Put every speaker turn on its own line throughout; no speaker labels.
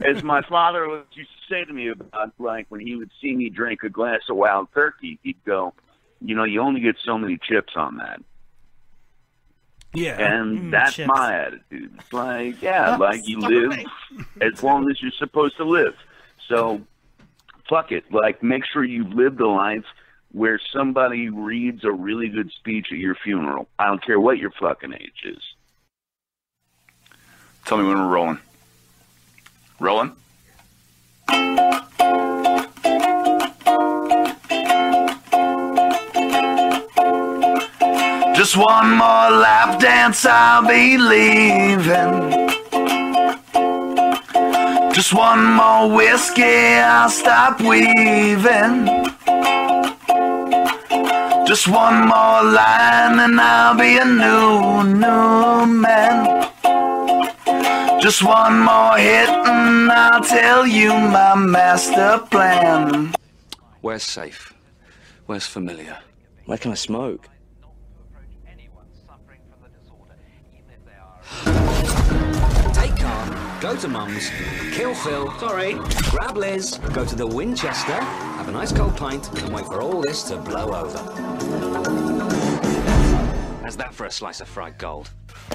as my father was, used to say to me about, like when he would see me drink a glass of wild turkey, he'd go, "You know, you only get so many chips on that."
Yeah.
And
Mm,
that's
chips.
my attitude. It's like, yeah,
Oh,
like you
sorry.
live as long as you're supposed to live. So fuck it. Like make sure you live the life where somebody reads a really good speech at your funeral. I don't care what your fucking age is.
Tell me when we're rolling. Rolling? Just one more lap dance, I'll be leaving. Just one more whiskey, I'll stop weaving. Just one more line, and I'll be a new, new man. Just one more hit and I'll tell you my master plan.
Where's safe? Where's familiar?
Where can I smoke?
Take car, go to Mum's, kill Phil, sorry, grab Liz, go to the Winchester, have a nice cold pint, and wait for all this to blow over. How's that for a slice of fried gold?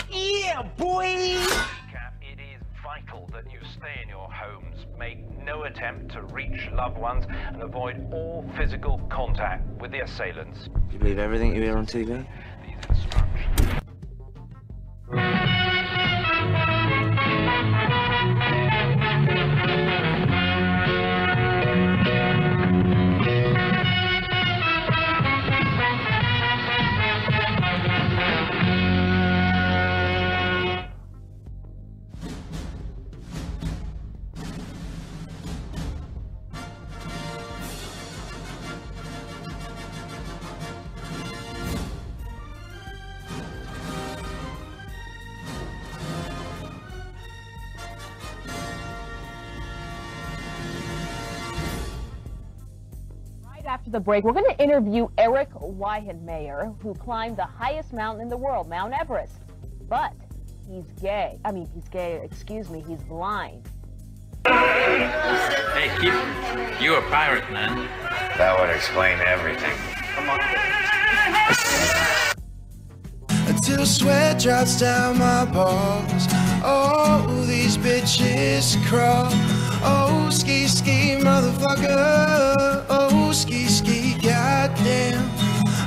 Yeah, boy!
Cap, it is vital that you stay in your homes, make no attempt to reach loved ones, and avoid all physical contact with the assailants.
You believe everything you hear on TV?
Right after the break, we're going to interview Eric Weihenmayer, who climbed the highest mountain in the world, Mount Everest. But he's gay. I mean, he's gay, excuse me, he's blind.
Hey, keep. You a pirate, man. That would explain everything.
Until sweat drops down my balls. Oh, these bitches crawl. Oh, ski ski, motherfucker. Oh, ski ski, goddamn.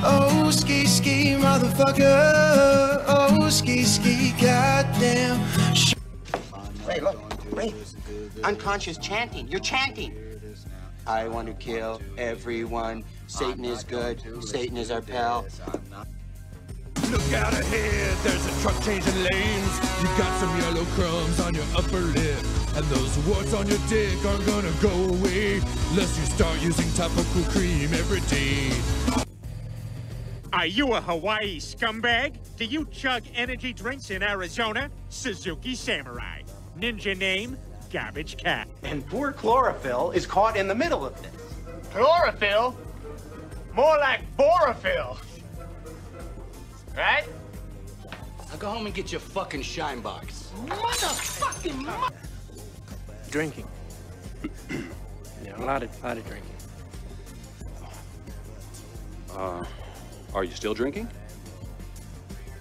Oh, ski ski, motherfucker. Oh, ski ski, goddamn. Sh-
Ray, look, Ray. Unconscious chanting. You're chanting. I want to kill everyone. Satan is good. Satan is our pal.
Look out ahead, there's a truck changing lanes. You got some yellow crumbs on your upper lip, and those warts on your dick aren't gonna go away unless you start using topical cream every day.
Are you a Hawaii scumbag? Do you chug energy drinks in Arizona? Suzuki Samurai. Ninja name, Garbage Cat.
And poor chlorophyll is caught in the middle of this.
Chlorophyll? More like borophyll. Right?
Now go home and get your fucking shine box.
Motherfucking mother!
Drinking. yeah, a lot of, lot of drinking.
Uh, are you still drinking?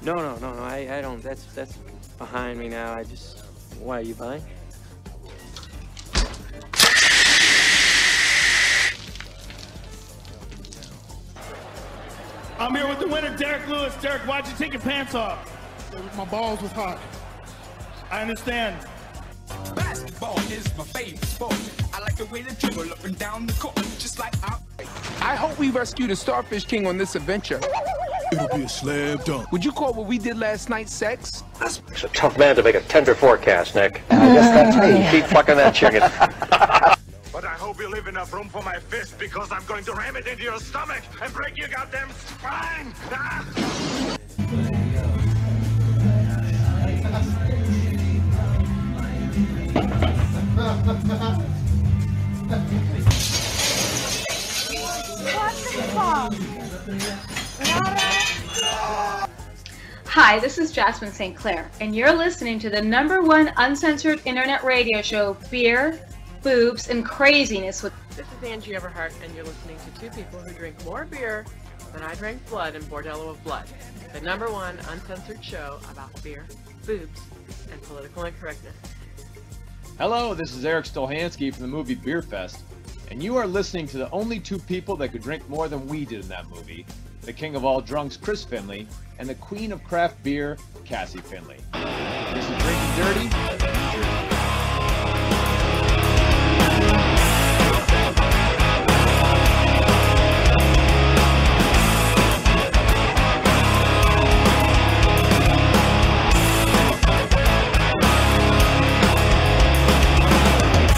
No, no, no, no. I, I don't. That's that's behind me now. I just. Why are you buying?
I'm here with the winner, Derek Lewis. Derek, why'd you take your pants off? My balls was hot. I understand.
Basketball is my favorite sport. I like the way they dribble up and down the court, just like I.
I hope we rescue the Starfish King on this adventure.
It'll be a slam dunk.
Would you call what we did last night sex?
It's a tough man to make a tender forecast, Nick. I guess that's me. Keep fucking that chicken.
But I hope you leave enough room for my fist because I'm going to ram it into your stomach and break your goddamn spine!
Hi, Hi, this is Jasmine St. Clair, and you're listening to the number one uncensored internet radio show, Beer, Boobs, and Craziness with
This is Angie Everhart, and you're listening to two people who drink more beer than I drank blood in Bordello of Blood, the number one uncensored show about beer, boobs, and political incorrectness.
Hello, this is Eric Stolhansky from the movie Beer Fest, and you are listening to the only two people that could drink more than we did in that movie the king of all drunks, Chris Finley, and the queen of craft beer, Cassie Finley. This is Drinking Dirty.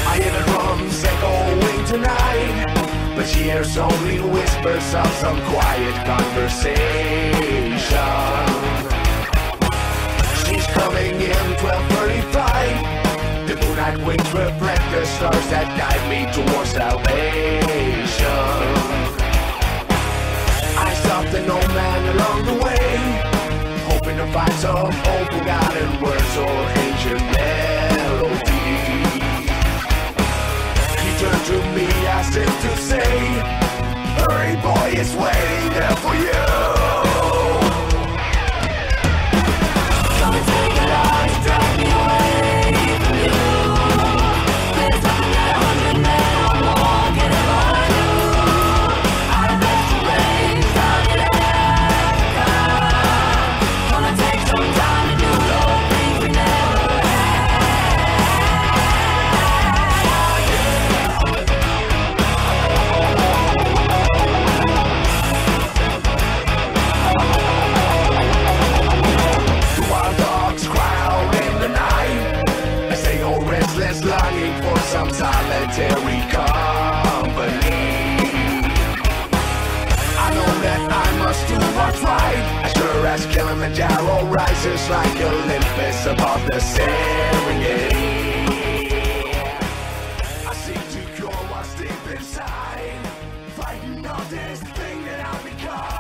I hear the drums echoing tonight, but she hears only whispers of some quiet conversation. She's coming in 12:35. The moonlight wings reflect the stars that guide me towards salvation. I stopped an old man along the way, hoping to find some old forgotten words or ancient melody. He turned to me as if to say, Hurry boy, it's waiting there for you. Come and take a life, drive me away from you. There's nothing that a hundred men or more can ever do. I'm best to raise down in Africa. Gonna take some time to do those things we never The wild dogs growl in the night as they go restless, longing for some solitary company. I know that I must do what's right, as sure as Kilimanjaro rises like Olympus above the Serengeti. I seem to cure what's deep inside, fighting all this thing that I've become.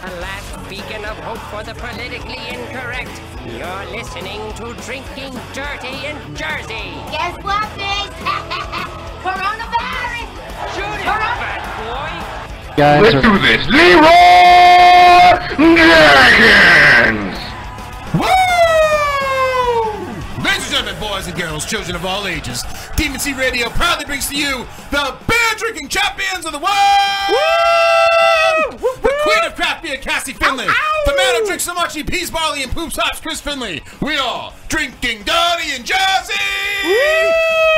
The last beacon of hope for the politically incorrect. You're listening to Drinking Dirty in Jersey.
Guess what, Biggs? Coronavirus! Shoot it! Corona-
Guys,
Let's do this.
Leroy Jenkins.
Ladies and gentlemen, boys and girls, children of all ages, Demon Sea Radio proudly brings to you the beer drinking champions of the world! The queen of craft beer, Cassie Finley. The man who drinks so much he pees barley and poops hops, Chris Finley. We are drinking dirty in Jersey!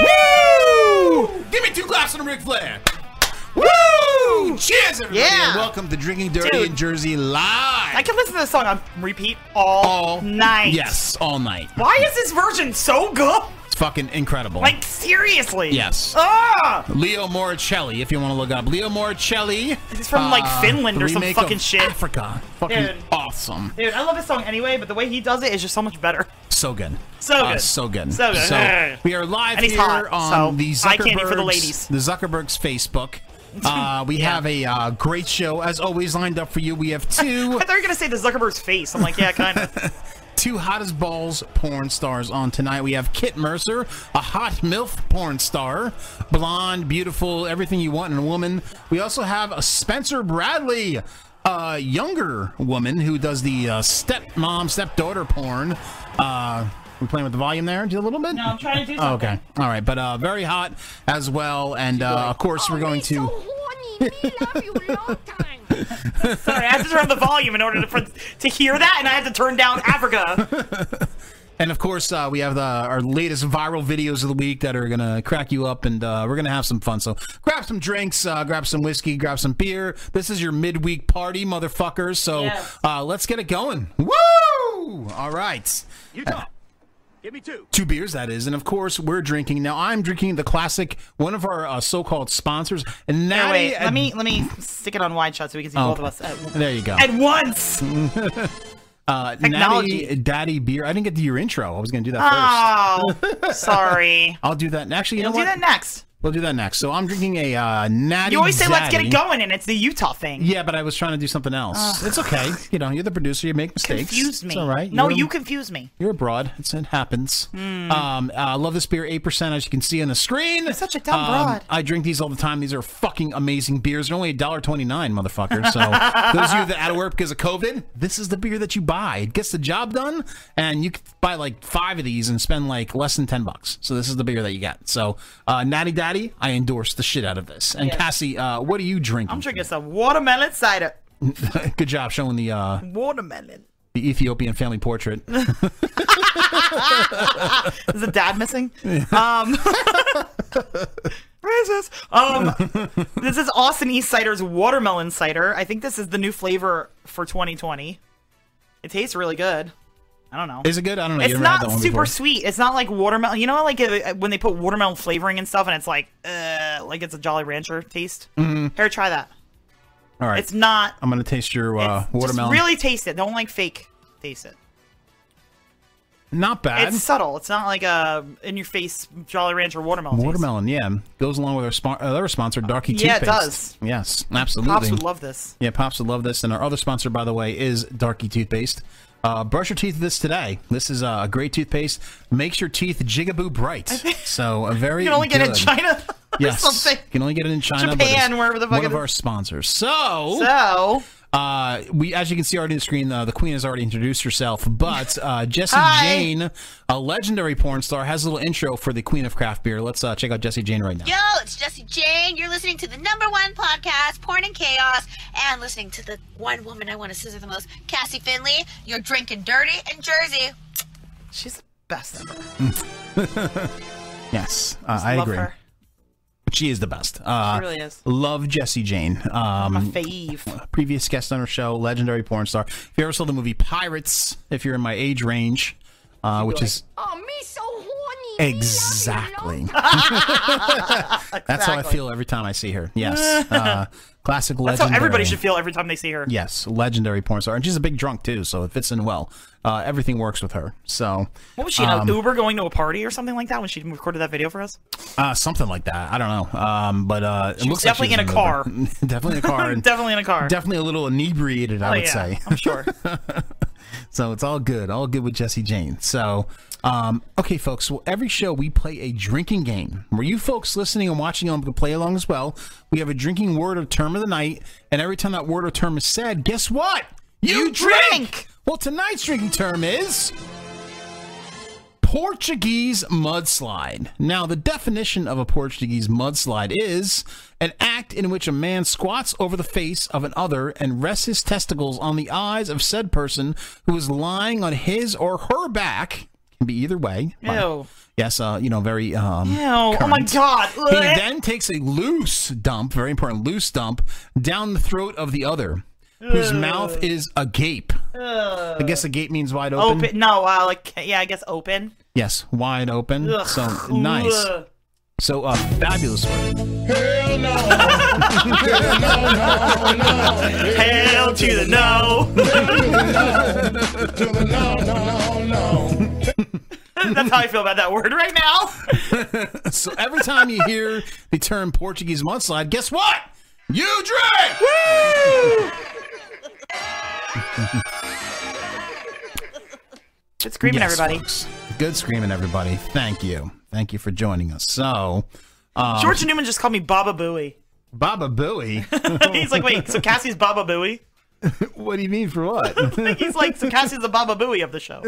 Woo! Give me two glasses of Ric Flair. Woo! Cheers, everybody,
Yeah.
and welcome to Drinking Dirty
Dude.
in Jersey live.
I can listen to this song on repeat all, night.
Yes, all night.
Why is this version so good?
It's fucking incredible.
Like seriously?
Yes.
Ah!
Leo Moricelli, if you want to look up Leo Moricelli.
He's from, like, Finland or some
remake Uh, of
fucking shit.
Africa, fucking
Dude.
awesome.
Dude, I love this song anyway, but the way he does it is just so much better.
So good.
So
Uh,
good.
so good.
So good.
So we are live
And he's
here
hot,
on
so
the
eye candy
Zuckerberg's
for the ladies.
the Zuckerberg's Facebook. Uh, we have a uh, great show as always lined up for you. We have two.
I thought you were gonna say the Zuckerberg's face. I'm like, yeah, kind of.
two hot as balls porn stars on tonight. We have Kit Mercer, a hot MILF porn star, blonde, beautiful, everything you want in a woman. We also have a Spencer Bradley, a younger woman who does the uh, stepmom, stepdaughter porn. Uh, we playing with the volume there just a little bit? No, I'm
trying to do
something. Oh, Okay. All right. But uh, very hot as well. And uh, of course, we're going to.
Sorry, I had to turn up the volume in order to, for, to hear that, and I had to turn down Africa.
And of course, uh, we have the, our latest viral videos of the week that are gonna crack you up, and uh, we're gonna have some fun. So grab some drinks, uh, grab some whiskey, grab some beer. This is your midweek party, motherfuckers. So
Yes.
uh, let's get it going. Woo! All right. Uh,
Give me two.
Two beers, that is, and of course we're drinking. Now I'm drinking the classic, one of our uh, so-called sponsors, and
Here,
now
wait, let me let me stick it on wide shot so we can see
Oh,
both of us. At once.
There you go.
At once.
uh,
Technology.
Natty Daddy beer. I didn't get to your intro. I was gonna do that first.
Oh, sorry.
I'll do that. Actually, you
We'll
know
do
what?
that next.
We'll do that next. So I'm drinking a uh, natty.
You always say, let's get
Daddy."
it going, and it's the Utah thing.
Yeah, but I was trying to do something else.
Ugh.
It's okay. You know, you're the producer. You make mistakes.
Confuse me.
It's all right.
No,
You're-
you confuse me.
You're abroad. It's, it happens.
Mm.
Um, uh, love this beer, eight percent, as you can see on the screen. You're
such a dumb broad.
I drink these all the time. These are fucking amazing beers. They're only $1.29, motherfucker. So those of you that out of work because of COVID, this is the beer that you buy. It gets the job done, and you can buy like five of these and spend like less than ten bucks. So this is the beer that you get. So uh, Natty Daddy, I endorse the shit out of this. And
Yeah.
Cassie, uh, what are you drinking?
I'm drinking some watermelon cider.
Good job showing the uh,
Watermelon.
the Ethiopian family portrait.
Is the dad missing? Um, racist. Um, this is Austin East Cider's watermelon cider. I think this is the new flavor for 2020. It tastes really good. I don't know.
Is it good? I don't know. You
It's
never had
not
that one
super
before.
sweet. It's not like watermelon. You know, like uh, when they put watermelon flavoring and stuff, and it's like, uh, like it's a Jolly Rancher taste.
Mhm.
Here, try that.
All right.
It's not.
I'm gonna taste your uh, watermelon.
Just really taste it. Don't like fake taste it.
not bad.
It's subtle. It's not like a in your face Jolly Rancher watermelon. taste.
watermelon, yeah, goes along with our spon- uh, other sponsor, Darky
yeah, it
Toothpaste.
does.
Yes, absolutely.
Pops would love this.
Yeah, pops would love this. And our other sponsor, by the way, is Darky Toothpaste. Uh, brush your teeth with this today. This is uh, a great toothpaste. Makes your teeth jigaboo bright. So a very
You can only get it in
good-
China.
Yes,
something.
you can only get it in China, but
Japan,
it's
wherever the fuck
one
it
of
is.
our sponsors. So,
So-
uh, we as you can see already on the screen, uh, the queen has already introduced herself, but uh, Jesse
Hi.
Jane, a legendary porn star, has a little intro for the queen of craft beer. Let's uh, check out Jesse Jane right now.
Yo, it's Jesse Jane. You're listening to the number one podcast, Porn and Chaos, and listening to the one woman I want to scissor the most, Cassie Finley. You're drinking dirty in Jersey.
She's the best ever.
yes, uh, I
Mm. love
agree.
her.
She is the best. Uh,
really is.
Love Jesse Jane. Um,
My fave.
Previous guest on her show, legendary porn star. If you ever saw the movie Pirates, if you're in my age range, uh, which is
Oh, me so horny.
exactly. That's how I
Exactly.
feel every time I see her. Yes. Uh, classic
That's
legendary.
how everybody should feel every time they see her.
Yes, legendary porn star. And she's a big drunk, too, so it fits in well. Uh, everything works with her. So.
What was she
um,
in an Uber going to a party or something like that when she recorded that video for us?
Uh, something like that. I don't know. Um, but uh, it
She
looks
was
like she
definitely in a car.
was definitely in a car. and
Definitely in a car.
Definitely a little inebriated, I
Oh,
would
yeah.
say.
I'm sure.
so it's all good. All good with Jesse Jane. So, um, okay, folks. Well, every show we play a drinking game where you folks listening and watching on can play along as well. We have a drinking word or term of the night, and every time that word or term is said, guess what? You, drink! Well, tonight's drinking term is Portuguese mudslide. Now, the definition of a Portuguese mudslide is an act in which a man squats over the face of another and rests his testicles on the eyes of said person who is lying on his or her back. Can be either way.
Ew.
Yes, uh, you know, very um
Ew. Oh my
current.
god.
He
Ugh.
then takes a loose dump, very important, loose dump down the throat of the other, whose
Ugh.
mouth is agape.
Ugh.
I guess agape means wide open.
Open. No, uh, like yeah, I guess open.
Yes, wide open.
Ugh.
So nice.
Ugh.
So uh, fabulous one.
Hell no. Hell to the no. That's how I feel about that word right now.
so every time you hear the term Portuguese mudslide, guess what? You drink.
Good screaming,
Yes,
everybody.
folks. Good screaming, everybody. Thank you. Thank you for joining us. So, um,
George Newman just called me Baba Booey.
Baba Booey.
He's like, wait, so Cassie's Baba Booey?
what do you mean for what?
He's like, so Cassie's the Baba Booey of the show.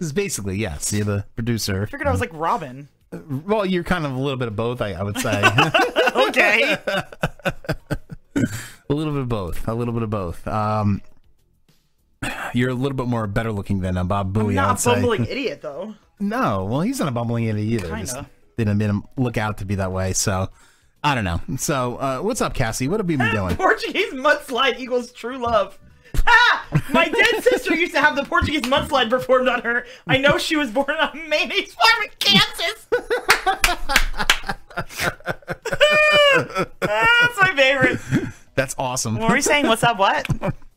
It's basically yes. You're the producer.
I figured I was like Robin.
Well, you're kind of a little bit of both. I, I would say.
Okay.
A little bit of both. A little bit of both. Um, you're a little bit more better looking than a Bob Bowie. I would
Not a
say.
bumbling idiot, though.
No, well, he's not a bumbling idiot either.
Kinda.
Just didn't made him look out to be that way. So, I don't know. So, uh, what's up, Cassie? What have you been doing?
Portuguese mudslide equals true love. Ah! My dead sister used to have the Portuguese mudslide performed on her. I know she was born on a mayonnaise farm in Kansas. That's my favorite.
That's awesome.
What were we saying? What's up? What?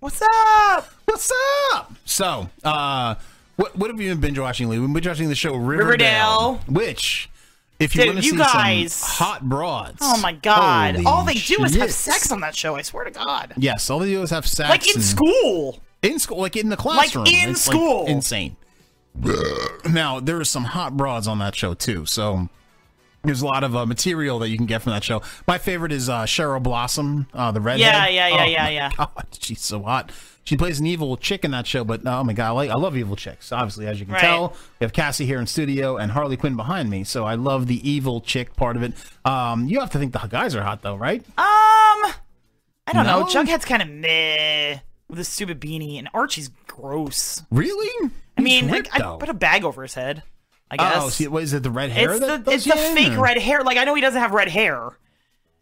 What's up?
What's up? So, uh, what what have you been binge watching, Lee? We've been binge watching the show Riverdale,
Riverdale.
which If you
Dude,
want to
you
see
guys-
some hot broads,
Oh my god.
Holy
All they do is have
shit.
sex on that show, I swear to god.
Yes, all they do is have sex.
Like in
and-
school.
In school, like in the
Like
classroom.
in
It's, like,
school.
insane. now there are some hot broads on that show too, so there's a lot of uh, material that you can get from that show. My favorite is uh, Cheryl Blossom, uh, the redhead.
Yeah, yeah, yeah,
Oh
yeah,
my
yeah.
God, she's so hot. She plays an evil chick in that show, but oh my god, I, like, I love evil chicks. Obviously, as you can
Right.
tell, we have Cassie here in studio and Harley Quinn behind me, so I love the evil chick part of it. Um, you have to think the guys are hot though, right?
Um I don't know.
No?
Jughead's kind of meh with a stupid beanie, and Archie's gross.
Really?
I mean,
He's
like,
ripped,
I
though.
put a bag over his head. I guess.
Oh, see, what is it? The red hair?
it's
that
the
does
it's the
you in,
fake
or-
red hair. Like I know he doesn't have red hair,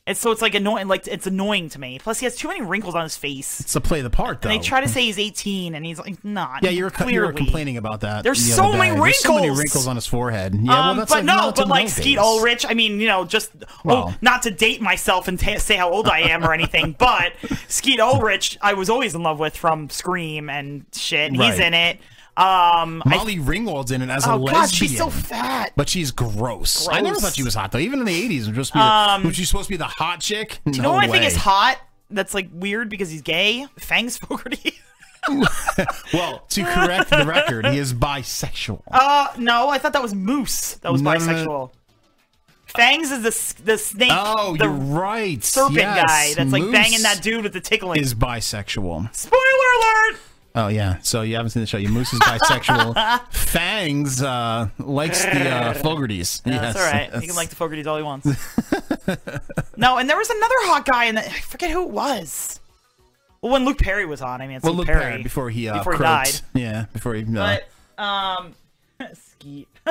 and so it's like annoying. Like it's annoying to me. Plus, he has too many wrinkles on his face.
It's to play the part, though.
And they try to say he's 18, and he's like not.
Yeah, you were,
clearly.
you were complaining about that.
There's
the
so
other
many
day. There's so many
wrinkles!
wrinkles on his forehead. Yeah, well,
um,
that's like
but no,
relative
but like
nowadays.
Skeet Ulrich, I mean, you know, just
Well.
oh, not to date myself and ta say how old I am or anything, but Skeet Ulrich, I was always in love with from Scream and shit. and He's
Right.
in it. Um, I-
Molly Ringwald's in it as a
oh
lesbian.
god, she's so fat.
But she's gross. I never
Gross.
thought she was hot though. Even in the eighties, was just
Um,
was she supposed to be the hot chick?
Do you
no
know what
way.
I think is hot? That's like weird because he's gay. Fangs Fogarty.
Well, to correct the record, he is bisexual.
Uh, no, I thought that was Moose. That was
No, no, no.
bisexual. Fangs is the s- the snake.
Oh,
the
you're right.
Serpent
Yes,
guy that's like banging
Moose
that dude with the tickling.
Is bisexual.
Spoiler alert!
Oh yeah. So you haven't seen the show. Your moose is bisexual. Fangs uh, likes the uh, Fogartys.
No,
yes,
that's all right. He can like the Fogartys all he wants. no, and there was another hot guy, and I forget who it was. Well, when Luke Perry was on, I mean, it's
well,
Luke,
Luke Perry, before he uh,
before he died.
croaked. Yeah, before he. Uh,
But um, Skeet.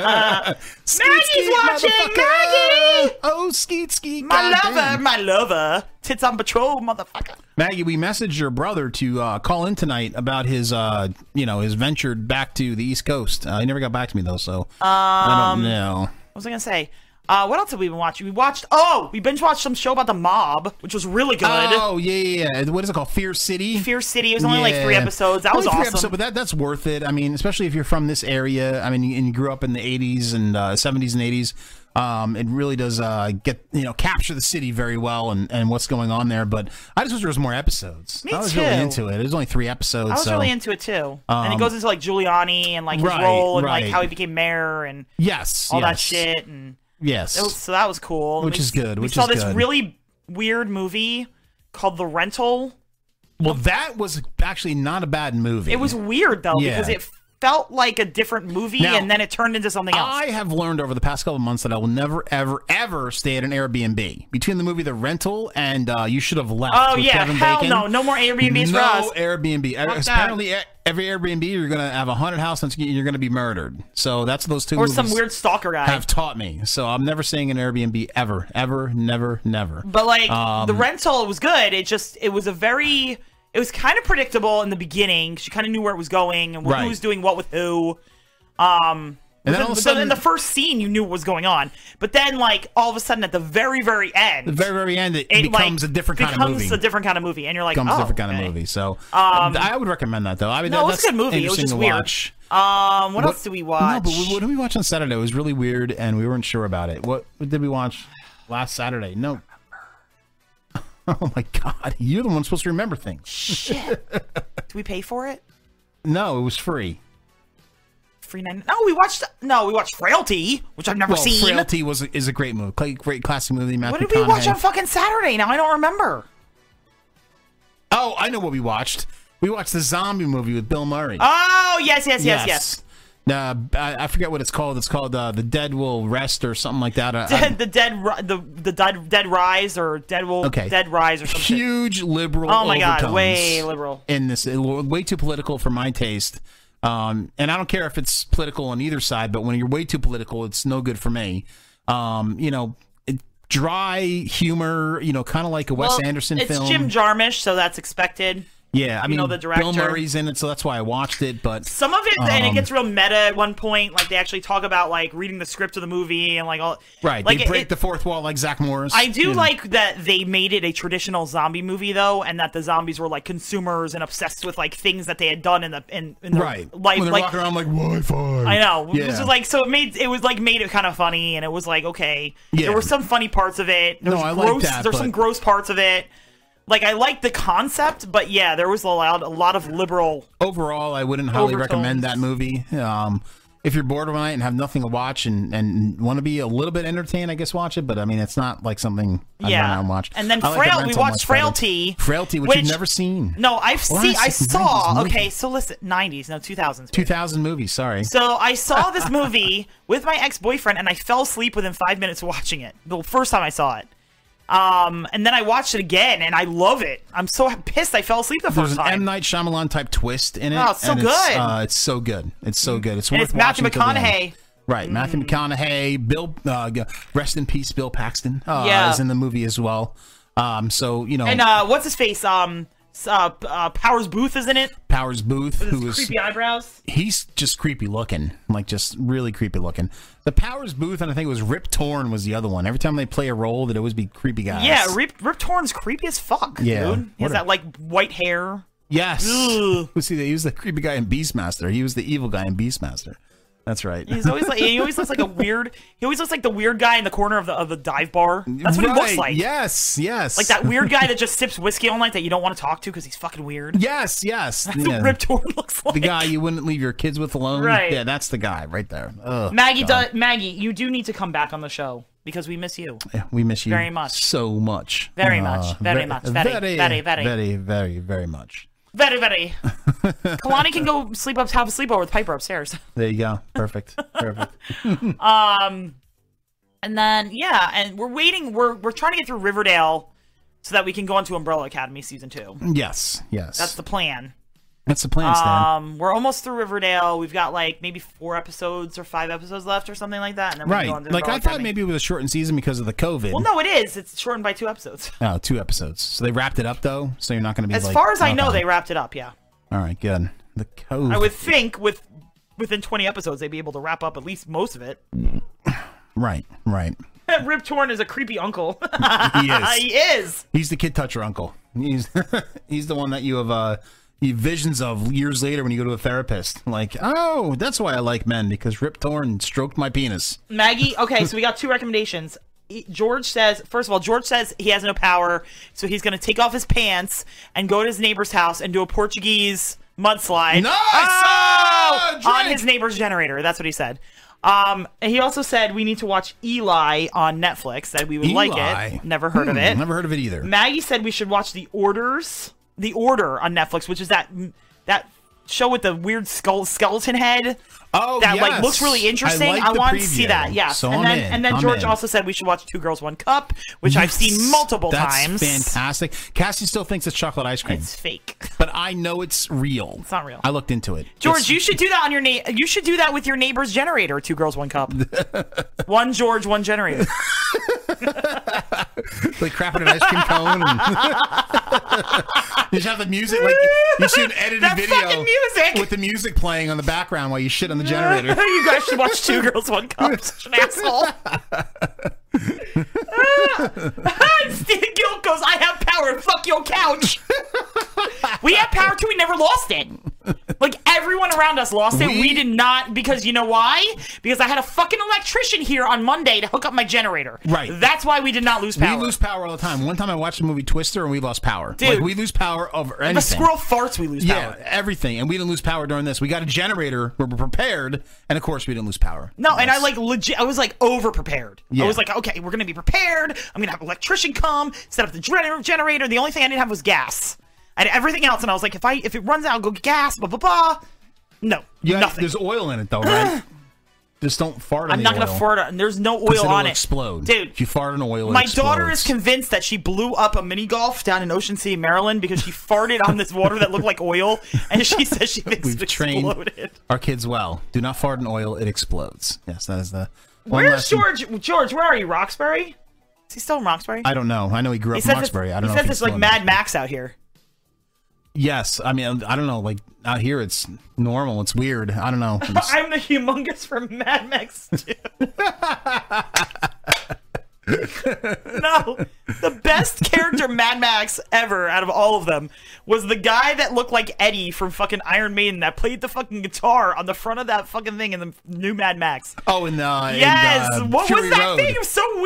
Maggie's watching. Maggie.
Oh, Skeet, Skeet.
My
goddamn.
lover, my lover. Tits on patrol, motherfucker.
Maggie, we messaged your brother to uh, call in tonight about his, uh, you know, his venture back to the East Coast. Uh, he never got back to me though, so I
Um,
don't know.
What was I gonna say? Uh, what else have we been watching? We watched. Oh, we binge watched some show about the mob, which was really good.
Oh yeah, yeah, yeah. What is it called? Fear City.
Fear City. It was only like three
Yeah.
episodes. That
Only
was
three
awesome.
episodes, but that that's worth it. I mean, especially if you're from this area. I mean, and you grew up in the '80s and uh, '70s and '80s. Um, it really does uh, get you know capture the city very well and, and what's going on there. But I just wish there was more episodes.
Me
I was
too.
really into it. It was only three
I
episodes.
was
so.
really into it too, and
Um,
it goes into like Giuliani and like his
right,
role and like
right.
how he became mayor and
Yes,
all that
yes.
shit and
Yes.
it was- so that was cool. And
Which
we
is
s-
good,
We
which
saw
is
this
good.
really weird movie called The Rental.
Well, that was actually not a bad movie.
It was weird though
Yeah.
because it felt like a different movie,
Now,
and then it turned into something else.
I have learned over the past couple of months that I will never, ever, ever stay at an Airbnb. Between the movie The Rental and uh, You Should Have Left.
Oh,
with
yeah.
Kevin
Hell
Bacon,
no. No more Airbnbs for
no
us.
Airbnb.
Fuck that.
Apparently, e- every Airbnb you're gonna have a haunted house and you're gonna be murdered. So that's what those two.
or some
movies
weird stalker guy.
have taught me. So I'm never staying in an Airbnb ever, ever, never, never.
But like the
Um,
rental was good. It just it was a very it was kind of predictable in the beginning. She kind of knew where it was going and
Right.
who was doing what with who. Um
And then all
within-
of a
within
sudden-
the first scene you knew what was going on. But then like all of a sudden at the very very end
the very, very end, it,
it
becomes
like,
a different kind of
becomes
movie.
a different kind of movie and you're like
becomes
oh
a different kind of movie. So
Um,
I would recommend that though. I mean,
no,
that,
it was
that's
a good movie. It was
interesting
just
to
weird.
watch.
Um, what,
What-
else do we watch?
No, but what- what did we watch on Saturday? It was really weird, and we weren't sure about it. What, what did we watch last Saturday? No. Oh my God! You're the one supposed to remember things.
Shit. do we pay for it?
No, it was free.
Free nine? No, we watched. No, we watched Frailty, which I've never
well,
seen.
Frailty was a, is a great movie, Cla- great classic movie. Matthew
what did we watch
McConaughey.
on fucking Saturday? Now I don't remember.
oh, I know what we watched. We watched the zombie movie with Bill Murray.
Oh yes, yes, yes, yes.
Uh, I, I forget what it's called. It's called uh, "The Dead Will Rest" or something like that. I- I-
Dead, the dead, Ri- the the dead, dead rise or dead will,
Okay.
dead rise or something.
huge liberal.
Oh my God,
overtones
way liberal.
in this. it- Way too political for my taste. Um, and I don't care if it's political on either side, but when you're way too political, it's no good for me. Um, you know, it, dry humor. You know, kind of like a Wes
Well,
Anderson
it's
film.
Jim Jarmusch, so that's expected.
Yeah, I
You
mean,
know, the director.
Bill Murray's in it, so that's why I watched it. But
Some of it, and it
um,
gets real meta at one point. Like they actually talk about like reading the script of the movie and like all.
right.
like
they
it-
break
it-
the fourth wall like Zach Morris.
I do
you know.
like that they made it a traditional zombie movie though, and that the zombies were like consumers and obsessed with like things that they had done in the in, in their
right
life.
when they're
like
walking around like Wi-Fi.
I know.
Yeah.
It was just like so it made it was like made it kind of funny, and it was like okay,
Yeah.
there were some funny parts of it. There
No,
was
I like
gross,
that,
There's some
but-
gross parts of it. Like I liked the concept, but yeah, there was a lot, a lot of liberal.
overall, I wouldn't highly
Overtones.
recommend that movie. Um, if you're bored one night and have nothing to watch and, and want to be a little bit entertained, I guess watch it. But I mean, it's not like something I'd
Yeah.
run out and watch.
And then
I like the
Frail- we
rental
watched
much better.
Frailty,
Frailty, which,
which-
you've never seen.
No, I've seen. I
Classic
saw.
90s movie.
Okay, so listen, 90s, no 2000s.
2000 movies. Sorry.
So I saw this movie with my ex-boyfriend, and I fell asleep within five minutes of watching it. The first time I saw it. Um, and then I watched it again, and I love it. I'm so pissed I fell asleep the
There's
first
an
time.
M Night Shyamalan type twist in it.
Oh, it's so
and
good.
It's, uh, it's so good. It's so good. It's
And
worth
it's Matthew
watching till the
McConaughey. Mm.
end. Right, Matthew McConaughey, Bill, uh, g- rest in peace, Bill Paxton, uh,
Yeah.
is in the movie as well. Um, so you know,
And uh, what's his face? Um, s- uh, p- uh, Powers Booth, isn't it?
Powers Booth,
With his
who is
creepy eyebrows.
he's just creepy looking, like just really creepy looking. The Powers Booth, and I think it was Rip Torn was the other one. Every time they play a role, that always be creepy guys.
Yeah, Rip, Rip Torn's creepy as fuck,
Yeah,
dude. He
what
has
a-
that like white hair.
Yes. We see that he was the creepy guy in Beastmaster. He was the evil guy in Beastmaster. That's right.
He's always like he always looks like a weird. He always looks like the weird guy in the corner of the of the dive bar. That's what he looks
Right,
like.
Yes. Yes.
Like that weird guy that just sips whiskey all night that you don't want to talk to because he's fucking weird.
Yes. Yes.
That's
yeah.
what Rip Torn looks like.
The guy you wouldn't leave your kids with alone.
Right.
Yeah, that's the guy right there. Ugh,
Maggie,
God.
do, Maggie, you do need to come back on the show because we miss you.
Yeah, we miss you
Very much.
so much, Uh,
Very much, very
ve-
much, very, very, very.
very, very, very much.
Very, very. Kalani can go sleep up, have a sleepover with Piper upstairs.
There you go. Perfect. Perfect.
um, and then yeah, and we're waiting. We're we're trying to get through Riverdale so that we can go on to Umbrella Academy season two.
Yes. Yes.
That's the plan.
That's the plan, Stan.
Um, we're almost through Riverdale. We've got like maybe four episodes or five episodes left or something like that. And then we
right.
go on to
Like I
Umbrella
thought
Academy.
maybe it was a shortened season because of the COVID.
Well, no, it is. It's shortened by two episodes.
Oh, two episodes. So they wrapped it up though. So you're not going to be
As
like,
far as I
up
know,
on
they
it.
wrapped it up. Yeah,
All right, good. The code.
I would think with within 20 episodes they'd be able to wrap up at least most of it.
Right, right.
Rip Torn is a creepy uncle.
He is.
he is.
He's the kid toucher uncle. He's he's the one that you have uh you have visions of years later when you go to a therapist. Like, oh, that's why I like men because Rip Torn stroked my penis.
Maggie. Okay, so we got two recommendations. E- George says, first of all, George says he has no power, so he's going to take off his pants and go to his neighbor's house and do a Portuguese mudslide.
Nice!
Oh!
Ah,
on
drink!
his neighbor's generator. That's what he said. Um, and he also said we need to watch Eli on Netflix. That we would like
Eli.
it. Never heard of
E Hmm,
it.
Never heard of it either.
Maggie said we should watch The Orders, The Order on Netflix, which is that that show with the weird skull skeleton head.
Oh,
that like
yes.
looks really
I
interesting.
like
I
the
want to see
preview,
that. Yes.
so
and
I'm
then
in,
and then
I'm
George
in.
also said we should watch Two Girls One Cup, which I've seen
Yes,
multiple
that's
times.
Fantastic. Cassie still thinks it's chocolate ice cream.
It's fake.
But I know it's real. It's
not real.
I looked into it.
George,
It's-
you should do that on your na- you should do that with your neighbor's generator. Two girls, one cup. one George, one generator.
like crap in an ice cream cone. and- you should have the music like you should edit a
That
video
fucking music!
with the music playing on the background while you shit on the generator.
you guys should watch Two Girls One Cup. I'm Such an asshole. Steve Gill goes, I have power. Fuck your couch. we have power too. We never lost it. Like everyone around us lost it. We did not because you know why? Because I had a fucking electrician here on Monday to hook up my generator.
Right.
That's why we did not lose power.
We lose power all the time. One time I watched the movie Twister and we lost power.
Dude.
Like, we lose power over anything.
if a squirrel farts, we lose
yeah,
power.
everything. And we didn't lose power during this. We got a generator. We were prepared. And of course, we didn't lose power.
No, and I like legit. I was like over prepared.
Yeah.
I was like, okay, we're gonna be prepared. I'm gonna have an electrician come set up the gener- generator. The only thing I didn't have was gas. I had everything else, and I was like, if I if it runs out, I'll go get gas. Blah blah blah. No,
Yeah,
nothing.
There's oil in it, though, right? Just don't fart on
I'm
the
not gonna
oil,
fart on. There's no
'cause
oil
it'll
on it.
explode.
dude.
If you fart on oil, it
My daughter is
explodes.
convinced that she blew up a mini golf down in Ocean City, Maryland, because she farted on this water that looked like oil, and she says she thinks
We've
it
trained
exploded.
our kids well. Do not fart in oil; it explodes. Yes, that is the. one
Where's
lesson-
George? George, where are you? Roxbury? Is he still in Roxbury?
I don't know. I know he grew
He
up in
says it's-
Roxbury. I don't
he
know.
says
if he's
it's like
still in
Mad Max out here.
Yes, I mean I don't know. Like out here, it's normal. It's weird. I don't know. It's-
I'm the humongous from Mad Max 2.
no, the best character Mad Max ever out of all of them was the guy that looked like Eddie from fucking Iron Maiden that played the fucking guitar on the front of that fucking thing in the new Mad Max.
oh, and uh, and,
yes,
uh,
what
Fury
was that
Road.
thing? It was so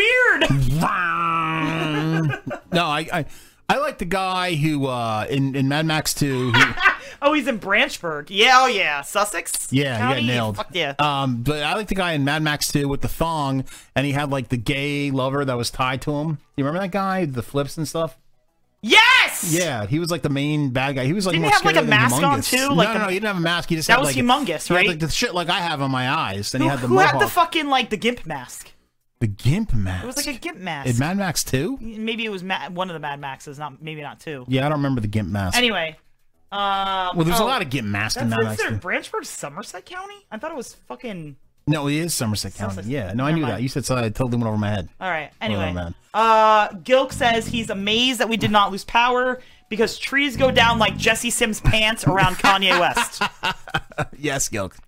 weird.
no, I, I I like the guy who uh in in Mad Max Two. Who,
oh, he's in Branchburg. Yeah, oh yeah, Sussex.
Yeah,
County?
he got nailed.
Fuck yeah.
Um, but I like the guy in Mad Max 2 with the thong, and he had like the gay lover that was tied to him. You remember that guy, the flips and stuff?
Yes.
Yeah, he was like the main bad guy. He was like
Didn't
more
he have, like,
scary
a
than
mask on,
Humongous.
too?
No,
Like
no,
the-
no, he didn't have a mask. He just
That
had
was
like
Humongous,
he had,
right?
like the shit like I have on my eyes. Then he had the
Who had
mohawk,
the fucking like the gimp mask?
the gimp mask.
It was like a gimp mask.
in Mad Max 2?
maybe it was Ma- one of the Mad Maxes, not maybe not two.
Yeah, I don't remember the gimp mask.
Anyway, um,
Well, there's a
oh,
lot of gimp masks in
that's
Mad Max
considered Branchburg, Somerset County. I thought it was fucking.
No, it is Somerset County. Yeah, no, I knew that. You said so. I totally went over my head.
All right.
Went over
Anyway,
my head.
uh, Gilk says he's amazed that we did not lose power because trees go down like Jesse Sims' pants around Kanye
Uh,
West.
Yes, Gilk.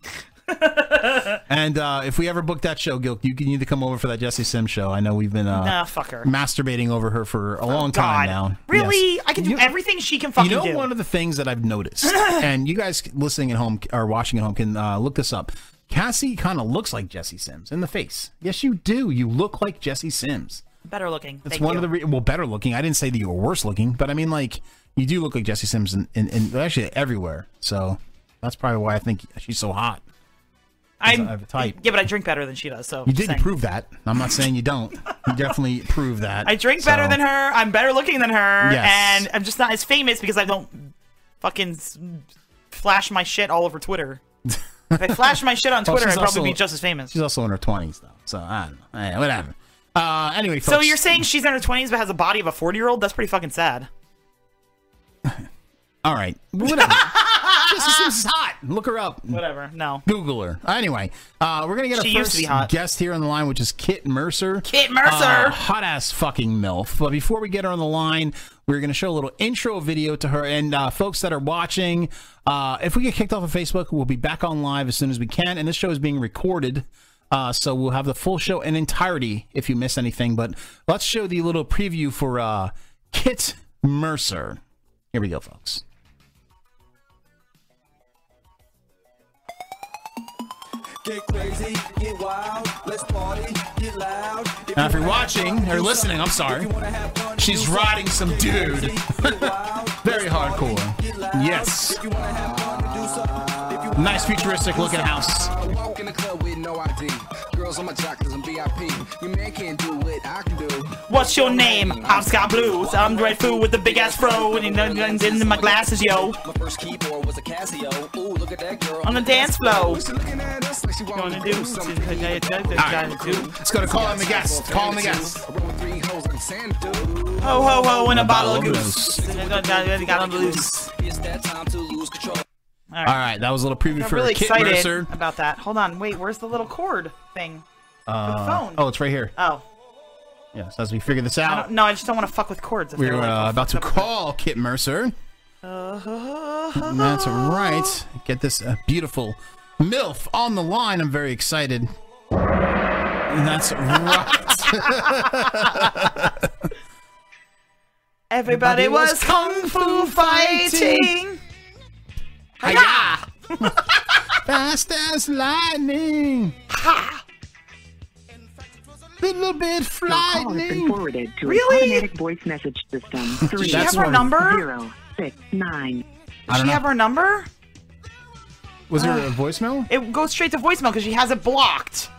and uh, if we ever book that show, Gilk, you can either come over for that Jesse Sims show. I know we've been uh,
Nah, fuck her. Oh,
masturbating over her for a long time now.
Really?
Yes.
I can do everything she can fucking
You know
do.
one of the things that I've noticed, and you guys listening at home or watching at home can uh, look this up. Cassie kind of looks like Jesse Sims in the face. Yes, you do. You look like Jesse Sims.
Better looking.
That's
Thank
one
you.
of the re- well better looking. I didn't say that you were worse looking, but I mean like you do look like Jesse Sims in, in, in actually everywhere. So that's probably why I think she's so hot. 'Cause
I'm-
I have a type.
Yeah, but I drink better than she does. So
You did
saying.
prove that. I'm not saying you don't. You definitely prove that.
I drink better
So,
than her. I'm better looking than her,
Yes.
and I'm just not as famous because I don't fucking s- flash my shit all over Twitter. if I flash my shit on
Well,
Twitter,
she's
I'd probably
also-
be just as famous.
She's also in her 20s though, so I don't know. Eh, whatever. Uh, anyway, folks,
So you're saying she's in her 20s but has a body of a 40 year old? That's pretty fucking sad.
all right, whatever. Jesse Sims is hot. Look her up.
Whatever. No.
Google her. Anyway, uh, we're gonna get
She
our
used
first
to be hot.
guest here on the line, which is Kit Mercer. Uh,
Kit Mercer!
hot ass fucking milf. But before we get her on the line, we're gonna show a little intro video to her. And uh, folks that are watching, uh, if we get kicked off of Facebook, we'll be back on live as soon as we can. And this show is being recorded. Uh, so we'll have the full show in entirety if you miss anything. But let's show the little preview for uh, Kit Mercer. Here we go, folks.
Get crazy, get wild, let's party, get loud.
Now, if you're watching or listening, I'm sorry. She's riding some dude. Very hardcore. Yes. Nice futuristic looking house.
I walk in the club with no ID. Girls on my jock cause I'm VIP. Your man can't do what I can do.
What's your name? I'm Scott Blues. I'm Red Food with a big ass fro and nothing's in my glasses, yo.
My first keyboard was a Casio. Ooh, look at that girl.
On the dance floor.
She looking at us like she wanna do something.
Let's go to call in the guest. Call in the guest.
Ho ho ho and a bottle of
Bottle of
goose. Got on the loose.
All right, that was a little preview
I'm
for
really
Kit
excited
Mercer.
about that. Hold on, wait, where's the little cord thing?
Uh,
phone.
Oh, it's right here.
Oh,
Yes, as we figure this
I
out,
don't, no, I just don't want to fuck with cords. If
we're
they're
uh,
like,
about to call Kit Mercer. uh, That's right. Get this uh, beautiful MILF on the line. I'm very excited. And that's right.
everybody
Everybody
was
was
kung fu fighting. Hiya!
Fast as lightning. Ha! Little bit
Call has been
flying.
forwarded to
Really?
an automatic voice message system. Three,
she have her
one,
number?
zero, six, nine.
I don't
She
know.
have her number?
Was there a voicemail?
It goes straight to voicemail because she has it blocked.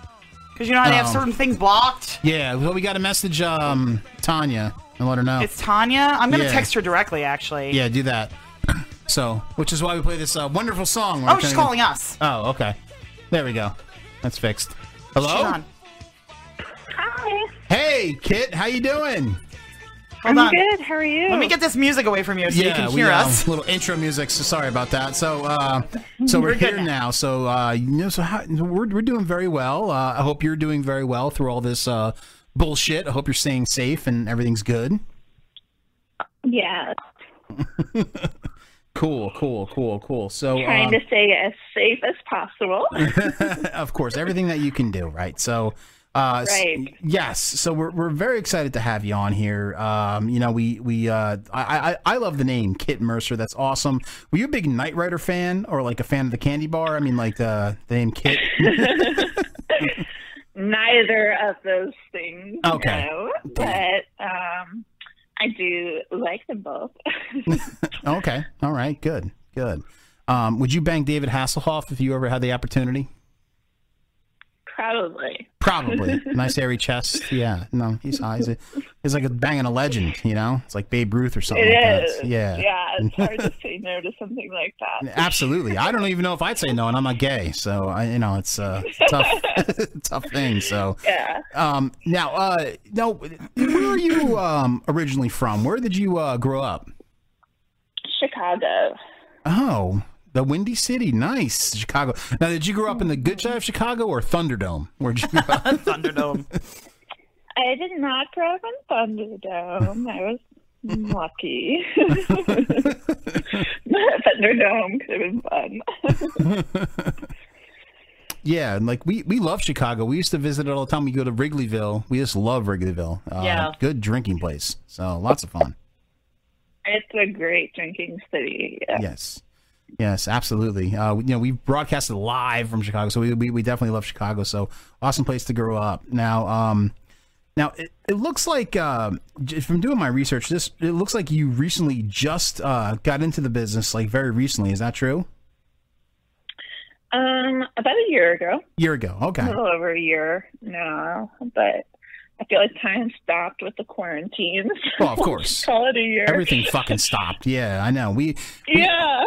Because you know how they have
Oh.
certain things blocked.
Yeah, well, we got to message um Tanya and let her know.
It's Tanya. I'm gonna
Oh. Yeah.
text her directly, actually.
Yeah, do that. So, which is why we play this uh, wonderful song. We're
Oh, she's
gonna-
calling us.
Oh, okay. There we go. That's fixed. Hello.
She's on.
Hey, Kit, how you doing?
Hold
I'm
on.
good. How are you?
Let me get this music away from you so you can hear
uh,
us.
little intro music. So sorry about that. So, uh, so we're,
We're good
here
now.
now. So, uh, you know, so how, we're we're doing very well. Uh, I hope you're doing very well through all this uh, bullshit. I hope you're staying safe and everything's good.
Yeah.
Cool, cool, cool, cool. So,
Trying
um,
to stay as safe as possible.
of course, everything that you can do, right? So, uh, s-
Right.
yes. So we're, we're very excited to have you on here. Um, you know, we we uh, I, I I love the name Kit Mercer. That's awesome. Were you a big Knight Rider fan or like a fan of the candy bar? I mean, like the the name Kit.
Neither of those things.
Okay.
No, but um, I do like them both.
okay. All right. Good. Good. Um, would you bang David Hasselhoff if you ever had the opportunity?
Probably.
Probably. nice hairy chest. Yeah. No, he's high. He's, a, he's like a banging a legend, you know? It's like Babe Ruth or something like
It is.
that. Yeah.
Yeah. It's hard to say no to something like that.
Absolutely. I don't even know if I'd say no, and I'm not gay, so I, you know it's a tough, tough thing. So
yeah.
Um. Now, uh, no, where are you um originally from? Where did you uh grow up?
Chicago.
Oh, the Windy City. Nice, Chicago. Now, did you grow up in the good side of Chicago or Thunderdome? Where'd you grow up? Thunderdome.
I did not grow up in Thunderdome. I was lucky. Thunderdome could have been fun.
Yeah, and like we we love Chicago. We used to visit it all the time. We go to Wrigleyville. We just love Wrigleyville. Uh,
Yeah.
Good drinking place. So lots of fun.
It's a great drinking city. Yeah.
Yes. Yes, absolutely. Uh, you know, we broadcasted live from Chicago, so we, we, we definitely love Chicago. So awesome place to grow up. Now, um, now it, it looks like um, j- from doing my research, this it looks like you recently just uh, got into the business, like very recently. Is that true?
Um, about a year ago,
Year ago.
a
Okay.
little over a year now, but I feel like time stopped with the quarantine.
Well, Oh, of course.
call it a year.
Everything fucking stopped. Yeah, I know. We
Yeah.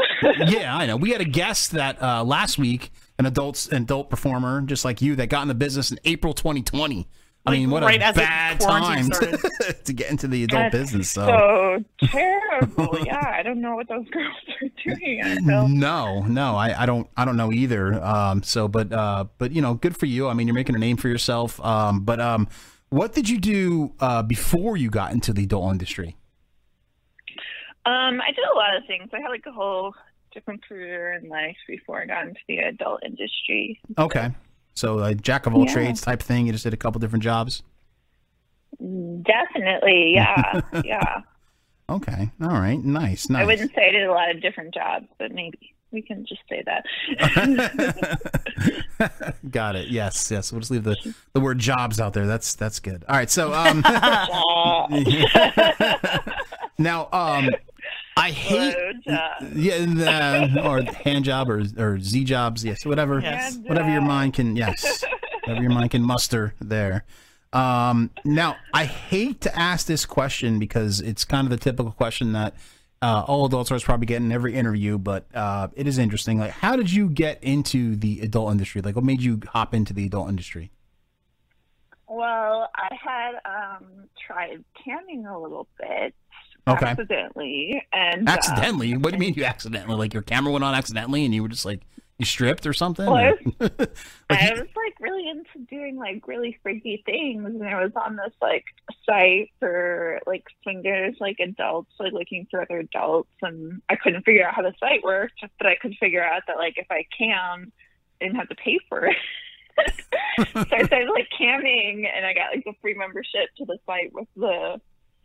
yeah, I know. We had a guest that uh, last week, an adult an adult performer just like you that got in the business in April 2020. I mean, what
right
a
as the
bad time
quarantine
to get into the adult
That's
business. So,
So terrible. yeah, I don't know what those girls are doing. I feel
no, no, I, I don't I don't know either. Um, so, but uh, but you know, good for you. I mean, you're making a name for yourself. Um, but um, what did you do uh, before you got into the adult industry?
Um, I did a lot of things. I had like a whole different career in life before I got into the adult industry.
Okay, so uh, jack of all
Yeah.
trades type thing. You just did a couple different jobs.
Definitely, yeah, yeah.
Okay, all right, nice, nice.
I wouldn't say I did a lot of different jobs, but maybe we can just say that.
Got it. Yes, yes. We'll just leave the, the word jobs out there. That's that's good. All right. So um, now um, I hate yeah, and, uh, or hand job or or z jobs. Yes, whatever.
Yes. Hand
Whatever your mind can. Yes, whatever your mind can muster there. Um, now I hate to ask this question because it's kind of the typical question that uh, all adults are probably getting in every interview, but uh, it is interesting. Like, how did you get into the adult industry? Like, what made you hop into the adult industry?
Well, I had um, tried tanning a little bit
Okay.
accidentally, and uh,
Accidentally? What do you mean you accidentally? Like your camera went on accidentally, and you were just like you stripped or something?
Well, I
Or-
I was like really into doing like really freaky things, and I was on this like site for like swingers, like adults, like looking for other adults, and I couldn't figure out how the site worked, but I could figure out that like if I cam, I didn't have to pay for it. so I started like camming, and I got like a free membership to the site with the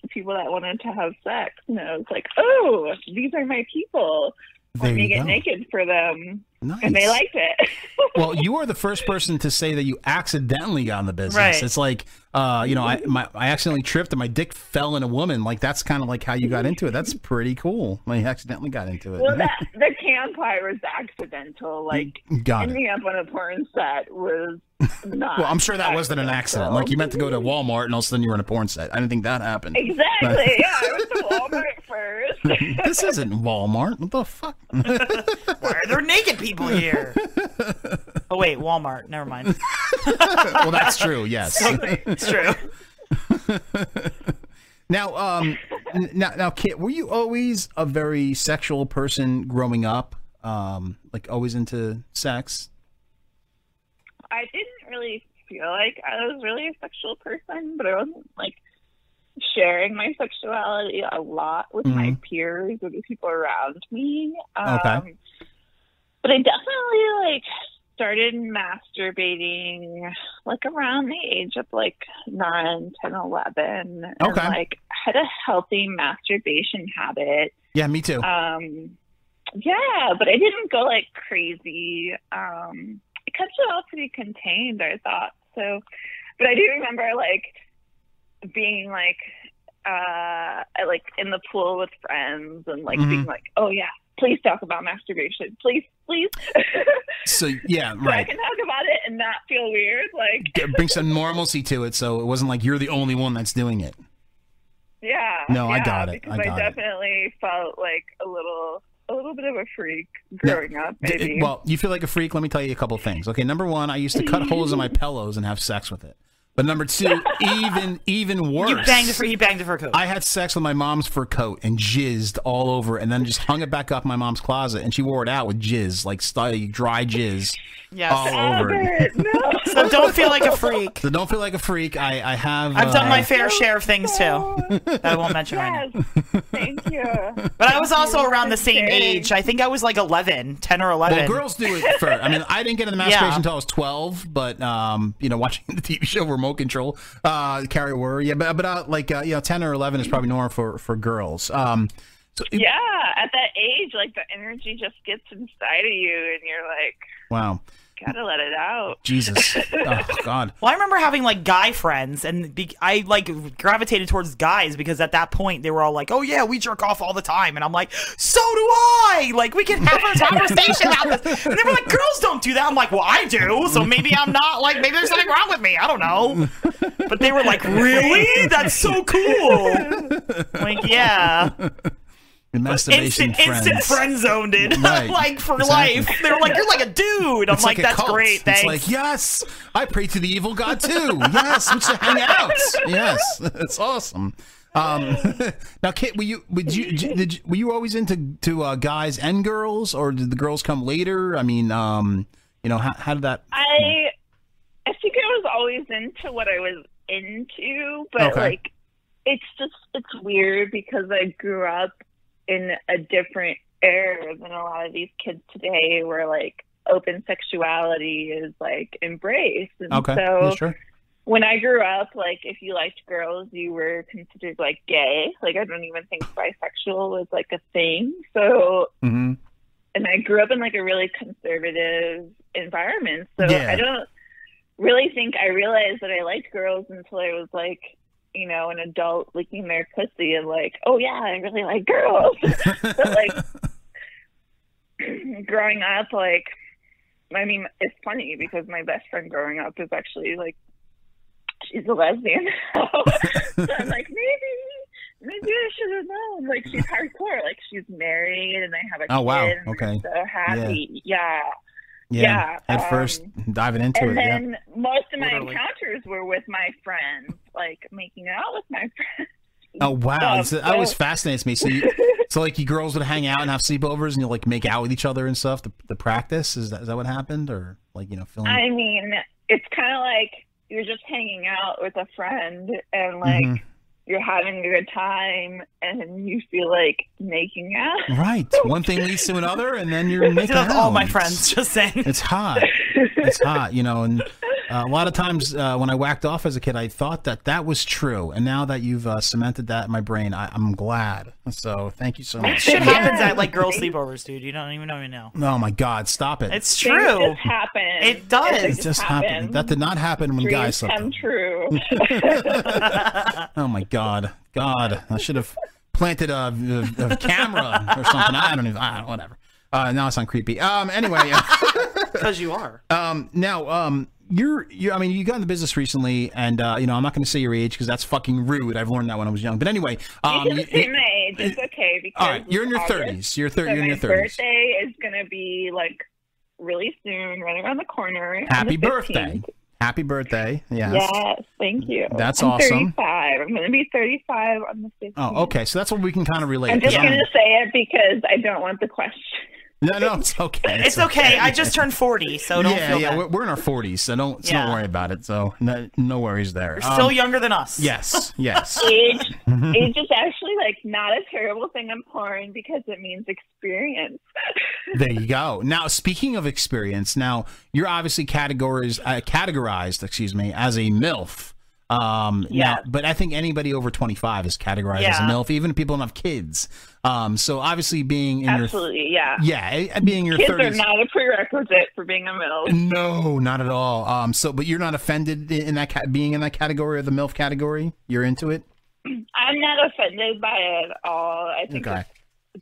people that wanted to have sex, and I was like, oh, these are my people. Let
There
me
you
get
go.
naked for them, and
Nice.
they liked it.
well, you are the first person to say that you accidentally got in the business.
Right.
It's like, uh, you know, I my, I accidentally tripped and my dick fell in a woman. Like that's kind of like how you got into it. That's pretty cool. I accidentally got into it.
Well, that the cam part was accidental. Like
Got it.
ending up on a porn set was not.
Well, I'm sure that wasn't an accident. Like you meant to go to Walmart and all of a sudden you were in a porn set. I didn't think that happened.
Exactly. yeah, I went to Walmart first.
this isn't Walmart. What the fuck?
Why are there naked people here? Oh wait, Walmart. Never mind.
well, that's true. Yes,
So- it's true.
Now, um, n- now, now, Kit, were you always a very sexual person growing up? Um, like always into sex?
I didn't really feel like I was really a sexual person, but I wasn't like sharing my sexuality a lot with my peers and the people around me. Um,
Mm-hmm. Okay.
But I definitely like started masturbating like around the age of like 9, 10, 11. And,
Okay.
like had a healthy masturbation habit.
Yeah, me too.
Um, yeah, but I didn't go like crazy. Um, it kept it all pretty contained, I thought. So, but I do remember like being like, uh, at, like in the pool with friends and like
Mhm.
being like, oh yeah, please talk about masturbation, please, please.
so yeah,
So I
right.
can talk about it and not feel weird. Like,
Get- Bring some normalcy to it, so it wasn't like you're the only one that's doing it.
yeah.
No, I
yeah,
got it.
Because
I
I,
got it.
definitely felt like a little, a little bit of a freak growing up,
D-
maybe.
it- well, you feel like a freak. Let me tell you a couple of things. Okay, number one, I used to cut holes in my pillows and have sex with it. But number two, even even worse,
You banged it for you banged it for a coat.
I had sex with my mom's fur coat and jizzed all over, it and then just hung it back up in my mom's closet, and she wore it out with jizz, like sti- dry jizz,
Yes.
all over it.
so don't feel like a freak.
So don't feel like a freak. I I have.
I've done
uh,
my fair share of things too. that I won't mention right now.
Thank you.
But I was also around the same age. I think I was like 11, 10 or 11.
Well, girls do it for. I mean, I didn't get into masturbation
Yeah.
until I was twelve, but um, you know, watching the TV show Remote Control, uh, Carrie were yeah, but but uh, like uh, you know, ten or eleven is probably normal for for girls. Um, so
yeah, at that age, like the energy just gets inside of you, and you're like,
wow,
gotta let it out.
Jesus, oh God.
Well, I remember having like guy friends, and be- I like gravitated towards guys because at that point they were all like, "Oh yeah, we jerk off all the time," and I'm like, "So do I!" Like we can have a conversation about this. And they were like, "Girls don't do that." I'm like, "Well, I do, so maybe I'm not like maybe there's something wrong with me. I don't know." But they were like, "Really? That's so cool!" Like, yeah,
The masturbation
instant,
friends.
instant friend zoned it,
Right.
like for
Exactly.
life. They were like, "You're like a dude." I'm
It's
like,
a
"That's
cult.
great, thanks."
It's like yes, I pray to the evil god too. Yes, we should hang out. Yes, it's awesome. Um, now, Kit, were you would you, did you were you always into to uh, guys and girls, or did the girls come later? I mean, um, you know, how, how did that?
I, I think I was always into what I was into, but
Okay.
like, it's just it's weird because I grew up in a different era than a lot of these kids today, where like open sexuality is like embraced, and
Okay,
so
yeah, sure.
when I grew up, like if you liked girls, you were considered like gay. Like I don't even think bisexual was like a thing. So,
Mm-hmm.
and I grew up in like a really conservative environment. So
Yeah.
I don't really think I realized that I liked girls until I was like, you know, an adult licking their pussy and like, oh yeah, I really like girls. but like growing up, like, I mean, it's funny because my best friend growing up is actually like, she's a lesbian. so I'm like, maybe, maybe I should have known. Like, she's hardcore. Like, she's married and they have a
Oh, wow.
kid. and they're
Okay.
So happy. Yeah.
Yeah, at
um,
first diving into
and
it.
then
yeah.
most of my
Literally.
encounters were with my friends, like making out with my friends.
Oh wow,
Um,
It's- that always
so-
fascinates me. So, you, so like you girls would hang out and have sleepovers, and you like make out with each other and stuff. The, the practice is that is that what happened, or like you know, feeling?
I mean, it's kind of like you're just hanging out with a friend and like
Mhm.
you're having a good time and you feel like making out.
Right. One thing leads to another, and then you're
I did
making
that with all my
out.
friends. Just saying.
It's hot. It's hot, you know. And uh, a lot of times uh, when I whacked off as a kid, I thought that that was true. And now that you've uh, cemented that in my brain, I, I'm glad. So thank you so
That
much.
shit happens at like girl sleepovers, dude. You don't even know. You know.
Oh my God! Stop it.
It's
Things
true.
just happen.
It does.
It just happened. That did not happen when
Dreams
guys slept.
come true.
Oh my God, God! I should have planted a, a, a camera or something. I don't even. I don't, whatever. Uh, now it's on creepy. Um. Anyway.
Because you are.
Um, now, um, you're, you I mean, you got in the business recently, and uh, you know, I'm not going to say your age because that's fucking rude. I've learned that when I was young. But anyway, um,
you
you-
can say my age. It's okay because
all right, you're in your
August,
30s. You're thir-
so
you're in
my
your 30s.
birthday is gonna be like really soon, right around the corner. on
happy
the
birthday, happy birthday. Yes.
Yes, thank you.
That's
I'm
awesome.
35. I'm going to be 35 on the 15th.
Oh, okay. So that's what we can kind of relate.
I'm just
'cause I'm-
going to say it because I don't want the question.
No, no, it's okay.
It's okay. I just turned 40, so don't
yeah,
feel
yeah,
bad.
We're, we're in our 40s, so don't let's
Yeah.
not worry about it. So no, no worries there.
You're
Um,
still younger than us.
Yes, yes. Mm-hmm.
Age, age is actually like not a terrible thing in porn because it means experience.
There you go. Now, speaking of experience, now you're obviously categorized, uh, categorized, excuse me, as a MILF. Um, yeah. but I think anybody over 25 is categorized as a
Yeah.
MILF, even people who have kids. Um, so obviously being in
Absolutely, yeah.
your, yeah, eh, being in your
Kids
30s.
are not a prerequisite for being a MILF.
no, not at all. Um, so, but you're not offended in that ca- being in that category of the MILF category. You're into it.
I'm not offended by it at all. I think
Mm. Okay.
it's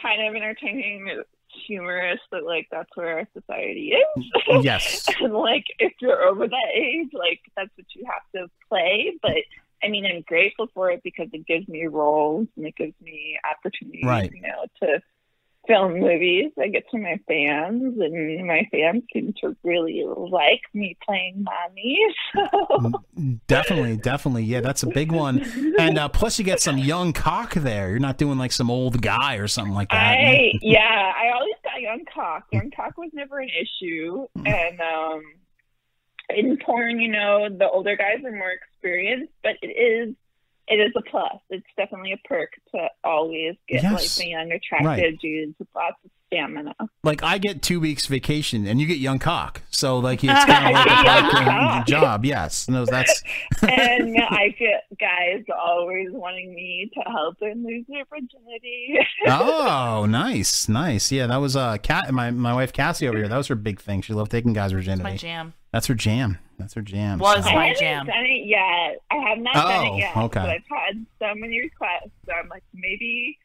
kind of entertaining, it's humorous, but like that's where our society is.
Yes.
and like if you're over that age, like that's what you have to play. But I mean, I'm grateful for it because it gives me roles and it gives me opportunities,
Right.
you know, to film movies. I get to my fans, and my fans seem to really like me playing mommy. So
Definitely, definitely. Yeah, that's a big one. And uh, plus, you get some young cock there. You're not doing like some old guy or something like that.
I yeah, I always got young cock. Young cock was never an issue,
Mm.
and um, in porn, you know, the older guys are more experienced, but it is it is a plus. It's definitely a perk to always get
Yes.
like the young, attractive
Right.
dudes with lots of stamina.
Like I get two weeks vacation, and you get young cock. So like it's kind of like a
Young
part-time
cock.
job. Yes, no, that's
and uh, I get guys always wanting me to help them lose their virginity.
oh nice, nice. Yeah, that was uh cat. My my wife Cassie over here. That was her big thing. She loved taking guys' virginity.
my jam.
That's her jam. That's her jam.
Was
I
so-
haven't done it yet. I have not done
Oh,
it yet.
okay.
But I've had so many requests. So I'm like, maybe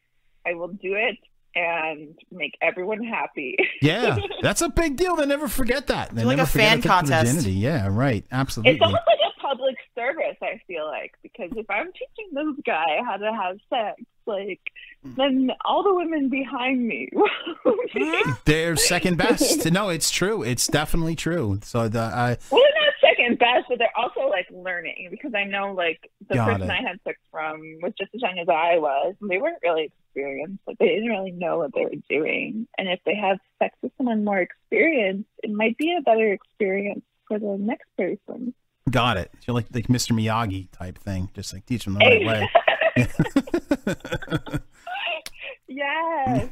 I will do it and make everyone happy.
Yeah, that's a big deal. They never forget that. They
Do, like,
never
a
forget
fan
to take the
contest.
virginity. Yeah, right. Absolutely.
it's almost like a public service, I feel like, because if I'm teaching this guy how to have sex, like, then all the women behind me. will be-
They're second best. No, it's true. It's definitely true. So the I
Well, they're not second best, but they're also like learning because I know like the
Got
person
it.
I had sex from was just as young as I was, and they weren't really experienced. Like they didn't really know what they were doing. And if they have sex with someone more experienced, it might be a better experience for the next person.
got it. You're like like Mr. Miyagi type thing. Just like teach them the right way.
Yes.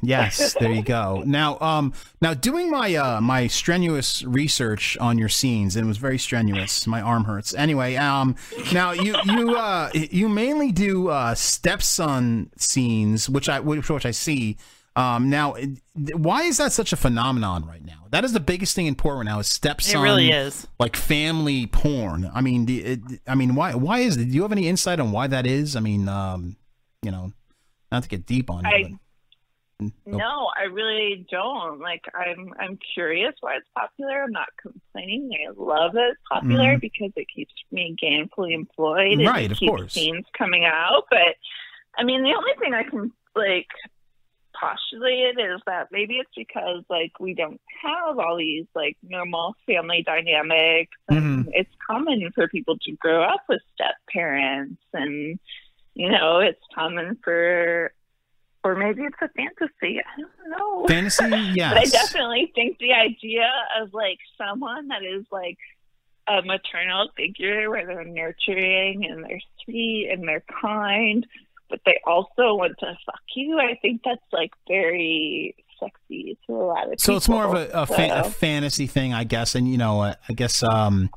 Yes, there you go. Now, um, now doing my uh my strenuous research on your scenes, and it was very strenuous. My arm hurts. Anyway, um, now you you uh you mainly do uh stepson scenes, which I which, which I see. Um, now it- why is that such a phenomenon right now? That is the biggest thing in porn right now is stepson.
really is.
like family porn. I mean, the, it, I mean, why why is it? Do you have any insight on why that is? I mean, um, you know, not to get deep on it.
I
but-
No, I really don't. Like I'm I'm curious why it's popular. I'm not complaining. I love that it's popular
Mhm.
because it keeps me gainfully employed and
Right,
it
of
keeps
course.
scenes coming out. But I mean the only thing I can like postulate is that maybe it's because like we don't have all these like normal family dynamics
Mhm.
it's common for people to grow up with step parents and you know it's common for or maybe it's a fantasy i don't know
Fantasy,
but i
yes.
definitely think the idea of like someone that is like a maternal figure where they're nurturing and they're sweet and they're kind but they also want to fuck you i think that's like very sexy to a lot of
So
people
it's more of a, a, fa- a
So-
fantasy thing, I guess, and you know, uh, I guess, um,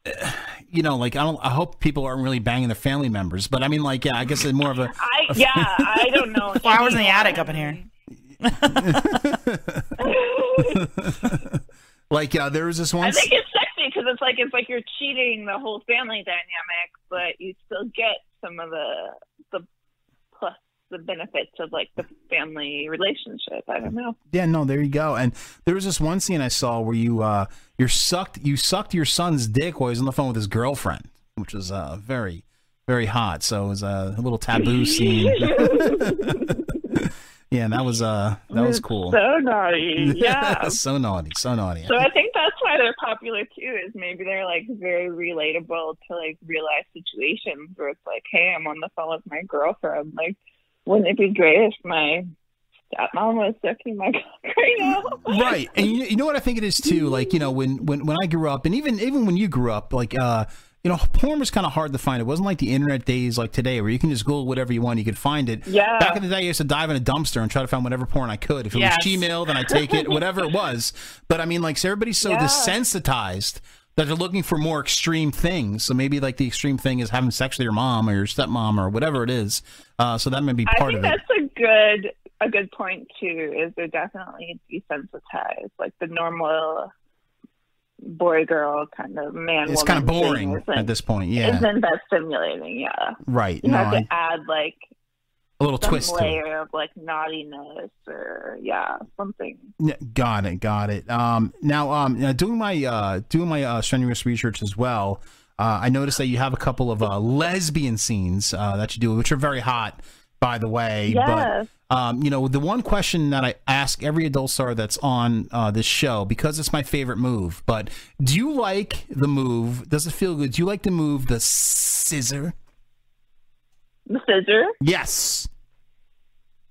you know, like I don't. I hope people aren't really banging their family members, but I mean, like, yeah, I guess it's more of a.
I, yeah, I don't know.
Flowers in the attic up in here.
like, uh, there was this one.
I think it's sexy because it's like it's like you're cheating the whole family dynamic, but you still get some of the the plus the benefits of like the family relationship. I don't know.
Yeah, no, there you go. And there was this one scene I saw where you uh you sucked you sucked your son's dick while he was on the phone with his girlfriend, which was uh very very hot. So it was uh, a little taboo scene. yeah, and that was uh that was cool.
So naughty. Yeah.
so naughty, so naughty.
So I think that's why they're popular too. Is maybe they're like very relatable to like real life situations where it's like, hey, I'm on the phone with my girlfriend. Like, wouldn't it be great if my stepmom was sucking my cock right now.
right and you, you know what i think it is too like you know when when when i grew up and even even when you grew up like uh you know porn was kind of hard to find it wasn't like the internet days like today where you can just google whatever you want you could find it
Yeah.
back in the day i used to dive in a dumpster and try to find whatever porn i could if it
Yes.
was gmail then i take it whatever it was but i mean like so everybody's so
Yeah.
desensitized that they're looking for more extreme things so maybe like the extreme thing is having sex with your mom or your stepmom or whatever it is uh, so that may be
I
part
think
of it
that's a good a good point too. Is they're definitely desensitized, like the normal boy girl kind of man.
it's kind
woman
of
thing
boring
isn't-
at this point yeah
Isn't that stimulating? Yeah.
right
You
no
have to
I-
add like
a little
some
twist to it.
layer of like naughtiness or yeah something.
Yeah, got it, got it. Um, now, um, now doing my uh, doing my uh, strenuous research as well, uh, I noticed that you have a couple of uh, lesbian scenes uh, that you do, which are very hot, by the way.
Yes.
But um, you know, the one question that I ask every adult star that's on uh, this show because it's my favorite move. But do you like the move? Does it feel good? Do you like the move, the scissor?
The scissor?
Yes.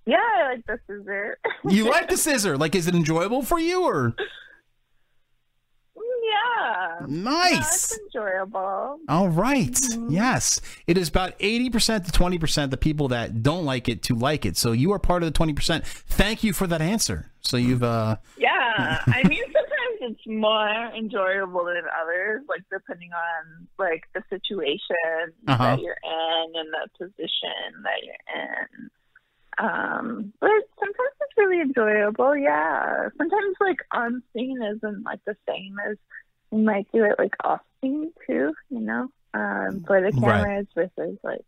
Yeah, I like the scissor.
You like the scissor? Like, is it enjoyable for you or?
yeah.
Nice.
Yeah, it's enjoyable.
All right. Yes. It is about 80% to 20% the people that don't like it to like it. So you are part of the 20%. Thank you for that answer. So you've uh
Yeah, I mean sometimes it's more enjoyable than others, like depending on like the situation
Uh-huh.
that you're in and the position that you're in. Um, but sometimes it's really enjoyable. Yeah, sometimes like on scene isn't like the same as you might do it like off scene too. You know, um, for the
Right.
cameras versus like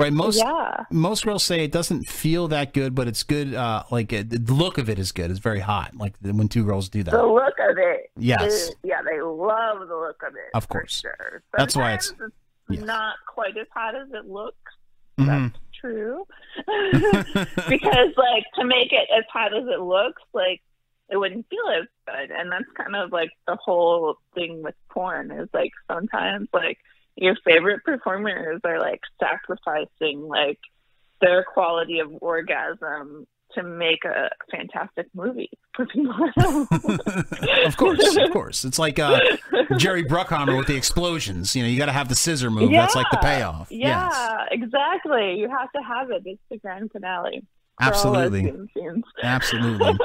right most
Yeah.
most girls say it doesn't feel that good, but it's good uh like uh, the look of it is good. It's very hot like when two girls do that.
the look of it.
Yes.
is- yeah, they love the look of it.
Of
for
course.
sure.
That's why it's-
Sometimes not quite as hot as it looks.
Mhm.
True, because like to make it as hot as it looks, like it wouldn't feel as good, and that's kind of like the whole thing with porn is like sometimes like your favorite performers are like sacrificing like their quality of orgasm to make a fantastic movie for people.
of course, of course. It's like uh Jerry Bruckheimer with the explosions. You know, you got to have the scissor move. That's like the payoff.
Yeah, exactly. You have to have it. It's the grand finale. for all
Absolutely.
lesbian scenes.
Absolutely.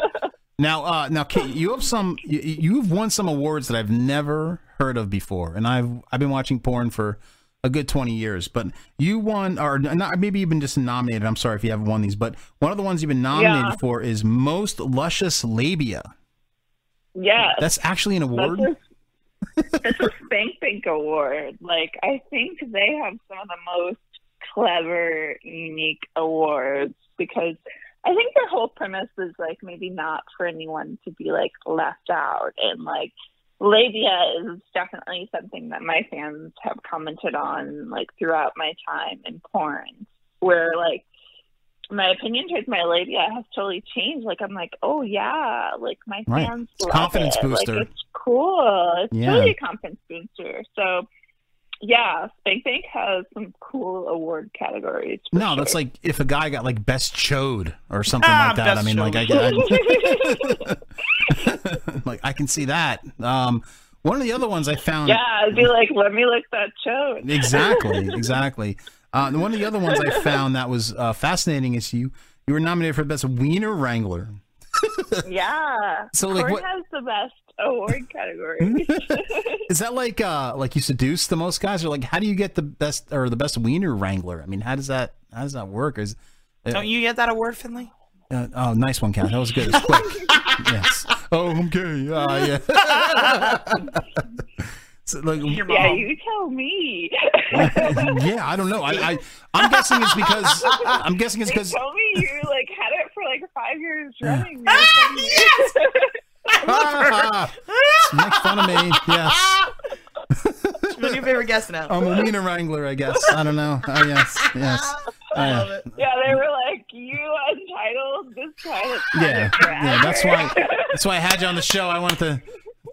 now, uh, now, Kate, you have some. You, you've won some awards that I've never heard of before, and I've I've been watching porn for a good twenty years. But you won, or not, maybe you've been just nominated. I'm sorry if you haven't won these, but one of the ones you've been nominated
Yeah.
for is most luscious labia.
Yes.
That's actually an award.
That's a, that's a Spank Bank Award. Like, I think they have some of the most clever, unique awards because I think their whole premise is like maybe not for anyone to be like left out and like labia is definitely something that my fans have commented on like throughout my time in porn where like my opinion towards my labia has totally changed. Like I'm like, oh yeah, like my
Right.
fans
It's
love
confidence
it.
booster.
Like it's cool. It's
Yeah.
really a confidence booster. So yeah, Spank Bank has some cool award categories.
No, that's like if a guy got like best chode or something
Ah,
like that. I
best
mean, like I,
chode.
I, like I can see that. Um, one of the other ones I found.
yeah, I'd be like, let me look that show.
Um, Exactly, exactly. Uh, and one of the other ones I found that was uh, fascinating is you you were nominated for best wiener wrangler.
yeah.
So, like,
Corn
what-
has the best award category.
Is that like uh like you seduce the most guys, or like how do you get the best or the best wiener wrangler? I mean, how does that how does that work? Is uh,
Don't you get that award, Finley?
uh, oh, nice one, Kat. That was good. It's quick. yes. Oh, I'm gay. Uh, yeah. So, like,
yeah, you tell me.
yeah, I don't know. I, I I'm guessing it's because I'm guessing it's
They
because
told me you like had it for like five years running.
yes!
Ah, it's make fun of me. Yes.
Who's your favorite guest now?
I'm a wiener wrangler, I guess. I don't know. Oh, yes, yes. Oh, I love it.
yeah, they were like, "You untitled this kind
Yeah, yeah. That's why. That's why I had you on the show. I wanted to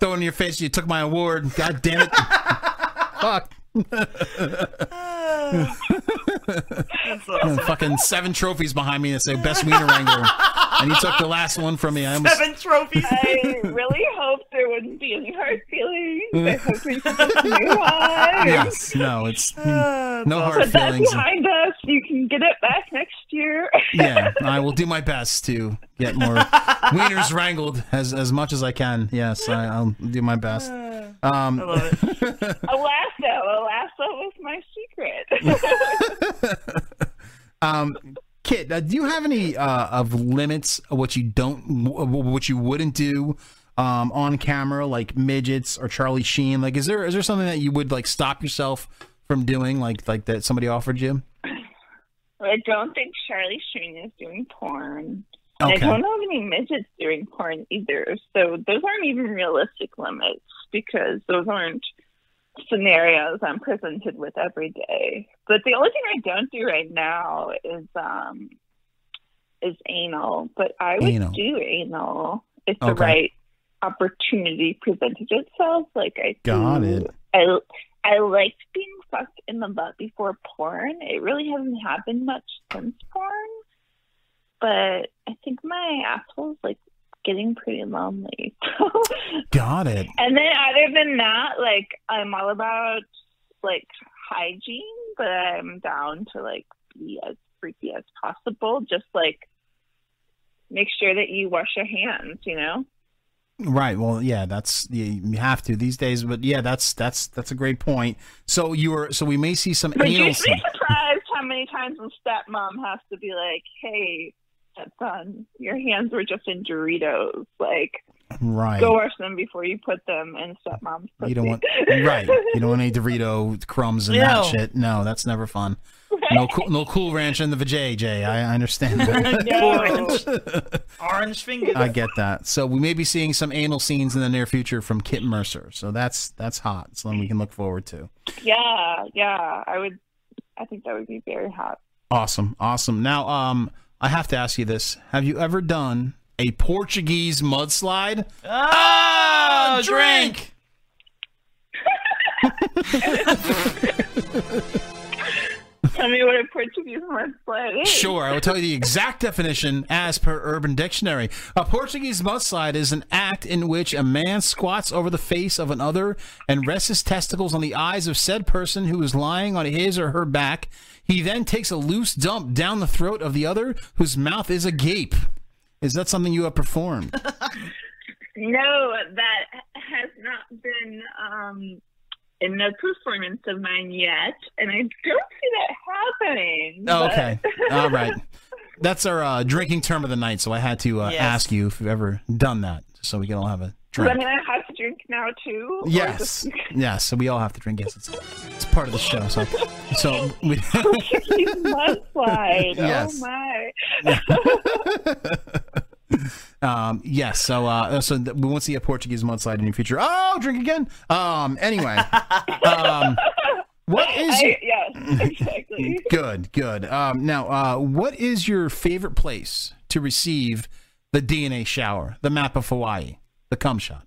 throw it in your face. You took my award. God damn it. Fuck. And fucking seven trophies behind me that say best wiener wrangler, and you took the last one from me. I almost
trophies.
I really hope there wouldn't be any hard feelings. I hope we can get new ones.
yes, no, it's
Ah,
Hmm. no hard
Put that
feelings.
behind us. You can get it back next year.
Yeah, I will do my best to get more wieners wrangled as as much as I can. Yes, I, I'll do my best.
Ah,
Um,
Alaska, Alaska was my secret.
Um, Kit, uh, do you have any uh, of limits of what you don't, w- w- what you wouldn't do um, on camera, like midgets or Charlie Sheen? Like, is there is there something that you would like stop yourself from doing, like like that somebody offered you?
I don't think Charlie Sheen is doing porn. And
Okay.
I don't have any midgets doing porn either. So those aren't even realistic limits because those aren't scenarios I'm presented with every day. But the only thing I don't do right now is um is anal. But I would
Anal.
do anal if the
Okay.
right opportunity presented itself. Like I
Got
do-
it.
I I liked being fucked in the butt before porn. It really hasn't happened much since porn, but I think my asshole's like getting pretty lonely.
Got it.
and then other than that, like I'm all about like hygiene, but I'm down to like be as freaky as possible. Just like make sure that you wash your hands. You know.
Right. Well, yeah, that's you, you have to these days. But yeah, that's that's that's a great point. So you were so we may see some
But
anal.
you'd be
scene.
surprised how many times a stepmom has to be like, "Hey, stepson, your hands were just in Doritos. Like,
Right.
go wash them before you put them in stepmom's pussy."
You don't want right. You don't want any Dorito crumbs and that
Ew.
shit. No, that's never fun. No, cool, no cool ranch in the vajayjay. I, I understand. That.
Orange, orange fingers.
I get that. So we may be seeing some anal scenes in the near future from Kit Mercer. So that's that's hot. Something we can look forward to.
yeah, yeah. I would. I think that would be very hot.
Awesome, awesome. Now, um, I have to ask you this: Have you ever done a Portuguese mudslide? Ah,
Oh, drink.
Tell me what a Portuguese mudslide is.
Sure, I will tell you the exact definition as per Urban Dictionary. A Portuguese mudslide is an act in which a man squats over the face of another and rests his testicles on the eyes of said person who is lying on his or her back. He then takes a loose dump down the throat of the other whose mouth is agape. Is that something you have performed?
No, that has not been um, in the performance of mine yet, and I don't see that happening.
Oh,
but-
okay. All right. That's our uh, drinking term of the night, so I had to uh,
Yes.
ask you if you've ever done that so we can all have a
Does
drink.
anyone have to drink now too? Or
Yes.
just-
Yes. So we all have to drink. Yes. It's, it's part of the show. So, so we,
Mudslide.
Yes.
Oh my.
um, yes. So, uh, so th- we won't see a Portuguese mudslide in the future. Oh, drink again. Um, anyway, um, what is
I, yes, exactly.
good? Good. Um, now, uh, what is your favorite place to receive the DNA shower, the map of Hawaii, the cum shot?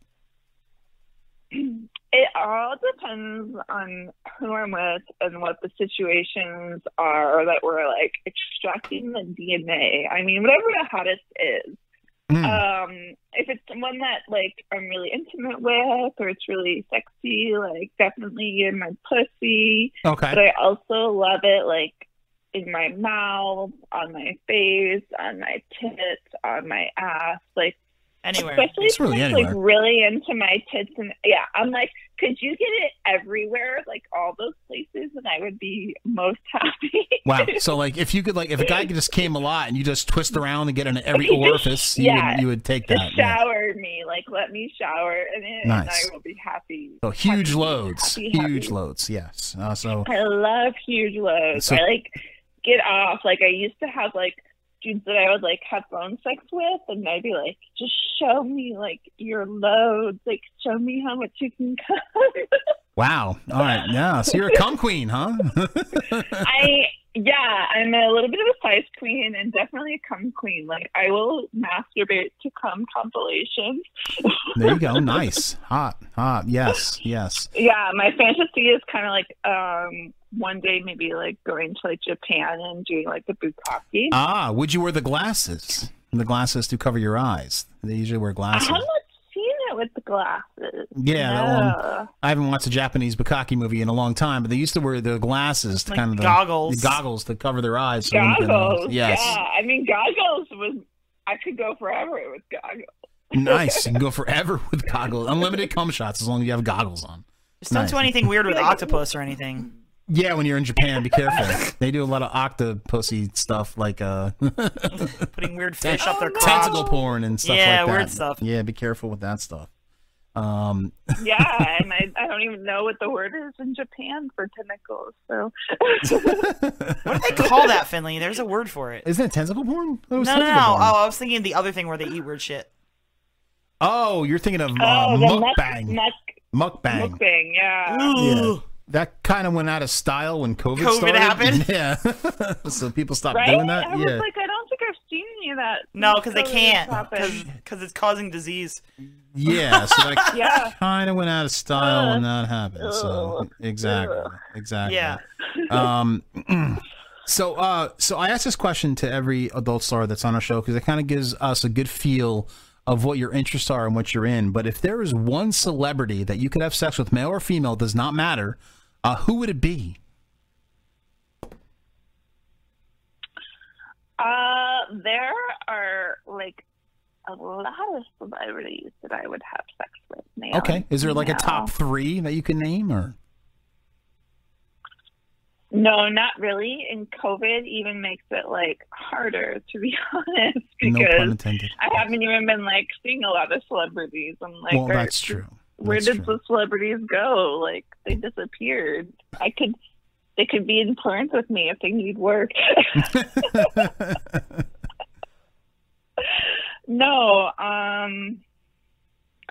It all depends on who I'm with and what the situations are that we're like extracting the DNA. I mean, whatever the hottest is.
Hmm.
hmm.
Uh,
Um, if it's one that like I'm really intimate with or it's really sexy, like definitely in my pussy.
Okay.
But I also love it like in my mouth, on my face, on my tits, on my ass, like
anywhere.
Especially
It's
if
really
someone's,
anywhere.
like really into my tits and yeah, I'm like, could you get it everywhere, like all those places, and I would be most happy.
Wow. So, like, if you could, like, if a guy just came a lot and you just twist around and get in every orifice, you,
Yeah.
would, you would take that.
Just
yeah.
shower me, like let me shower in it,
Nice.
and I will be happy.
So huge loads,
happy,
huge
happy.
loads. Yes. Uh, so
I love huge loads.
So-
I like get off. Like I used to have like dudes that I would like have phone sex with, and I'd be like, just show me like your loads, like show me how much you can cut.
wow. All right. Yeah. So you're a cum queen, huh?
I yeah, I'm a little bit of a size queen and definitely a cum queen. Like I will masturbate to cum compilations.
There you go. Nice. Hot. Hot. Yes. Yes.
Yeah, my fantasy is kind of like um one day maybe like going to like Japan and doing like the bukkake.
Ah, would you wear the glasses? The glasses to cover your eyes. They usually wear
I
glasses.
haven't seen it with the glasses.
Yeah, that
No.
one. I haven't watched a Japanese bukkake movie in a long time, but they used to wear the glasses, to
Like
kind of the,
goggles.
the goggles to cover their eyes. so they wouldn't get
Goggles.
noticed. Yes.
Yeah, I mean goggles was I could go forever with goggles.
Nice. You can go forever with goggles. Unlimited cum shots as long as you have goggles on.
Just don't
Nice.
do anything weird with octopus or anything.
Yeah, when you're in Japan, be careful. they do a lot of octopussy stuff, like uh,
Putting weird fish up their crotch.
tentacle porn and stuff
Yeah,
like that.
weird stuff.
Yeah, be careful with that stuff. Um,
yeah, and I, I don't even know what the word is in Japan for tentacles. So
What do they call that, Finley? There's a word for it.
isn't it tentacle porn?
No, no, no. Oh, I was thinking the other thing where they eat weird shit.
Oh, you're thinking of uh, mukbang. mukbang.
mukbang, yeah.
Yeah. That kind of went out of style when COVID,
COVID
started.
happened?
Yeah. so people stopped
right?
doing that.
I
yeah.
was like, I don't think I've seen any of that.
No, because they
since
can't.
COVID happened.
Because it's causing disease.
Yeah, so that
Yeah. Uh,
kind of went out of style when that happened. So exactly, exactly.
Yeah.
Um, so uh, so I asked this question to every adult star that's on our show because it kind of gives us a good feel of what your interests are and what you're in. But if there is one celebrity that you could have sex with, male or female, does not matter. Uh, who would it be?
Uh, there are like a lot of celebrities that I would have sex with now.
Okay, is there like a top three that you can name or?
No, not really. And COVID even makes it like harder, to be honest,
No pun
because
intended.
I haven't even been like seeing a lot of celebrities. I'm like,
well,
are-
that's true.
where did the celebrities go? Like they disappeared. I could, they could be in Florence with me if they need work. no, um,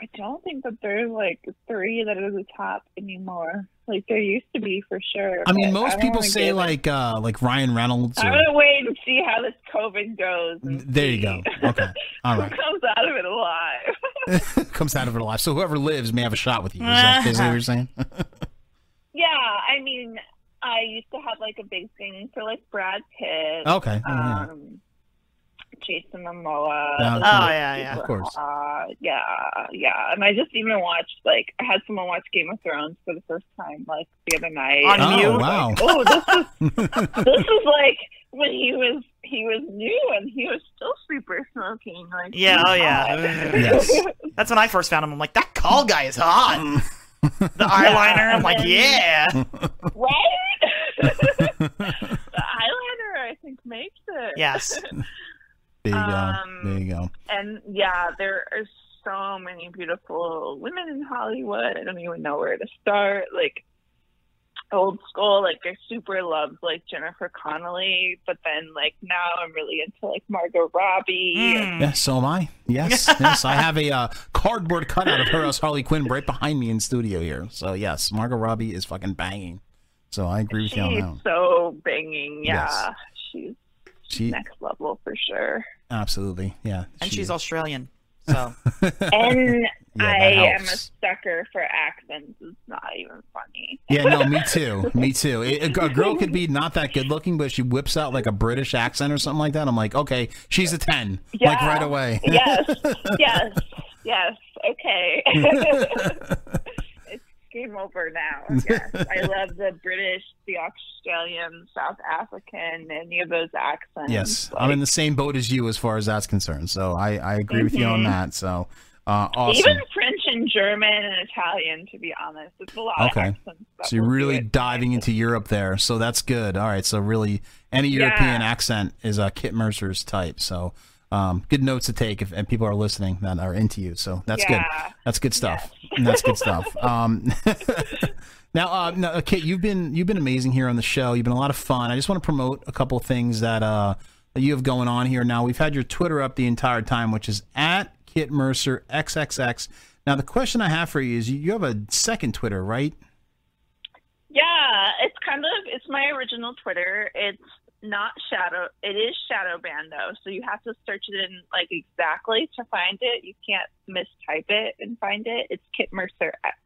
I don't think that there's like three that are the top anymore. Like there used to be for sure.
I mean,
but
most
don't
people
wanna
say
give it-
like uh, like Ryan Reynolds.
I'm
Or,
gonna wait and see how this COVID goes. And
there you go. Okay, all
who
right.
comes out of it alive?
comes out of it alive. So whoever lives may have a shot with you. Is that basically
Ah.
what you're saying?
Yeah, I mean, I used to have like a big thing for like Brad Pitt.
Okay. Oh, yeah.
Um, Jason Momoa.
Yeah,
those
of
are
course.
the people.
Of course.
Uh, yeah, yeah. And I just even watched like I had someone watch Game of Thrones for the first time like the other night.
On
And I
mute?
was
Wow.
like, oh, this is this is like when he was he was new and he was still super smoking. Like
Yeah, oh yeah.
God.
That's when I first found him. I'm like, that call guy is hot. The eyeliner. I'm like, yeah.
right? the eyeliner, I think, makes it.
Yes.
There you go.
Um,
there you go.
And yeah, there are so many beautiful women in Hollywood. I don't even know where to start. Like old school, like I super loved like Jennifer Connelly, but then like now I'm really into like Margot Robbie.
Hmm.
and-
Yes, so am I. Yes, yes. I have a uh, cardboard cutout of her as Harley Quinn right behind me in studio here. So yes, Margot Robbie is fucking banging. So I agree with you on
She's
that. one.
so banging, yeah.
Yes.
She's
She
next level for sure.
absolutely, yeah.
And she's Australian. So
And
Yeah, that
I am a
helps.
sucker for accents. It's not even funny.
Yeah, no, me too. Me too. A- a, a girl could be not that good looking, but she whips out like a British accent or something like that. I'm like, okay, she's a ten, like right away.
yes, yes, yes. Okay. it's game over now. Yes. I love the British, the Australian, South African, any of those accents.
Yes, I'm in the same boat as you as far as that's concerned. So I, I agree with you on
Mhm.
that. So uh, awesome.
Even French and German and Italian, to be honest. It's a lot of
okay.
accents.
So you're really diving into Europe there. So that's good. All right. So really, any
Yeah.
European accent is uh, Kit Mercer's type. So um, good notes to take if and people are listening that are into you. So that's Yeah. good. That's good stuff. And That's good stuff. Um, now, uh, now, Kit, you've been you've been amazing here on the show. You've been a lot of fun. I just want to promote a couple of things that uh, that you have going on here. Now, we've had your Twitter up the entire time, which is at Kit Mercer XXX. Now, the question I have for you is, you you have a second Twitter, right?
Yeah, it's kind of it's my original Twitter. It's not shadow. It is shadow banned though, so you have to search it in like exactly to find it. You can't mistype it and find it. It's Kit Mercer X.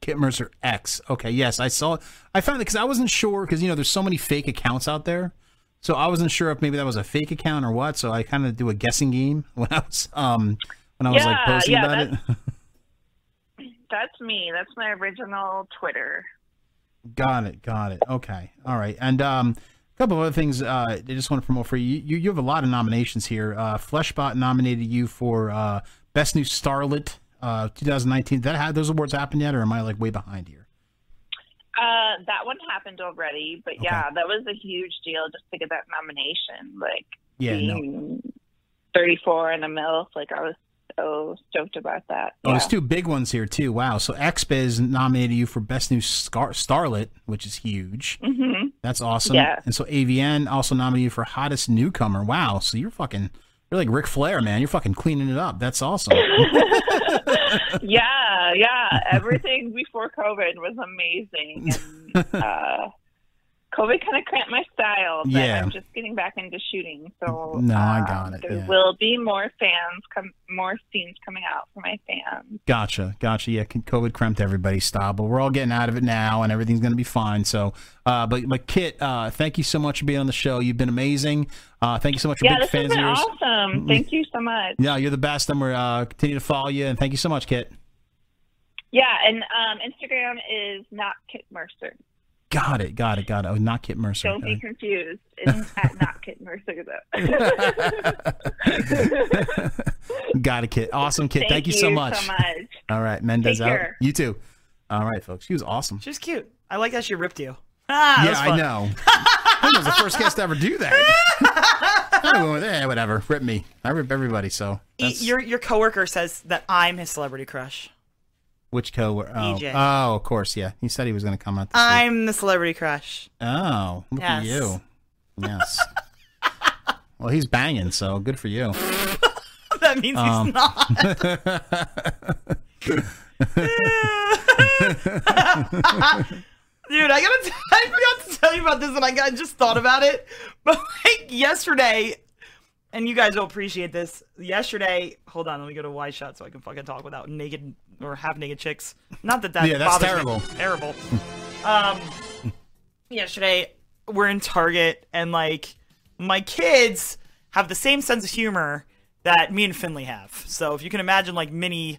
Kit Mercer X. Okay, yes, I saw. I found it because I wasn't sure because you know there's so many fake accounts out there, so I wasn't sure if maybe that was a fake account or what. So I kind of do a guessing game when I was um when I was like
Yeah,
posting
yeah,
about it.
That's me. That's my original Twitter.
got it, got it. Okay, all right, and um. A couple of other things uh, I just want to promote for you. you. You have a lot of nominations here. Uh, Fleshbot nominated you for uh, Best New Starlet uh, 2019. That had those awards happened yet, or am I like way behind here?
Uh, that one happened already, but yeah, that was a huge deal just to get that nomination. Like
Yeah, no.
being 34 and a MILF, like I was so stoked about that.
Oh, there's two big ones here too. Wow. So XBiz nominated you for Best New Scar- Starlet, which is huge.
Mm-hmm.
That's awesome.
Yeah.
And so AVN also nominated you for Hottest Newcomer. Wow. So you're fucking, you're like Ric Flair, man. You're fucking cleaning it up. That's awesome.
yeah, yeah. Everything before COVID was amazing. And, uh, COVID kind of cramped my style, but
Yeah.
I'm just getting back into shooting. So
No, I
um,
got it,
There
yeah.
will be more fans, com- more scenes coming out for my fans.
gotcha. Gotcha. Yeah. c- COVID cramped everybody style, but we're all getting out of it now and everything's going to be fine. So, uh, but, but Kit, uh, thank you so much for being on the show. You've been amazing. Uh, thank you so much. We're
yeah,
big
this has
fans
been
of yours.
awesome. Thank you so much.
Yeah, you're the best. And we're, uh, continue to follow you. And thank you so much, Kit.
Yeah, and um, Instagram is not Kit Mercer.
Got it, got it, got it. Oh, not Kit Mercer.
Don't be
Okay.
confused. It's at not Kit Mercer though.
Uh, got it, Kit. Awesome, Kit.
Thank
Thank, you so
you so
much.
much.
All right, Mendez
Take
out.
care.
You too. All right, folks. She was awesome.
She was cute. I like that she ripped you. Ah, that
yeah,
was
I
fun.
know. I was the first guest to ever do that. I went with, eh, whatever. Rip me. I rip everybody. So,
E- your your coworker says that I'm his celebrity crush.
which co? Oh,
EJ.
oh, of course. Yeah, he said he was going to come out. This week.
I'm the celebrity crush.
Oh, look at
Um, Yes.
you. Yes. well, he's banging, so good for you.
that means
Um,
he's not.
Mm-hmm. Uh,
Dude, I gotta. T- I forgot to tell you about this, and I got, just thought about it. But like yesterday, and you guys will appreciate this. Yesterday, hold on, let me go to wide shot so I can fucking talk without naked or half naked chicks. Not that that
Yeah, that's
bothers me.
terrible.
Terrible. um, yesterday we're in Target, and like my kids have the same sense of humor that me and Finley have. So if you can imagine, like mini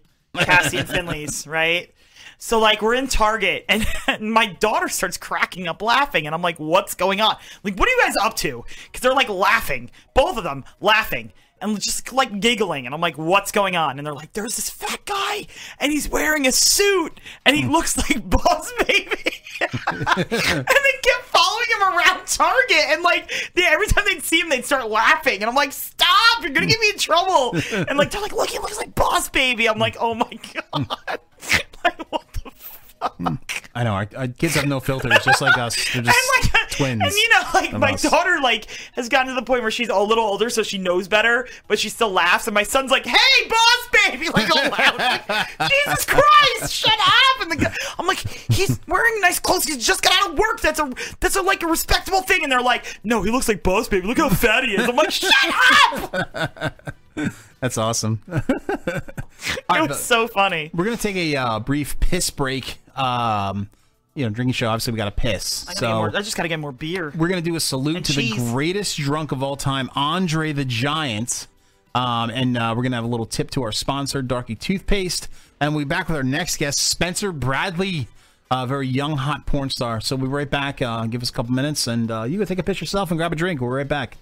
Cassie and Finley's, right? So like we're in Target and my daughter starts cracking up laughing and I'm like, what's going on? Like, what are you guys up to? Because they're like laughing, both of them laughing and just like giggling and I'm like, what's going on? And they're like, there's this fat guy and he's wearing a suit and he looks like Boss Baby. and they kept following him around Target, and like they, every time they'd see him, they'd start laughing, and I'm like, "Stop! You're gonna get me in trouble!" And like they're like, "Look, he looks like Boss Baby." I'm like, "Oh my god!"
I know our, our kids have no filters, just like us. They're just twins.
And you know, like
of
my
us.
daughter, like has gotten to the point where she's a little older, so she knows better, but she still laughs. And my son's like, "Hey, Boss Baby!" Like all loud. Like, Jesus Christ, shut up! And the guy, I'm like, he's wearing nice clothes. He's just got out of work. That's a that's a like a respectable thing. And they're like, "No, he looks like Boss Baby. Look how fat he is." I'm like, "Shut up!"
That's awesome.
It was so funny.
We're gonna take a uh, brief piss break. Um, you know, drinking show. Obviously, we got to piss.
I, gotta get
so
more, I just gotta get more beer.
we're gonna do a salute to
cheese.
the greatest drunk of all time, Andre the Giant. Um, and uh, we're gonna have a little tip to our sponsor, Darky Toothpaste, and we'll be back with our next guest, Spencer Bradley, a very young hot porn star. So we'll be right back. Uh, give us a couple minutes, and uh, you go take a piss yourself and grab a drink. We're right back.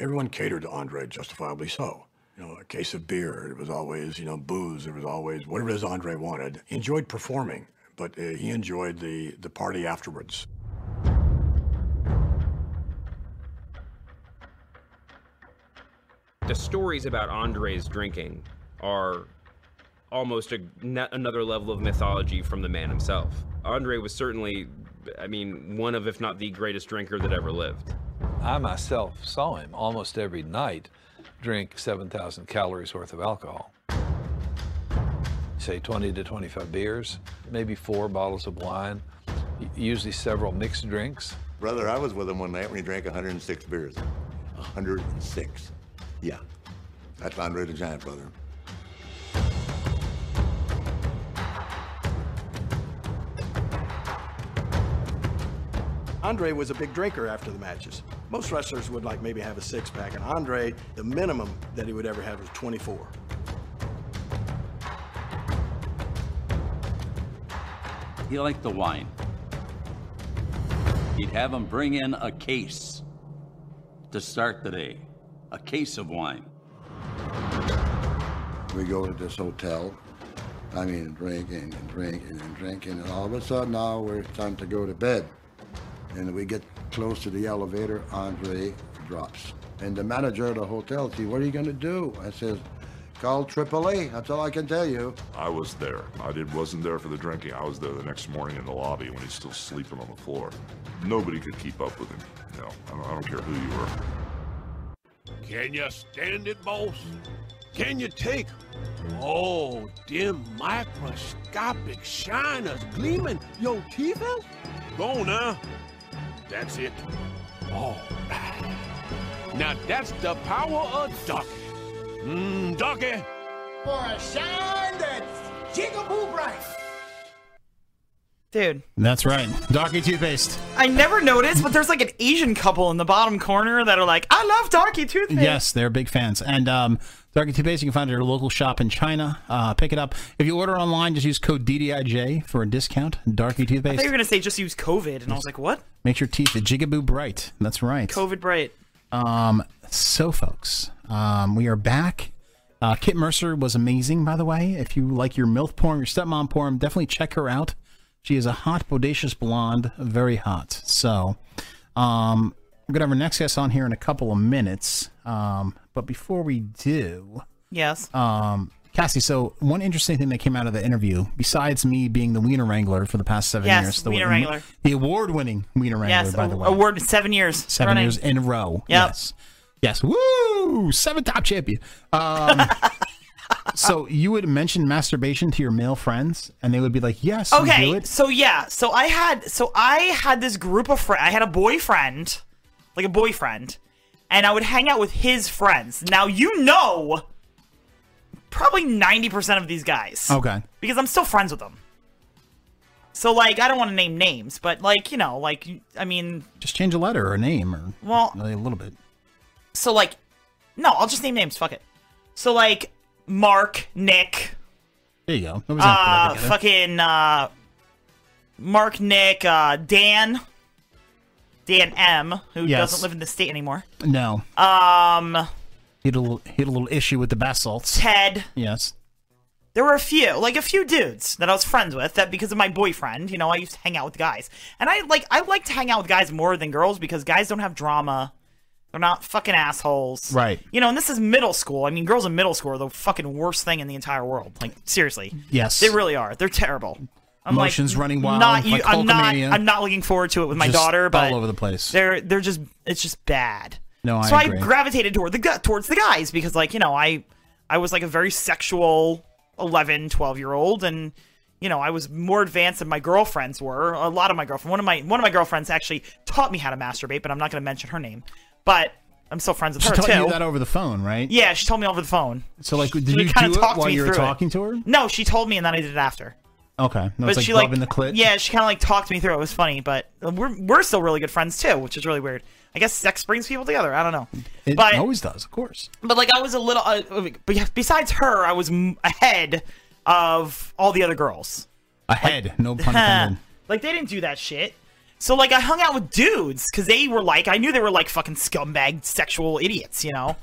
everyone catered to Andre, justifiably so. You know, a case of beer, it was always, you know, booze, it was always whatever it is Andre wanted. He enjoyed performing, but uh, he enjoyed the, the party afterwards.
the stories about Andre's drinking are almost a, n- another level of mythology from the man himself. Andre was certainly, I mean, one of, if not the greatest drinker that ever lived.
I myself saw him Oh, almost every night drink 7,000 calories worth of alcohol. say 20 to 25 beers, maybe four bottles of wine, y- usually several mixed drinks.
Brother, I was with him one night when he drank 106 beers. 106. Yeah. That's Andre the Giant, brother.
Andre was a big drinker after the matches. Most wrestlers would like maybe have a six pack, and Andre, the minimum that he would ever have was 24.
He liked the wine. He'd have him bring in a case to start the day. A case of wine.
We go to this hotel. I mean, drinking and drinking and drinking, and all of a sudden now we're time to go to bed. And we get close to the elevator, Andre drops. And the manager of the hotel says, What are you going to do? I says, Call AAA. That's all I can tell you.
I was there. I did, wasn't there for the drinking. I was there the next morning in the lobby when he's still sleeping on the floor. Nobody could keep up with him. No, I don't, I don't care who you were.
Can you stand it, boss? Can you take? 'em? Oh, dim microscopic shiners gleaming your teeth out? Go on now. That's it. All right. Now that's the power of Ducky. Mmm, Ducky.
For a shine that's jigaboo bright.
Dude,
That's right. Donkey toothpaste.
I never noticed, but there's like an Asian couple in the bottom corner that are like, I love Donkey Toothpaste.
Yes, they're big fans. And um, Darky Toothpaste, you can find it at a local shop in China. Uh, pick it up. If you order online, just use code DDIJ for a discount. Darky
I thought you
Toothpaste
were going to say just use COVID. And I was like, what?
makes your teeth a jigaboo bright. That's right.
COVID Bright.
Um, so, folks, um, we are back. Uh, Kit Mercer was amazing, by the way. If you like your MILF porn, your stepmom porn, definitely check her out. She is a hot, bodacious blonde, very hot. So, um, we're going to have our next guest on here in a couple of minutes. Um, but before we do,
Yes.
um, Cassie, so one interesting thing that came out of the interview, besides me being the Wiener Wrangler for the past seven
Yes,
years, the
Wiener Wrangler.
the award-winning Wiener Wrangler,
yes.
by the way,
Award seven years.
seven
running.
years in a row.
Yep.
Yes, yes, woo, seven top champion. Um, so you would mention masturbation to your male friends, and they would be like, "Yes, you
okay
do it."
so yeah so i had so i had this group of friends i had a boyfriend like a boyfriend and i would hang out with his friends now you know probably 90% of these guys
Okay,
because i'm still friends with them so like i don't want to name names but like you know like i mean
just change a letter or a name or
well
a little bit.
so like, no, I'll just name names. Fuck it. So like, Mark, Nick,
There you go. Nobody's gonna put that
uh,
together.
fucking uh, Mark, Nick, uh, Dan, Dan M, who
Yes.
doesn't live in the state anymore.
No,
Um,
he had a little, he had a little issue with the basalts.
Ted.
Yes.
There were a few, like a few dudes that I was friends with that because of my boyfriend, you know, I used to hang out with guys. And I like I like to hang out with guys more than girls because guys don't have drama. They're not fucking assholes.
Right.
You know, and this is middle school. I mean, girls in middle school are the fucking worst thing in the entire world. Like seriously.
Yes.
They really are. They're terrible. like,
Emotions running wild,
Not
like
I'm not
Hulkamania.
I'm not looking forward to it with my
Just
daughter, but
all over the place.
They're they're just it's just bad.
No, I
so
agree.
I gravitated toward the gu- towards the guys because like, you know, I I was like a very sexual 11, 12 year old and you know, I was more advanced than my girlfriends were. A lot of my girlfriend, one of my one of my girlfriends actually taught me how to masturbate, but I'm not going to mention her name. But I'm still friends with
She
her
told
too.
you that over the phone, right?
yeah, she told me over the phone.
So like, did
She
you do
kinda
it
talked
while
me
you were
through it.
talking to her?
No, she told me and then I did it after.
Okay, no,
but
it's like
she like
rubbing the clit.
yeah, she kind of like talked me through it. It was funny, but we're we're still really good friends too, which is really weird. I guess sex brings people together. I don't know.
it
but
always does, of course.
but like I was a little, uh, uh, but yeah, besides her, I was m- ahead of all the other girls.
Ahead, no pun intended.
like they didn't do that shit. So like I hung out with dudes because they were like I knew they were like fucking scumbag sexual idiots, you know.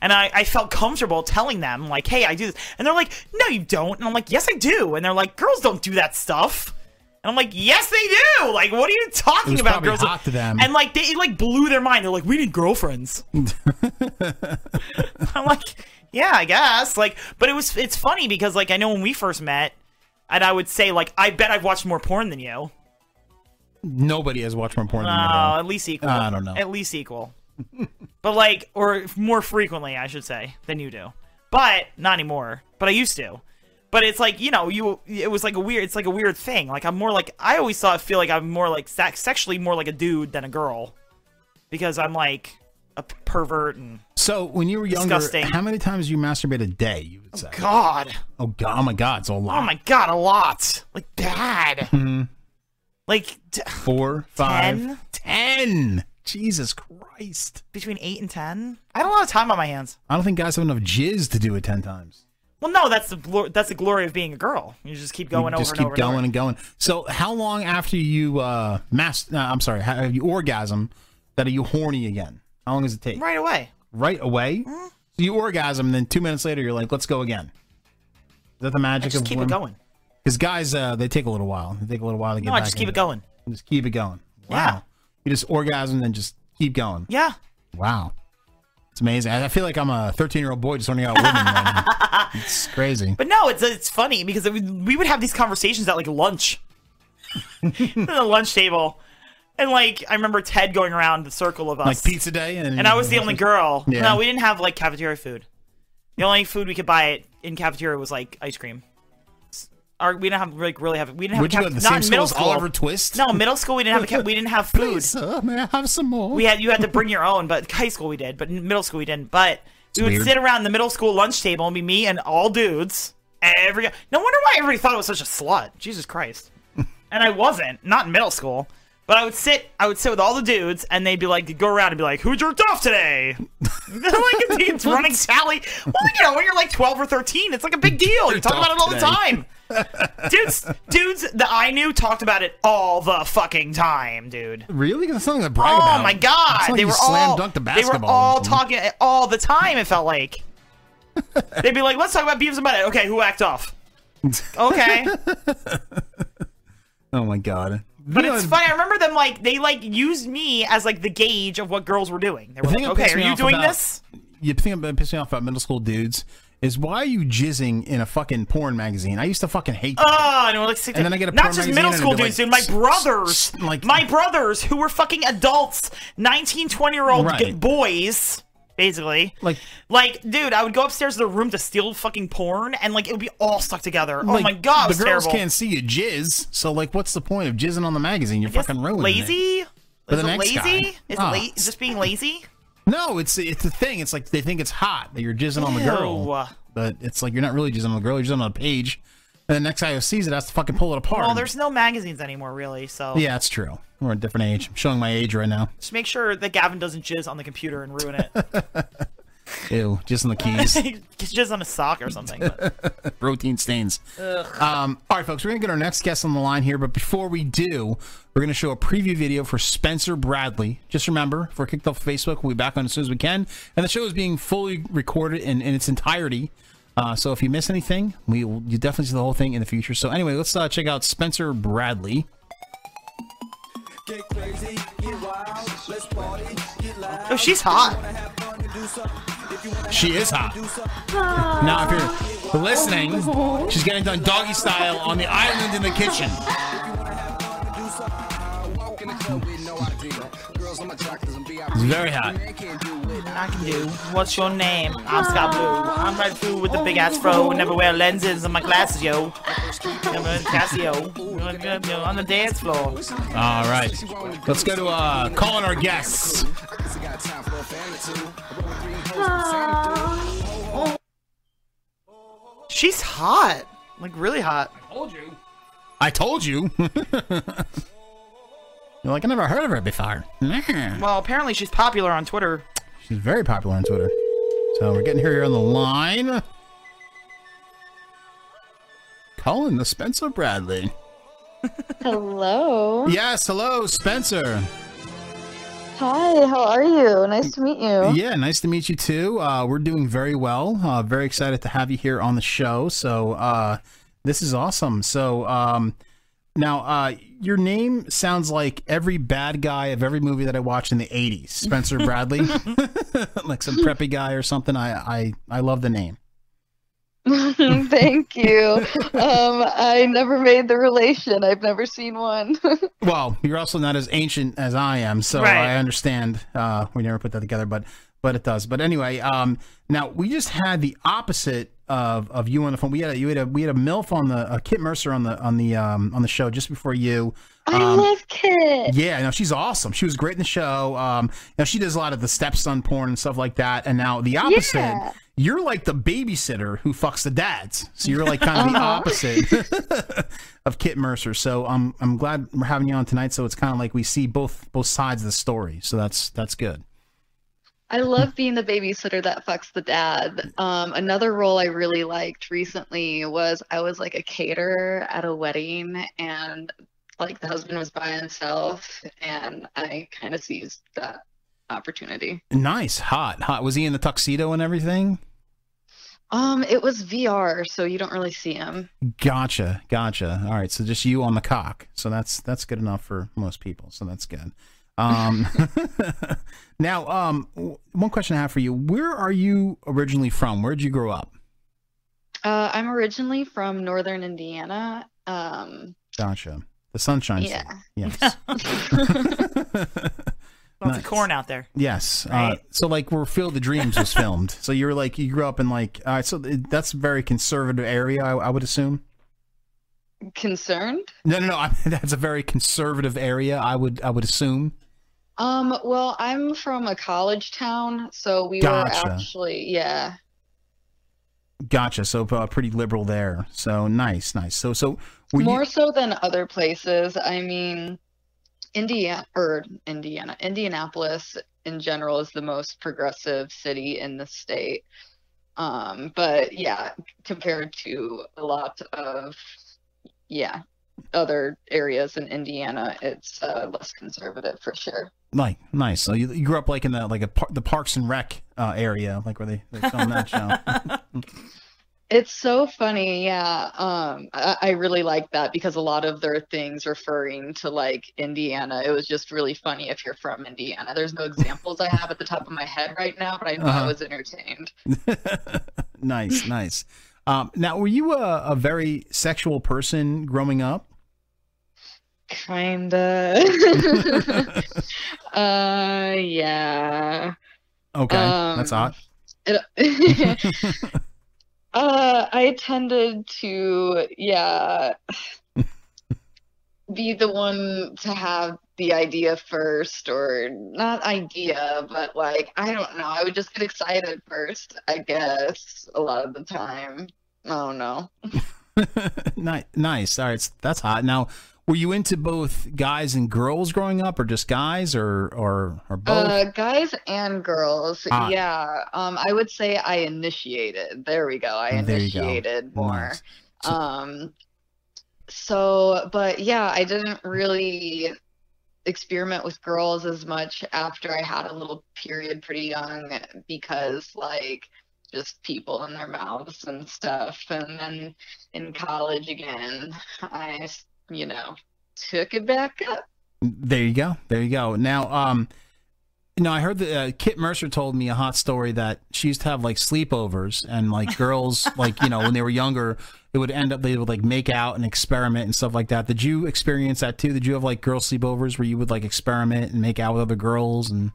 And I, I felt comfortable telling them like, hey, I do this, and they're like, no, you don't, and I'm like, yes, I do, and they're like, girls don't do that stuff, and I'm like, yes, they do. Like, what are you
It
talking
was
about,
probably
girls?
hot to them.
And like they it, like blew their mind. They're like, we need girlfriends. I'm like, yeah, I guess. Like, but it was it's funny because like I know when we first met, and I would say like, I bet I've watched more porn than you.
Nobody has watched more porn
No,
than me. though.
Oh, at least equal.
I don't know.
At least equal. but like, or more frequently, I should say, than you do. But not anymore. But I used to. But it's like you know, you it was like a weird, it's like a weird thing. Like I'm more like I always thought, feel like I'm more like sex, sexually more like a dude than a girl, because I'm like a p- pervert and
So when you were younger,
Disgusting.
how many times do you masturbate a day? You would say.
God,
Oh god! Oh my god! It's a
oh
lot.
my God, a lot, like bad,
Mhm.
like t-
Four, five,
Ten?
ten. Jesus Christ!
between eight and ten. I had a lot of time on my hands.
I don't think guys have enough jizz to do it ten times.
Well, no, that's the blur- that's the glory of being a girl. You just keep going
you just
over
keep
and over.
going
And over.
and going. So how long after you uh mast? Uh, I'm sorry. How, you orgasm? That are you horny again? How long does it take?
Right away. Mm-hmm.
Right away. So you orgasm, and then two minutes later, you're like, "Let's go again." Is that the magic
just
of
keep it going.
Because guys, uh, they take a little while. They take a little while to get
No, I
back.
just keep
into
it going.
Just keep it going. Wow. You just orgasm and then just keep going.
Yeah.
Wow. It's amazing. I I feel like I'm a 13 year old boy just learning about women. right now. It's crazy.
But no, it's it's funny because it, would- we would have these conversations at like lunch, at the lunch table, and like I remember Ted going around the circle of us,
Like pizza day, and,
and I was the only girl.
Yeah.
No, we didn't have like cafeteria food. The only food we could buy it in cafeteria was like ice cream. S- Our, we didn't have like really have we didn't have
Would
a
you go
caf-
to the
not
same
in
school
middle
as
school.
Oliver
Twist?
No, middle school we didn't have a ca- we didn't have food.
may I have some more?
We had you had to bring your own, but high school we did, but in middle school we didn't. But we would
weird.
sit around the middle school lunch table and be me and all dudes. Every no wonder why everybody thought I was such a slut. Jesus Christ! and I wasn't, not in middle school. But I would sit, I would sit with all the dudes, and they'd be like, go around and be like, "Who jerked off today?" like it's running tally. Well, you know, when you're like 12 or 13, it's like a big deal. You talk about it all the time. Dudes, dudes that I knew talked about it all the fucking time, dude.
Really? Because it's something to brag
oh
about.
my god,
It's like
they
you
were
slam
all
dunked a
they
basketball
were
or
all talking all the time. It felt like they'd be like, "Let's talk about Beavis and Butthead." Okay, who whacked off? Okay,
Oh my god.
but it's funny. I remember them like they like used me as like the gauge of what girls were doing. They were like,
that
"Okay,
pissed
are
me
you
off
doing
about-
this?"
You think about pissed me off about middle school dudes is why are you jizzing in a fucking porn magazine? I used to fucking hate that.
Oh, and we're like, sick
And
of-
then I get a
not
porn
just
magazine
middle
and
school
it'd be
dudes,
like,
dude. My brothers,
like-
my brothers who were fucking adults, 19, 20 year old
Right.
boys, basically. Like, like, dude, I would go upstairs to the room to steal fucking porn, and like it would be all stuck together. oh
Like,
my god, it was
the girls
terrible.
can't see you jizz, so like, what's the point of jizzing on the magazine? You're fucking ruining it.
lazy.
But
Is it
the next
lazy?
guy-
Is
Ah.
it la- just being lazy?
No, it's it's a thing. It's like they think it's hot that you're jizzing on the girl,
Ew.
but it's like you're not really jizzing on the girl. You're jizzing on a page, and the next guy who sees it has to fucking pull it apart.
Well, there's no magazines anymore, really. So
yeah, that's true. We're a different age. I'm showing my age right now.
just make sure that Gavin doesn't jizz on the computer and ruin it.
Ew, jizz on the keys.
jizz on a sock or something. but-
Protein stains.
Ugh.
Um, all right, folks, we're going to get our next guest on the line here. But before we do, we're going to show a preview video for Spencer Bradley. Just remember, if we're kicked off Facebook, we'll be back on as soon as we can. And the show is being fully recorded in, in its entirety. Uh, so if you miss anything, we will, you definitely see the whole thing in the future. So anyway, let's uh, check out Spencer Bradley.
Get crazy, get wild, let's party, get loud.
Oh, she's hot.
She is hot.
Uh,
Now, if you're listening, she's getting done doggy style on the island in the kitchen.
Walk in the club with no ID. Girls on my jockers and VIP.
It's very hot.
Man can't do it.
I can do. What's your name? I'm Scott Blue. I'm right through with the big ass fro. Never wear lenses in my glasses, yo. I'm a Casio. On the dance floor.
All right, let's go to uh, calling our guests.
She's hot. Like, really hot.
Told you.
I told you. You're like, I never heard of her before. Nah.
Well, apparently she's popular on Twitter.
She's very popular on Twitter. So we're getting her here on the line. Calling the Spencer Bradley.
Hello.
Yes, hello, Spencer.
Hi, how are you? Nice to meet you.
Yeah, nice to meet you too. Uh, we're doing very well. Uh, very excited to have you here on the show. So uh, this is awesome. So um, now uh, your name sounds like every bad guy of every movie that I watched in the '80s. Spencer Bradley, like some preppy guy or something. I I, I love the name.
Thank you. Um, I never made the relation. I've never seen one.
Well, you're also not as ancient as I am, so
Right.
I understand. Uh, we never put that together, but but it does. But anyway, um, now we just had the opposite of of you on the phone. We had a, you had a we had a milf on the uh, Kit Mercer on the on the um on the show just before you.
I
Um,
love Kit.
yeah, no, she's awesome. She was great in the show. Um, you know, she does a lot of the stepson porn and stuff like that. And now the opposite,
Yeah.
you're like the babysitter who fucks the dads. So you're like kind of the
Uh-huh.
opposite of Kit Mercer. So um, I'm glad we're having you on tonight. So it's kind of like we see both both sides of the story. So that's that's good.
I love being the babysitter that fucks the dad. Um, another role I really liked recently was I was like a caterer at a wedding, and like the husband was by himself, and I kind of seized that opportunity.
Nice, hot, hot. Was he in the tuxedo and everything?
Um, it was VR, so you don't really see him.
Gotcha, gotcha. All right, so just you on the cock. So that's that's good enough for most people. So that's good. Um, now, um, w- one question I have for you: Where are you originally from? Where'd you grow up?
Uh, I'm originally from northern Indiana. Um,
Gotcha. The Sunshine State.
Yeah.
Yes.
Lots
Nice.
of corn out there.
Yes. Uh,
Right.
so like where Field of Dreams was filmed. so you were like you grew up in like all right. So th- that's a very conservative area, I, I would assume.
concerned?
No, no, no. I, that's a very conservative area. I would I would assume.
Um, well, I'm from a college town, so we
Gotcha.
were actually, yeah.
Gotcha. So uh, pretty liberal there. So nice, nice. So so were
More
you,
so than other places. I mean, Indiana or Indiana, Indianapolis in general is the most progressive city in the state. Um, but yeah, compared to a lot of yeah, other areas in Indiana, it's uh, less conservative for sure.
like nice. So you, you grew up like in the like a par- the Parks and Rec uh, area, like where they, they film that show.
It's so funny, yeah. Um, I, I really like that because a lot of their things referring to like Indiana. It was just really funny if you're from Indiana. There's no examples I have at the top of my head right now, but I know
Uh-huh.
I was entertained.
nice, nice. Um, now, were you a, a very sexual person growing up?
Kinda. uh, yeah.
Okay, that's
Um,
hot.
It, uh, I tended to, yeah, be the one to have the idea first, or not idea, but like, I don't know. I would just get excited first, I guess, a lot of the time. I don't know.
Ni- nice. All right, s- that's hot. Now, were you into both guys and girls growing up, or just guys, or or or both?
Uh, guys and girls,
Ah.
yeah. Um, I would say I initiated. There we go. I
There you go.
initiated more.
Nice.
Um, so, but yeah, I didn't really experiment with girls as much after I had a little period pretty young because, like, just people in their mouths and stuff. And then in college again, I, s- you know, took it back up.
There you go. There you go. Now, um, you know, I heard that uh, Kit Mercer told me a hot story that she used to have like sleepovers and like girls, like you know, when they were younger, it would end up they would like make out and experiment and stuff like that. Did you experience that too? Did you have like girl sleepovers where you would like experiment and make out with other girls and?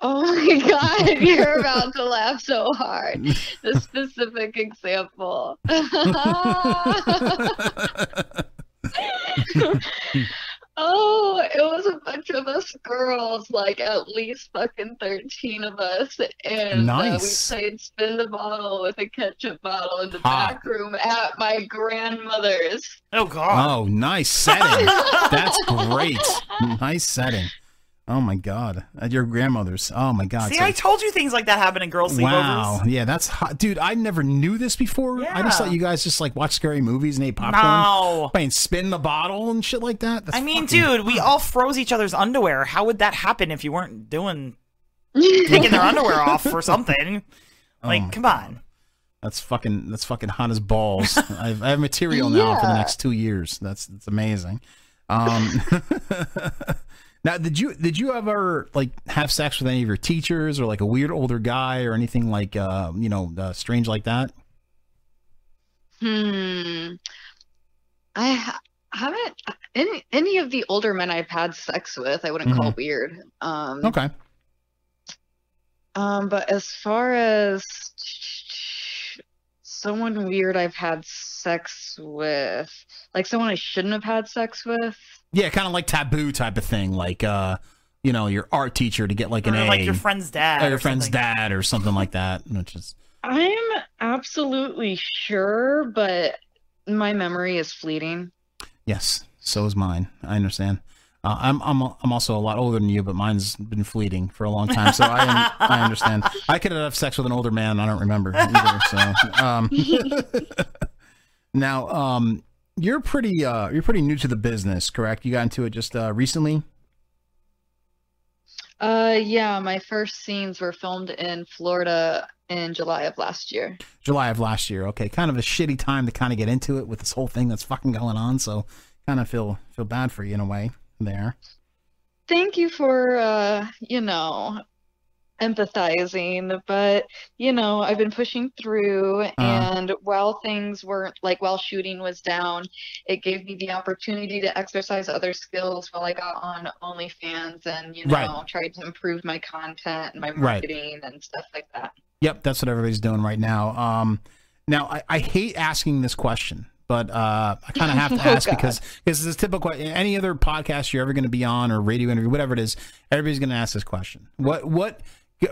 Oh my God, you're about to laugh so hard. The specific example. Oh, it was a bunch of us girls, like at least fucking 13 of us. And uh,
Nice.
we played spin the bottle with a ketchup bottle in the
Hot.
back room at my grandmother's.
Oh, God.
Oh, nice setting. That's great. Nice setting. Oh my god, at your grandmother's. Oh my god.
See,
So-
I told you things like that happen in girl sleepovers.
Wow, yeah, that's hot, dude. I never knew this before. I just thought you guys just like watch scary movies and ate popcorn,
No.
and spin the bottle and shit like that. That's
I mean,
fucking-
dude, we all froze each other's underwear. How would that happen if you weren't doing taking their underwear off or something?
Oh
Like,
my
come on.
that's fucking that's fucking hot as balls. I've, I have material now for the
Yeah.
next two years. That's that's amazing. Um, now, did you did you ever like have sex with any of your teachers or like a weird older guy or anything like uh you know uh, strange like that?
Hmm. I ha- haven't any any of the older men I've had sex with. I wouldn't call
Mhm.
weird. Um,
Okay.
Um, but as far as someone weird I've had sex with, like someone I shouldn't have had sex with.
Yeah, kind of like taboo type of thing, like uh, you know, your art teacher to get like an
Or
A,
like your friend's dad
or
or
your friend's dad, or something like that. Which is
I'm absolutely sure, but my memory is fleeting.
yes, so is mine. I understand. Uh, I'm I'm I'm also a lot older than you, but mine's been fleeting for a long time, so I am, I understand. I could have sex with an older man. I don't remember either. So um, now, um, you're pretty uh, you're pretty new to the business, correct? You got into it just uh, recently.
Uh, yeah, my first scenes were filmed in Florida in July of last year.
July of last year. Okay, kind of a shitty time to kind of get into it with this whole thing that's fucking going on. So kind of feel feel bad for you in a way there.
Thank you for, uh, you know, empathizing, but, you know, I've been pushing through,
Uh-huh.
and while things weren't like while shooting was down, it gave me the opportunity to exercise other skills while I got on OnlyFans and, you know,
Right.
tried to improve my content and my
Right.
marketing and stuff like that.
Yep, that's what everybody's doing right now. Um, now I, I hate asking this question, but uh, I kind of have to
Oh,
ask
God.
because because this is typical. Any other podcast you're ever going to be on or radio interview, whatever it is, everybody's going to ask this question. What what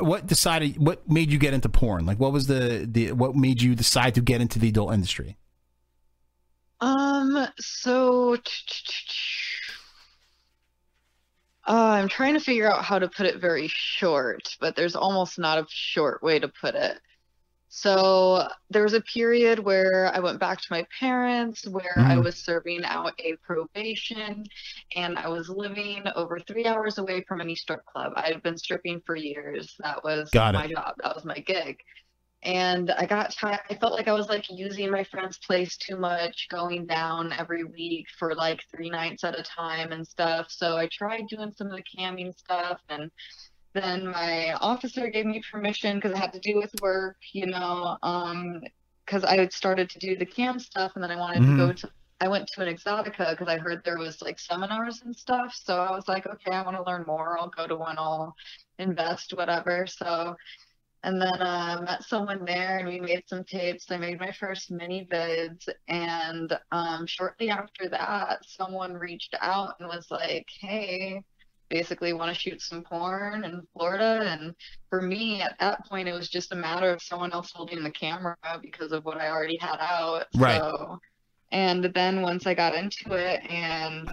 what decided? What made you get into porn? Like, what was the the what made you decide to get into the adult industry?
Um, so Uh, I'm trying to figure out how to put it very short, but there's almost not a short way to put it. So there was a period where I went back to my parents, where I
Mhm.
was serving out a probation, and I was living over three hours away from any strip club. I had been stripping for years. That was
Got it.
my job. That was my gig and I got tired. I felt like I was like using my friend's place too much, going down every week for like three nights at a time and stuff. So I tried doing some of the camming stuff, and then my officer gave me permission because I had to do with work, you know, because I had started to do the cam stuff, and then I wanted to go
Mhm.
to. I went to an Exotica because I heard there was like seminars and stuff. So I was like, okay, I want to learn more. I'll go to one. I'll invest, whatever. So and then uh, met someone there and we made some tapes. I made my first mini vids. And um, shortly after that, someone reached out and was like, hey, basically want to shoot some porn in Florida. And for me, at that point, it was just a matter of someone else holding the camera because of what I already had out.
Right.
So, and then once I got into it and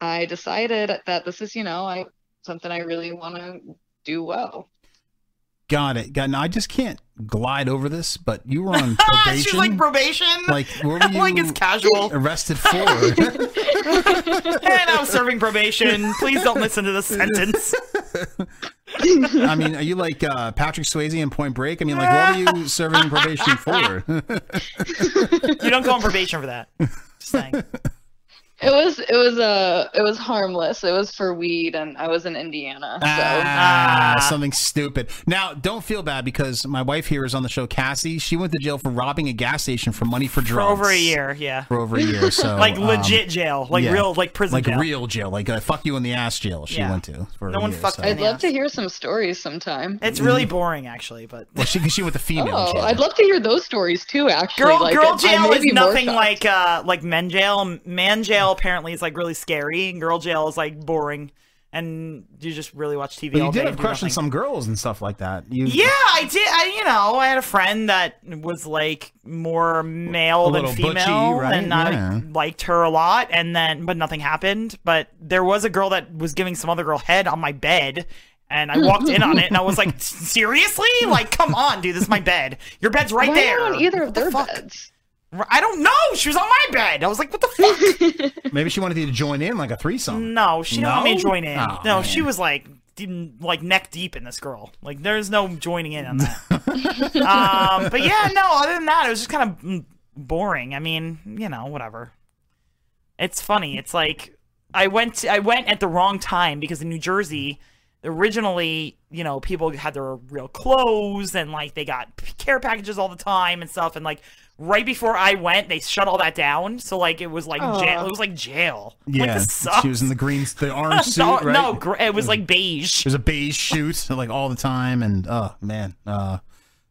I decided that this is, you know, I something I really want to do well.
Got it. Got. Now I just can't glide over this, but you were on probation.
Ah, She's like probation.
Like, what were you
Like, it's casual.
arrested for?
and I'm serving probation. Please don't listen to this sentence.
I mean, are you like uh, Patrick Swayze in Point Break? I mean, like, what were you serving probation for?
You don't go on probation for that.
It was it was uh it was harmless. It was for weed, and I was in Indiana. So
Ah, something stupid. Now, don't feel bad because my wife here is on the show, Cassie. She went to jail for robbing a gas station for money for
For
drugs.
over a year, yeah.
For over a year, so
like
um,
legit jail, like
yeah.
real, like prison
like
jail.
real jail, like uh, fuck you in the ass jail. She
Yeah.
went to. For a
No one
year,
fucked
so.
I'd love to hear some stories sometime.
It's really boring, actually, but
Well, she she went to female
Oh,
jail.
I'd love to hear those stories too. Actually,
girl,
Like, I
girl
may
jail is
be more
nothing like
shocked.
uh like men jail. Man jail apparently is like really scary, and girl jail is like boring, and you just really watch TV.
But
all
you
day
did
and
have
do
crush on
nothing.
some girls and stuff like that. You,
Yeah, I did. I, you know, I had a friend that was like more male
A
than
little
female,
butchy, right?
and
Yeah.
I liked her a lot. And then, but nothing happened. But there was a girl that was giving some other girl head on my bed, and I walked in on it, and I was like, "Seriously? Like, come on, dude, this is my bed. Your bed's right
Why
there."
not on either
of their beds. I don't know. She was on my bed. I was like, "What the fuck?"
Maybe she wanted you to join in like a threesome.
No, she didn't want me to join in.
Oh,
no,
man.
she was like d- like neck deep in this girl. Like there's no joining in on that. um, but yeah, no. Other than that, it was just kind of boring. I mean, you know, whatever. It's funny. It's like I went I went at the wrong time because in New Jersey, originally, you know, people had their real clothes and like they got p- care packages all the time and stuff and like right before I went, they shut all that down. So like it was like jail.
Aw.
It was like jail.
Yeah,
like, this sucks.
she was in the green, the orange suit,
No,
right?
no, gr- it was like beige.
It was a beige shoot like all the time, and oh man, uh,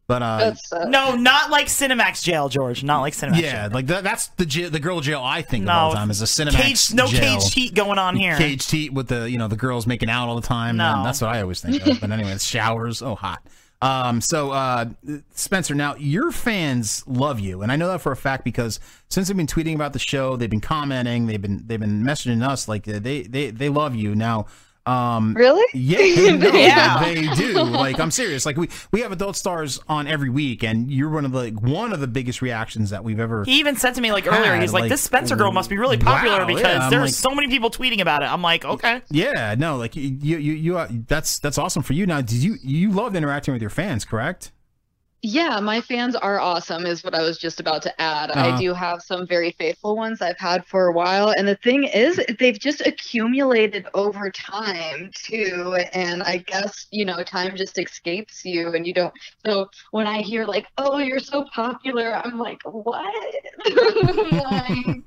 But uh,
no, not like Cinemax jail, George. Not like Cinemax.
yeah, like that, that's the jail, the girl jail I think
No.
of all the time is a Cinemax
Cage- no
jail.
caged heat going on here.
Caged heat with the you know the girls making out all the time.
No.
Um, that's what I always think of. But anyway, it's showers. Oh, hot. Um, so uh, Spencer, now your fans love you, and I know that for a fact because since they've been tweeting about the show, they've been commenting, they've been they've been messaging us like uh, they they they love you now. Um,
really?
Yeah, no,
Yeah.
they do. Like I'm serious. Like we we have adult stars on every week, and you're one of the like, one of the biggest reactions that we've ever.
He even said to me like earlier,
Yeah,
he's like,
like,
"This Spencer girl must be really
wow,
popular
yeah,
because
I'm
there's
like-
so many people tweeting about it." I'm like, "Okay."
Yeah, no, like you, you, you, you are, that's that's awesome for you. Now, did you you love interacting with your fans, correct?
Yeah, my fans are awesome, is what I was just about to add.
Uh-huh.
I do have some very faithful ones I've had for a while. And the thing is, they've just accumulated over time, too. And I guess, you know, time just escapes you and you don't. So when I hear, like, oh, you're so popular, I'm like, what? Like,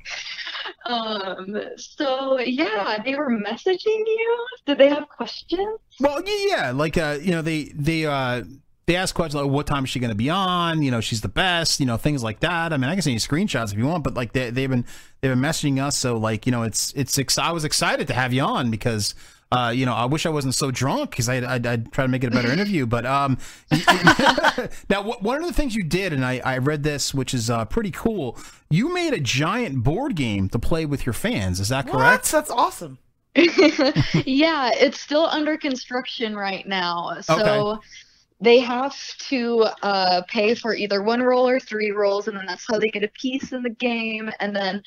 um, so yeah, they were messaging you. Did they
Uh,
have questions?
Well, y- yeah, like uh, you know, they they uh they ask questions like, "What time is she going to be on?" You know, she's the best. You know, things like that. I mean, I can send you screenshots if you want, but like they they've been they've been messaging us, so like you know, it's it's ex- I was excited to have you on because. Uh, you know, I wish I wasn't so drunk because I I I'd try to make it a better interview. But um, now wh- one of the things you did, and I, I read this, which is uh, pretty cool. You made a giant board game to play with your fans. Is that correct?
That's awesome.
yeah, it's still under construction right now. So
Okay.
they have to uh, pay for either one roll or three rolls, and then that's how they get a piece in the game. And then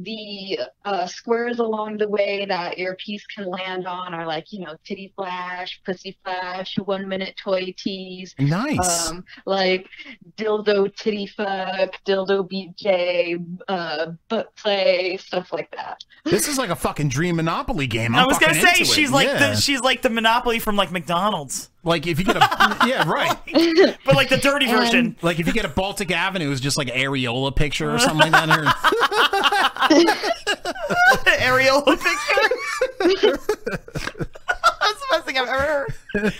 the uh, squares along the way that your piece can land on are like, you know, titty flash, pussy flash, one minute toy tease.
Nice.
Um, like dildo titty fuck, dildo BJ, uh, butt play, stuff like that.
This is like a fucking dream Monopoly game. I'm
I was gonna
fucking
say
into it.
she's like
Yeah.
the she's like the Monopoly from like McDonald's.
Like if you get a yeah right,
but like the dirty version.
Like if you get a Baltic Avenue, it was just like areola picture or something like that. or-
Ariel picture. That's the best thing I've ever heard.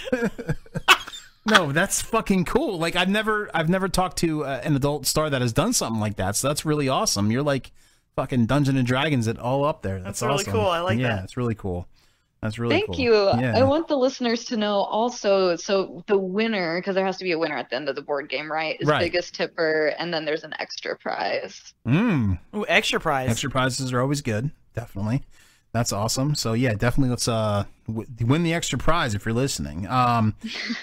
no, that's fucking cool. Like I've never I've never talked to uh, an adult star that has done something like that. So that's really awesome. You're like fucking Dungeon and Dragons it all up there. That's,
That's really
awesome.
cool. I like
yeah,
that.
it's really cool. That's really
Thank
cool.
you.
Yeah.
I want the listeners to know also. So the winner, because there has to be a winner at the end of the board game, right? Is
Right.
biggest tipper, and then there's an extra prize.
Mm.
Ooh, extra prize.
Extra prizes are always good. Definitely. That's awesome. So yeah, definitely let's uh w- win the extra prize if you're listening. Um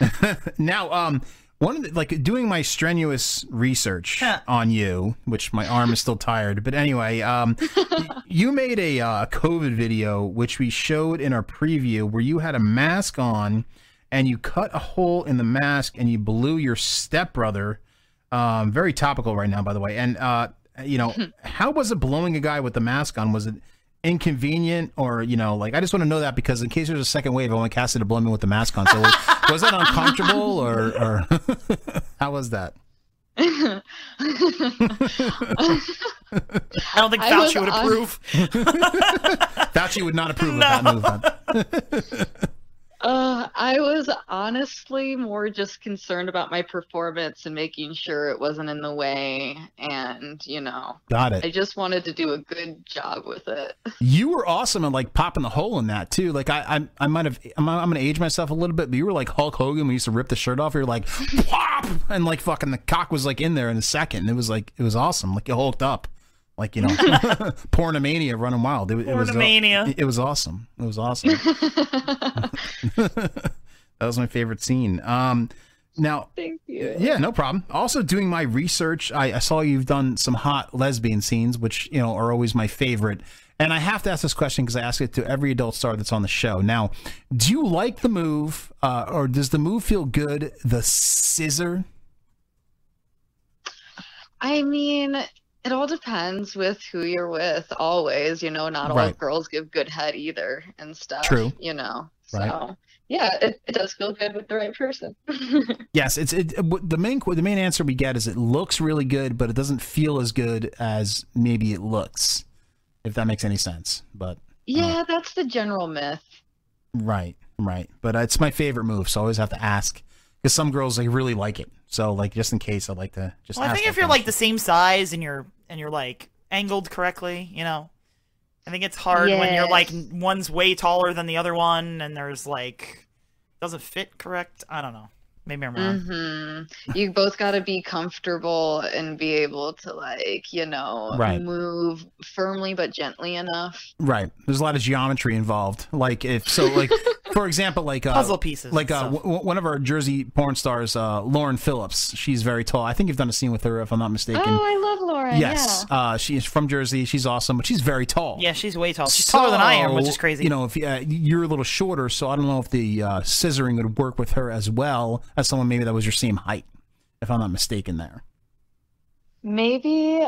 now um one of the, like doing my strenuous research on you, which my arm is still tired, but anyway, um y- you made a uh, COVID video which we showed in our preview where you had a mask on and you cut a hole in the mask and you blew your stepbrother um, very topical right now, by the way. And uh, you know, how was it blowing a guy with the mask on? Was it inconvenient, or you know, like I just want to know that because in case there's a second wave, I want Cassidy to blow me with the mask on. So was, was that uncomfortable, or, or how was that?
I don't think
I was
Fauci would
on-
approve.
Fauci would not approve of that move.
Uh, I was honestly more just concerned about my performance and making sure it wasn't in the way, and you know,
Got it.
I just wanted to do a good job with it.
You were awesome at like popping the hole in that too. Like I, I, I might have, I'm, I'm gonna age myself a little bit, but you were like Hulk Hogan when you used to rip the shirt off. You're like, pop, and like fucking the cock was like in there in a second. And it was like, it was awesome. Like you hulked up, like you know, pornomania running wild. It, it was, uh,
Pornomania.
it, it was awesome. It was awesome. that was my favorite scene. Um, now,
thank you.
Yeah, no problem. Also, doing my research, I, I saw you've done some hot lesbian scenes, which you know are always my favorite. And I have to ask this question because I ask it to every adult star that's on the show. Now, do you like the move, uh, or does the move feel good? The scissor.
I mean, it all depends with who you're with, always, you know, not all
Right.
girls give good head either and stuff,
True.
you know.
Right. Mm.
So, yeah, it, it does feel good with the right person.
Yes, it's it, w- the main qu- the main answer we get is it looks really good, but it doesn't feel as good as maybe it looks. If that makes any sense, but
Yeah, that's the general myth.
uh, Right, right. But it's my favorite move, so I always have to ask. because some girls they really like it. So like just in case, I like to just.
well, I
ask
think if
that
you're like the same size and you're and you're like angled correctly, you know, I think it's hard when you're like
Yes.
one's way taller than the other one and there's like doesn't fit correct. I don't know. Maybe I'm wrong.
hmm You both got to be comfortable and be able to, like, you know,
Right.
move firmly but gently enough.
Right. There's a lot of geometry involved. Like if so, like for example, like uh,
Puzzle pieces
Like
and
uh,
stuff.
w- w- one of our Jersey porn stars, uh, Lauren Phillips. She's very tall. I think you've done a scene with her, if I'm not mistaken.
Oh, I love Lauren.
yes, uh, she's from Jersey. She's awesome, but she's very tall.
Yeah, she's way tall. She's taller than I am, which is
So,
crazy.
You know, if uh, you're a little shorter, so I don't know if the uh, scissoring would work with her as well as someone maybe that was your same height, if I'm not mistaken. There.
Maybe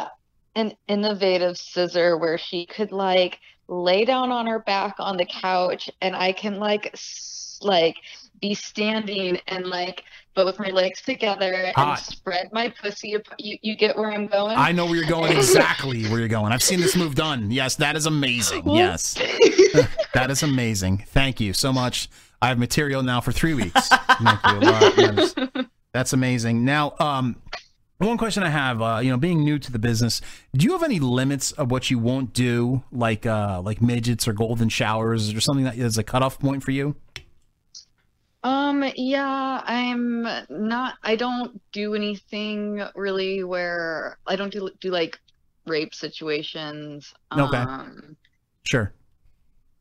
an innovative scissor where she could like lay down on her back on the couch and I can like s- like be standing and like but with my legs together and
Hot.
spread my pussy ap- you, you get where I'm going?
I know where you're going exactly where you're going. I've seen this move done. Yes, that is amazing. Yes. that is amazing. Thank you so much. I have material now for three weeks. Thank you a lot. Yes. That's amazing. Now, um, one question I have, uh, you know, being new to the business, do you have any limits of what you won't do, like uh, like midgets or golden showers or something that is a cutoff point for you?
Um, yeah, I'm not, I don't do anything really where I don't do, do like rape situations.
Okay.
Um,
Sure.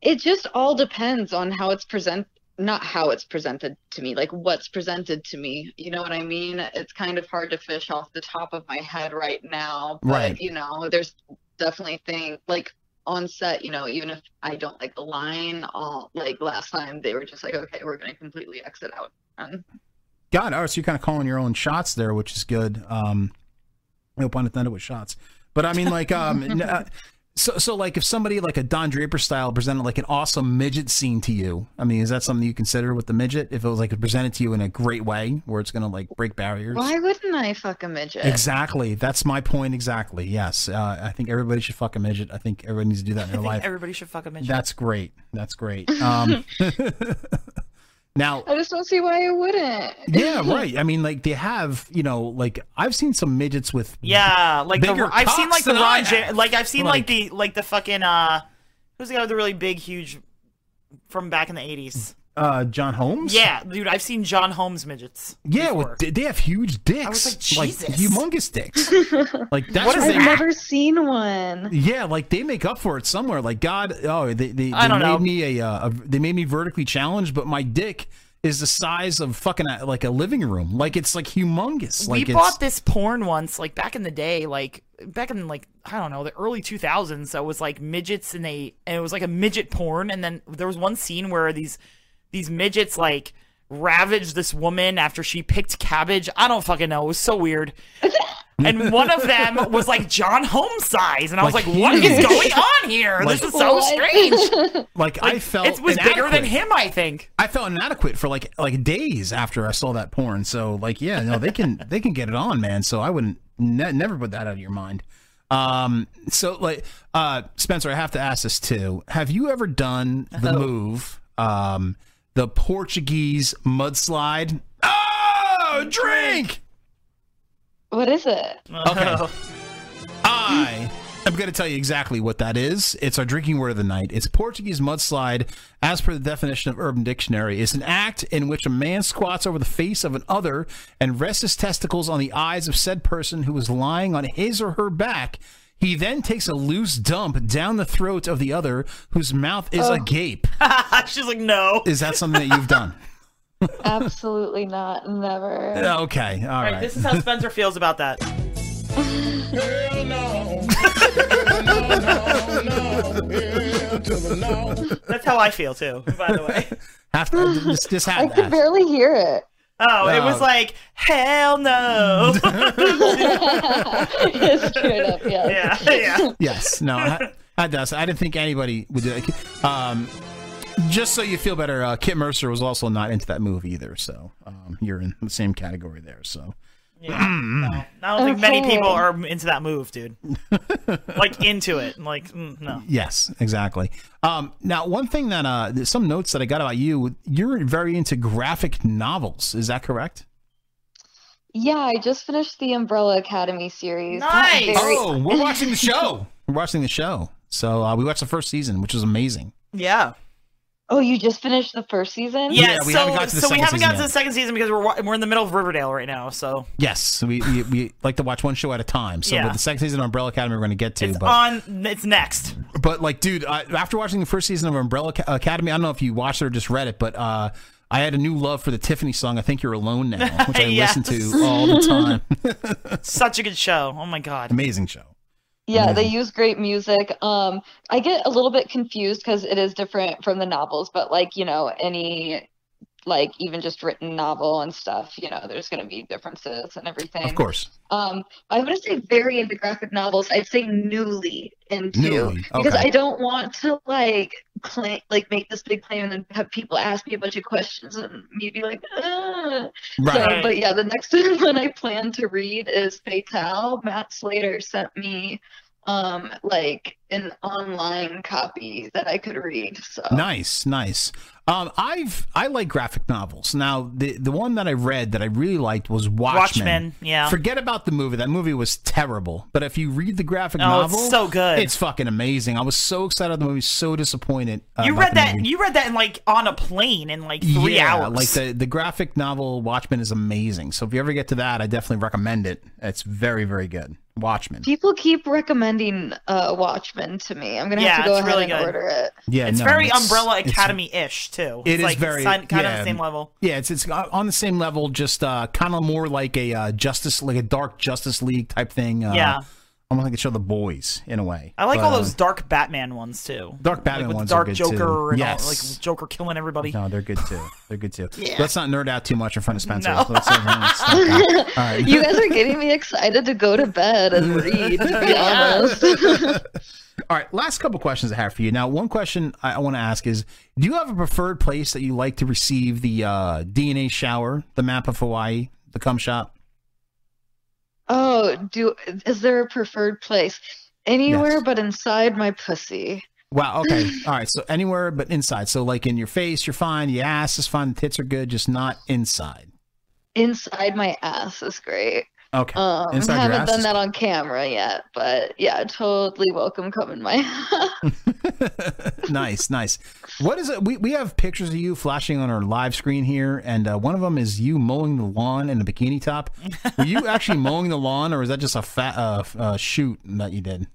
it just all depends on how it's present, not how it's presented to me, like what's presented to me. You know what I mean? It's kind of hard to fish off the top of my head right now, but
Right.
you know, there's definitely thing like on set, you know, even if I don't like the line, all like last time they were just like, okay, we're gonna completely exit out. Um,
God, all right, Oh, so you're kind of calling your own shots there, which is good. Um, no pun intended with shots, but I mean, like, um, n- uh, so so like if somebody like a Don Draper style presented like an awesome midget scene to you, I mean, is that something you consider with the midget? If it was like presented to you in a great way, where it's gonna like break barriers.
Why wouldn't I fuck a midget?
Exactly. That's my point. Exactly. Yes. Uh, I think everybody should fuck a midget. I think everybody needs to do that in
I
their
think
life.
everybody should fuck a midget.
That's great. That's great. Um, now,
I just don't see why I wouldn't.
yeah, right. I mean, like they have, you know, like I've seen some midgets with
Yeah, like the,
bigger
I've
cocks
seen like the
than I
Ron, Ja-
have.
like I've seen like,
Like-
the like the fucking uh, who's the guy with the really big, huge, from back in the eighties?
uh, John Holmes.
Yeah, dude, I've seen John Holmes midgets.
yeah. With, they have huge dicks,
I was like, Jesus.
humongous dicks. like that's
What is
what they
that?
Never seen one.
Yeah, like they make up for it somewhere. Like God, oh, they they,
I
they
don't
made
know.
me a, uh, a they made me vertically challenged, but my dick is the size of fucking uh, like a living room. Like it's like humongous. Like
we
it's,
bought this porn once, like back in the day, like back in like I don't know the early 2000s. So it was like midgets, and they and it was like a midget porn. And then there was one scene where these these midgets like ravaged this woman after she picked cabbage. I don't fucking know. It was so weird. and one of them was like John Holmes size, and I was like,
Like
"What is
huge.
going on here?
Like-
this is so
What?
strange."
Like, I felt
it was bigger
inadequate.
than him, I think.
I felt inadequate for like like days after I saw that porn. So like yeah, no, they can they can get it on, man. So I wouldn't ne- never put that out of your mind. Um so like uh Spencer, I have to ask this too. Have you ever done the move um the Portuguese mudslide? Oh, drink.
What is it?
Okay. I am going to tell you exactly what that is. It's our drinking word of the night. It's Portuguese mudslide, as per the definition of Urban Dictionary. It's an act in which a man squats over the face of another and rests his testicles on the eyes of said person who is lying on his or her back. He then takes a loose dump down the throat of the other, whose mouth is
Oh.
agape.
She's like, no.
Is that something that you've done?
Absolutely not. Never.
Uh, okay, all right.
This is how Spencer feels about that.
Hell no.
That's how I feel too. By the way.
Have to, just, just have
I could
that.
barely hear it.
Oh, it was
Oh.
like hell no.
Straight up, yes.
Yeah, yeah.
yes. No, I, I, does. I didn't think anybody would do it. Um, just so you feel better, uh, Kit Mercer was also not into that movie either. So um, you're in the same category there. So
I don't think many
Okay.
people are into that move, dude. like into it. Like mm, no.
Yes, exactly. Um, now, one thing that uh, there's some notes that I got about you, you're very into graphic novels. Is that correct?
Yeah, I just finished the Umbrella Academy series. Not
Nice!
very-
Oh, we're watching the show. We're watching the show. So uh, we watched the first season, which was amazing.
Yeah.
Oh, you just finished the first season?
Yeah, we
so
haven't got to the
so we
second
haven't
season
got to
yet.
the second season because we're wa- we're in the middle of Riverdale right now. So
Yes, we, we, we like to watch one show at a time. So,
Yeah.
but the second season of Umbrella Academy, we're going to get to. but
on it's next.
But like, dude, I, after watching the first season of Umbrella Ca- Academy, I don't know if you watched it or just read it, but uh, I had a new love for the Tiffany song. I think you're alone now, which I
Yes.
listen to all the time.
Such a good show. Oh my god.
Amazing show.
Yeah,
Mm.
they use great music. Um, I get a little bit confused because it is different from the novels, but like, you know, any like even just written novel and stuff, you know, there's going to be differences and everything.
Of course.
Um, I wouldn't say very into graphic novels. I'd say newly into
Newly,
because
okay.
I don't want to like claim like make this big claim and then have people ask me a bunch of questions and me be like, Ugh. So,
Right.
but yeah, the next one I plan to read is Fatal. Matt Slater sent me um like an online copy that I could read. So
Nice, nice. Um, I've I like graphic novels. Now, the the one that I read that I really liked was Watchmen.
Watchmen, yeah.
Forget about the movie. That movie was terrible. But if you read the graphic
Oh, it's
novel,
so good.
It's fucking amazing. I was so excited about the movie. So disappointed. uh,
You
about
read
the
that
movie.
you read that in like on a plane in like three
yeah,
hours.
like the the graphic novel Watchmen is amazing. So if you ever get to that, I definitely recommend it. It's very very good. Watchmen.
people keep recommending uh Watchmen to me. I'm gonna
Yeah,
have to go
it's
ahead
really
and
good.
order it.
Yeah,
it's
no,
very
it's-
Umbrella
it's-
Academy ish too.
It
it's
is
like
very
kind
yeah,
of the same level.
Yeah, it's it's on the same level, just uh, kind of more like a uh, Justice, like a Dark Justice League type thing. Uh,
Yeah.
almost like a show The Boys in a way.
I like
But,
all
uh,
those dark Batman ones too.
Dark
like
Batman
with
ones are
Dark
good,
Joker
too.
and all,
Yes.
like Joker killing everybody.
No, they're good too. They're good too.
Yeah.
Let's not nerd out too much in front of Spencer.
No.
Let's- uh, let's- all right.
You guys are getting me excited to go to bed and read, to be honest.
All right, last couple questions I have for you. Now, one question I, I want to ask is: Do you have a preferred place that you like to receive the uh, DNA shower, the map of Hawaii, the cum shop?
Oh, do is there a preferred place? Anywhere but inside my pussy.
Wow. Okay. All right. So anywhere but inside. So like in your face, you're fine. Your ass is fine. The tits are good, just not inside.
Inside my ass is great.
Okay.
Um,
Inside your
haven't
ass
done
is-
that on camera yet, but yeah, totally welcome coming my house.
nice, nice. What is it? We, we have pictures of you flashing on our live screen here, and uh, one of them is you mowing the lawn in a bikini top. Were you actually mowing the lawn, or is that just a fat uh, f- uh, shoot that you did?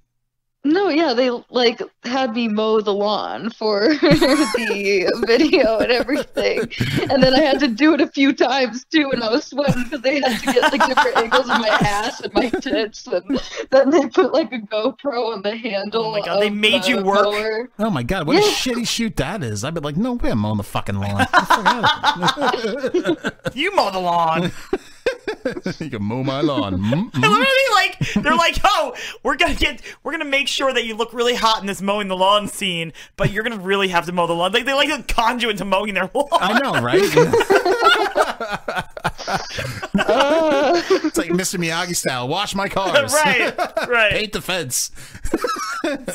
No, yeah, they like had me mow the lawn for the video and everything. And then I had to do it a few times too and I was sweating because they had to get like different angles of my ass and my tits and then they put like a GoPro on the handle. Oh my
God, they made you work.
Oh my god, what a
Yeah.
shitty shoot that is! I'd be like, no way, I'm mowing the fucking lawn.
you mow the lawn.
you can mow my lawn. Mm, mm.
Literally, like they're like, "Oh, we're gonna get, we're gonna make sure that you look really hot in this mowing the lawn scene, but you're gonna really have to mow the lawn." Like they like to conjure into mowing their lawn.
I know, right? it's like Mr. Miyagi style. Wash my cars.
Uh. right, right.
Paint the fence.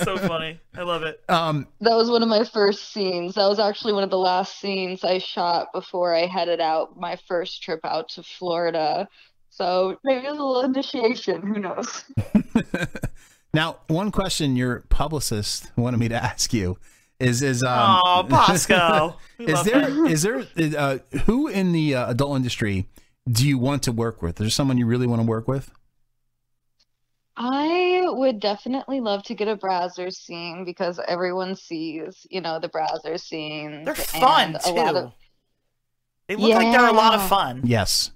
so funny. I love it.
Um,
That was one of my first scenes. That was actually one of the last scenes I shot before I headed out my first trip out to Florida. So maybe it was a little initiation, who knows?
Now, one question your publicist wanted me to ask you is is um
Aw, Bosco. We
is
love
there
him.
is there uh, who in the uh, adult industry do you want to work with? Is there someone you really want to work with?
I would definitely love to get a browser scene because everyone sees, you know, the browser scenes. They're
fun,
a lot
too.
of
They look like they're a lot of
Yeah.
fun.
Yes.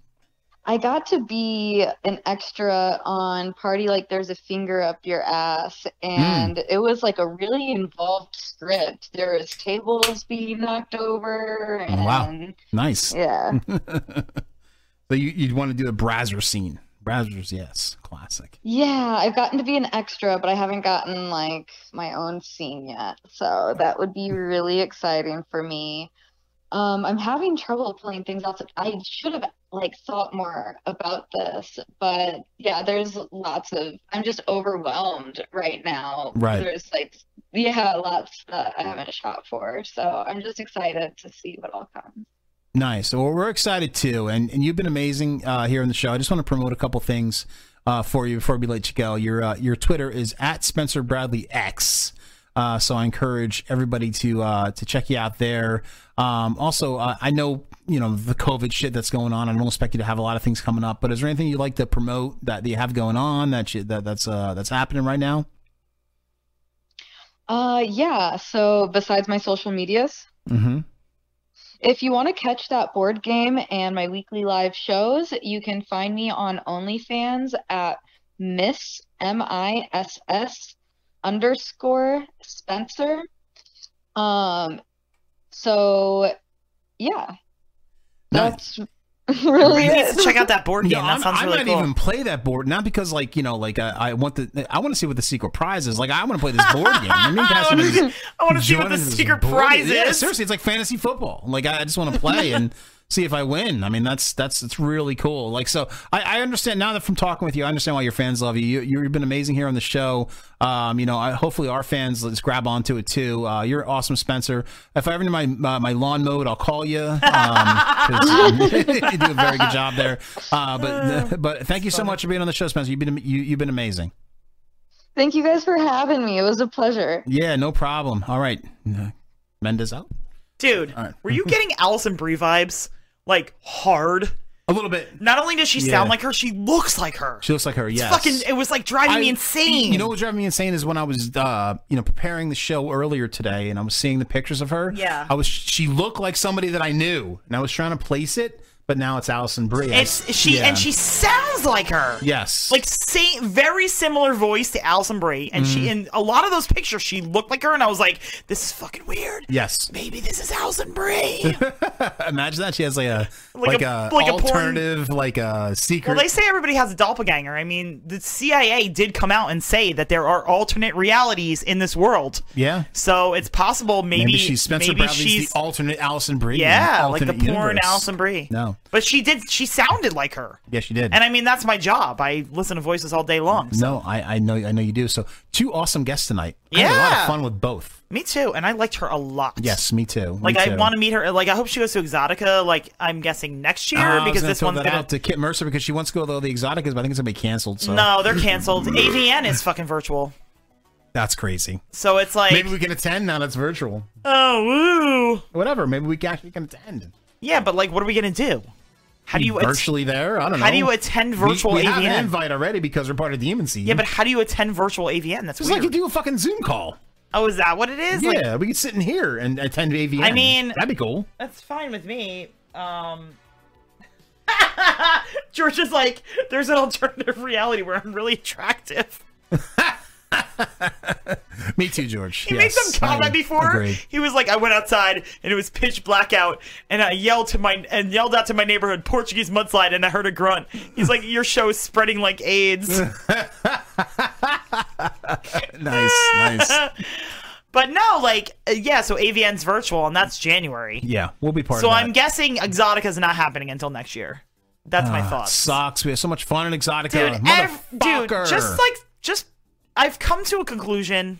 I got to be an extra on Party Like There's a Finger Up Your Ass, and
Hmm.
it was like a really involved script. There was tables being knocked over, and
Oh, Wow. Nice.
yeah.
so you you'd want to do the browser scene. Browsers, yes, classic.
Yeah, I've gotten to be an extra, but I haven't gotten like my own scene yet. So that would be really exciting for me. Um, I'm having trouble pulling things off. I should have like thought more about this, but yeah, there's lots of. I'm just overwhelmed right now.
Right.
There's like yeah, lots that I haven't shot for, so I'm just excited to see what all comes.
Nice. Well, we're excited too, and, and you've been amazing uh, here on the show. I just want to promote a couple things uh, for you before we let you go. Your uh, your Twitter is at Spencer Bradley X. Uh, so I encourage everybody to uh, to check you out there. Um, also, uh, I know you know the COVID shit that's going on. I don't expect you to have a lot of things coming up, but is there anything you'd like to promote that you have going on that you, that that's uh, that's happening right now?
Uh, yeah. So besides my social medias,
Mm-hmm.
If you want to catch that board game and my weekly live shows, you can find me on OnlyFans at Miss M I S S underscore Spencer. Um, so yeah, that's really
Right.
it.
check out that board game. That
I'm-
sounds
I
really
might
cool.
even play that board, not because like you know, like I, I want the, I want to see what the secret prize is. Like I want to play this board game. I, mean,
wanna see- I wanna see what the secret prize
Yeah,
is.
seriously, it's like fantasy football. Like I, I just want to play and see if I win. I mean, that's that's it's really cool. Like so, I, I understand now that from talking with you, I understand why your fans love you. you you've been amazing here on the show. Um, you know, I, hopefully our fans let's grab onto it too. Uh, you're awesome, Spencer. If I ever need my uh, my lawn mowed, I'll call you. Um, 'cause um, you do a very good job there. Uh, but but thank you so much for being on the show, Spencer. You've been you, you've been amazing.
Thank you guys for having me. It was a pleasure.
Yeah, no problem. All right, Mendez out.
Dude, were you getting Allison Brie vibes? Like hard?
A little bit.
Not only does she
Yeah.
sound like her, she looks like her.
She looks like her.
It's
Yes.
fucking it was like driving me
I-
insane.
You know what drove me insane is when I was, uh, you know, preparing the show earlier today, and I was seeing the pictures of her.
Yeah.
I was. She looked like somebody that I knew, and I was trying to place it, but now it's Allison Brie. I
It's
s-
she
yeah.
and she sounds like her.
Yes.
Like same very similar voice to Alison Brie. And she
Mhm.
in a lot of those pictures she looked like her and I was like, This is fucking weird.
Yes.
Maybe this is Alison Brie.
Imagine that she has like a
Like
like,
a-
a,
like a porn-
alternative like a secret.
Well, they say everybody has a doppelganger. I mean, the CIA did come out and say that there are alternate realities in this world.
yeah.
So it's possible maybe,
Maybe, she's Spencer
maybe
Bradley's
she's-
the alternate Allison Brie.
yeah, like the
alternate
porn
universe.
Allison Brie.
No.
But she did. She sounded like her.
Yes, she did.
And I mean, that's my job. I listen to voices all day long.
no, I, I know I know you do. So two awesome guests tonight. I had a lot of
Yeah.
fun with both.
Me too. And I liked her a lot.
Yes, me too.
Like
Oh, me
I
too.
want to meet her. Like I hope she goes to Exotica. Like I'm guessing next year
Oh, I was
because
gonna
this
throw
one's
that
gonna.
out to Kit Mercer because she wants to go to the Exoticas, but I think it's gonna be canceled. So
No, they're canceled. AVN is fucking virtual.
that's crazy.
So it's like
maybe we can attend now that's virtual.
oh woo.
Whatever. Maybe we can actually can attend.
Yeah, but like, what are we gonna do? How do
Be
you att-
virtually there? I don't know.
how do you attend
We-
virtual
we, have an
AVN?
invite already because we're part of the Seed.
Yeah, but how do you attend virtual AVN? That's
it's
weird.
like you do a fucking Zoom call.
oh, is that what it is? Like,
yeah, we could sit in here and attend AVN.
I mean-
that'd be cool.
That's fine with me. Um George is like, there's an alternative reality where I'm really attractive.
Me too, George.
He made some comment before. He was like, I went outside and it was pitch blackout, and I yelled to my and yelled out to my neighborhood Portuguese mudslide, and I heard a grunt. He's like, your show is spreading like AIDS.
nice, nice.
but no, like, uh, yeah. So AVN's virtual, and that's January.
Yeah, we'll be part
so
of that.
I'm guessing Exotica is not happening until next year. That's my
Ah, it
thought.
Sucks. We have so much fun in Exotica.
dude, ev- dude,
Motherfucker.
just like just I've come to a conclusion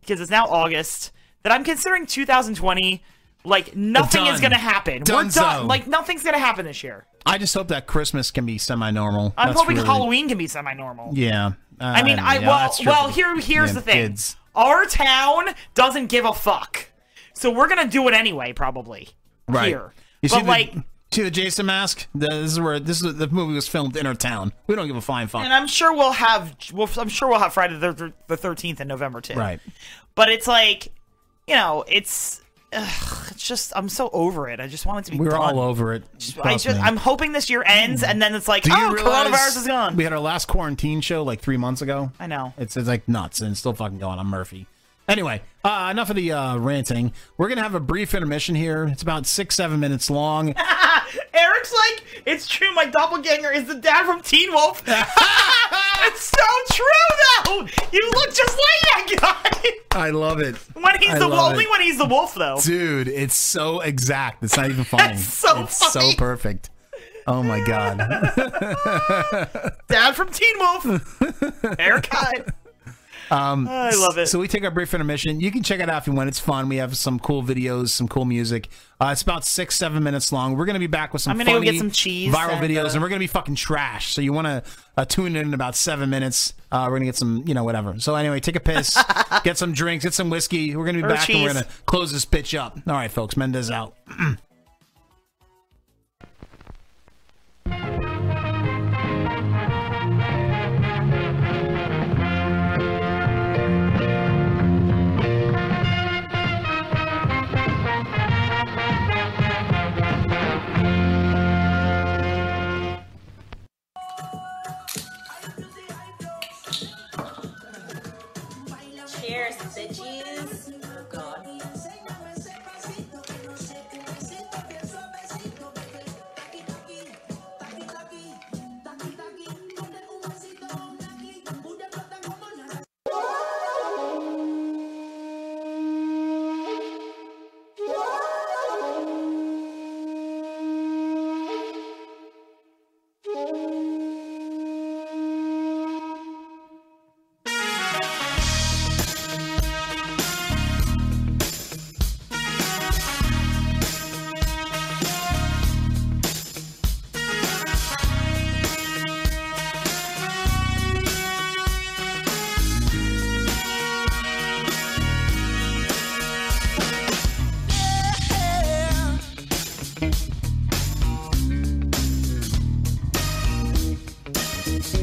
because it's now August that I'm considering 2020 like nothing is
Done.
gonna happen. We're
Donezo.
done. Like nothing's gonna happen this year.
I just hope that Christmas can be semi-normal.
I'm
That's
hoping
really-
Halloween can be semi-normal.
Yeah. Uh,
I mean, I
yeah,
well,
that's true
well
for
here here's
damn
the thing.
kids.
Our town doesn't give a fuck, so we're gonna do it anyway, probably.
Right.
Here,
You
but
see
like,
the, see the Jason mask. The- This is where this is the movie was filmed in our town. We don't give a flying fuck.
and I'm sure we'll have, we'll, I'm sure we'll have Friday the the 13th in November too.
Right.
But it's like, you know, it's ugh, it's just I'm so over it. I just want it to be.
We were
done.
all over it.
I
Trust
just
me.
I'm hoping this year ends and then it's like,
Do you
oh,
realize
coronavirus is gone.
We had our last quarantine show like three months ago.
I know.
It's, it's like nuts and it's still fucking going. I'm Murphy. Anyway, uh, enough of the uh, ranting. We're gonna have a brief intermission here. It's about six, seven minutes long.
Eric's like, it's true. My doppelganger is the dad from Teen Wolf. It's so true, though. You look just like that guy.
I love it.
When he's
I
the
love
only
it.
when he's the wolf, though.
Dude, it's so exact. It's not even funny.
so
it's
funny.
so perfect. Oh my god.
Dad from Teen Wolf. Haircut.
Um,
I love it.
So we take our brief intermission. You can check it out if you want. It's fun. We have some cool videos, some cool music. Uh, it's about six, seven minutes long. We're gonna be back with some.
I'm gonna go
funny
get some cheese
Viral
and,
videos,
uh,
and we're gonna be fucking trash. So you want to uh, tune in in about seven minutes. Uh, we're gonna get some, you know, whatever. So anyway, take a piss, get some drinks, get some whiskey. We're gonna be
Or
back, and we're
cheese.
gonna close this bitch up. All right, folks. Mendez out.
Cheers, bitches. Oh, God.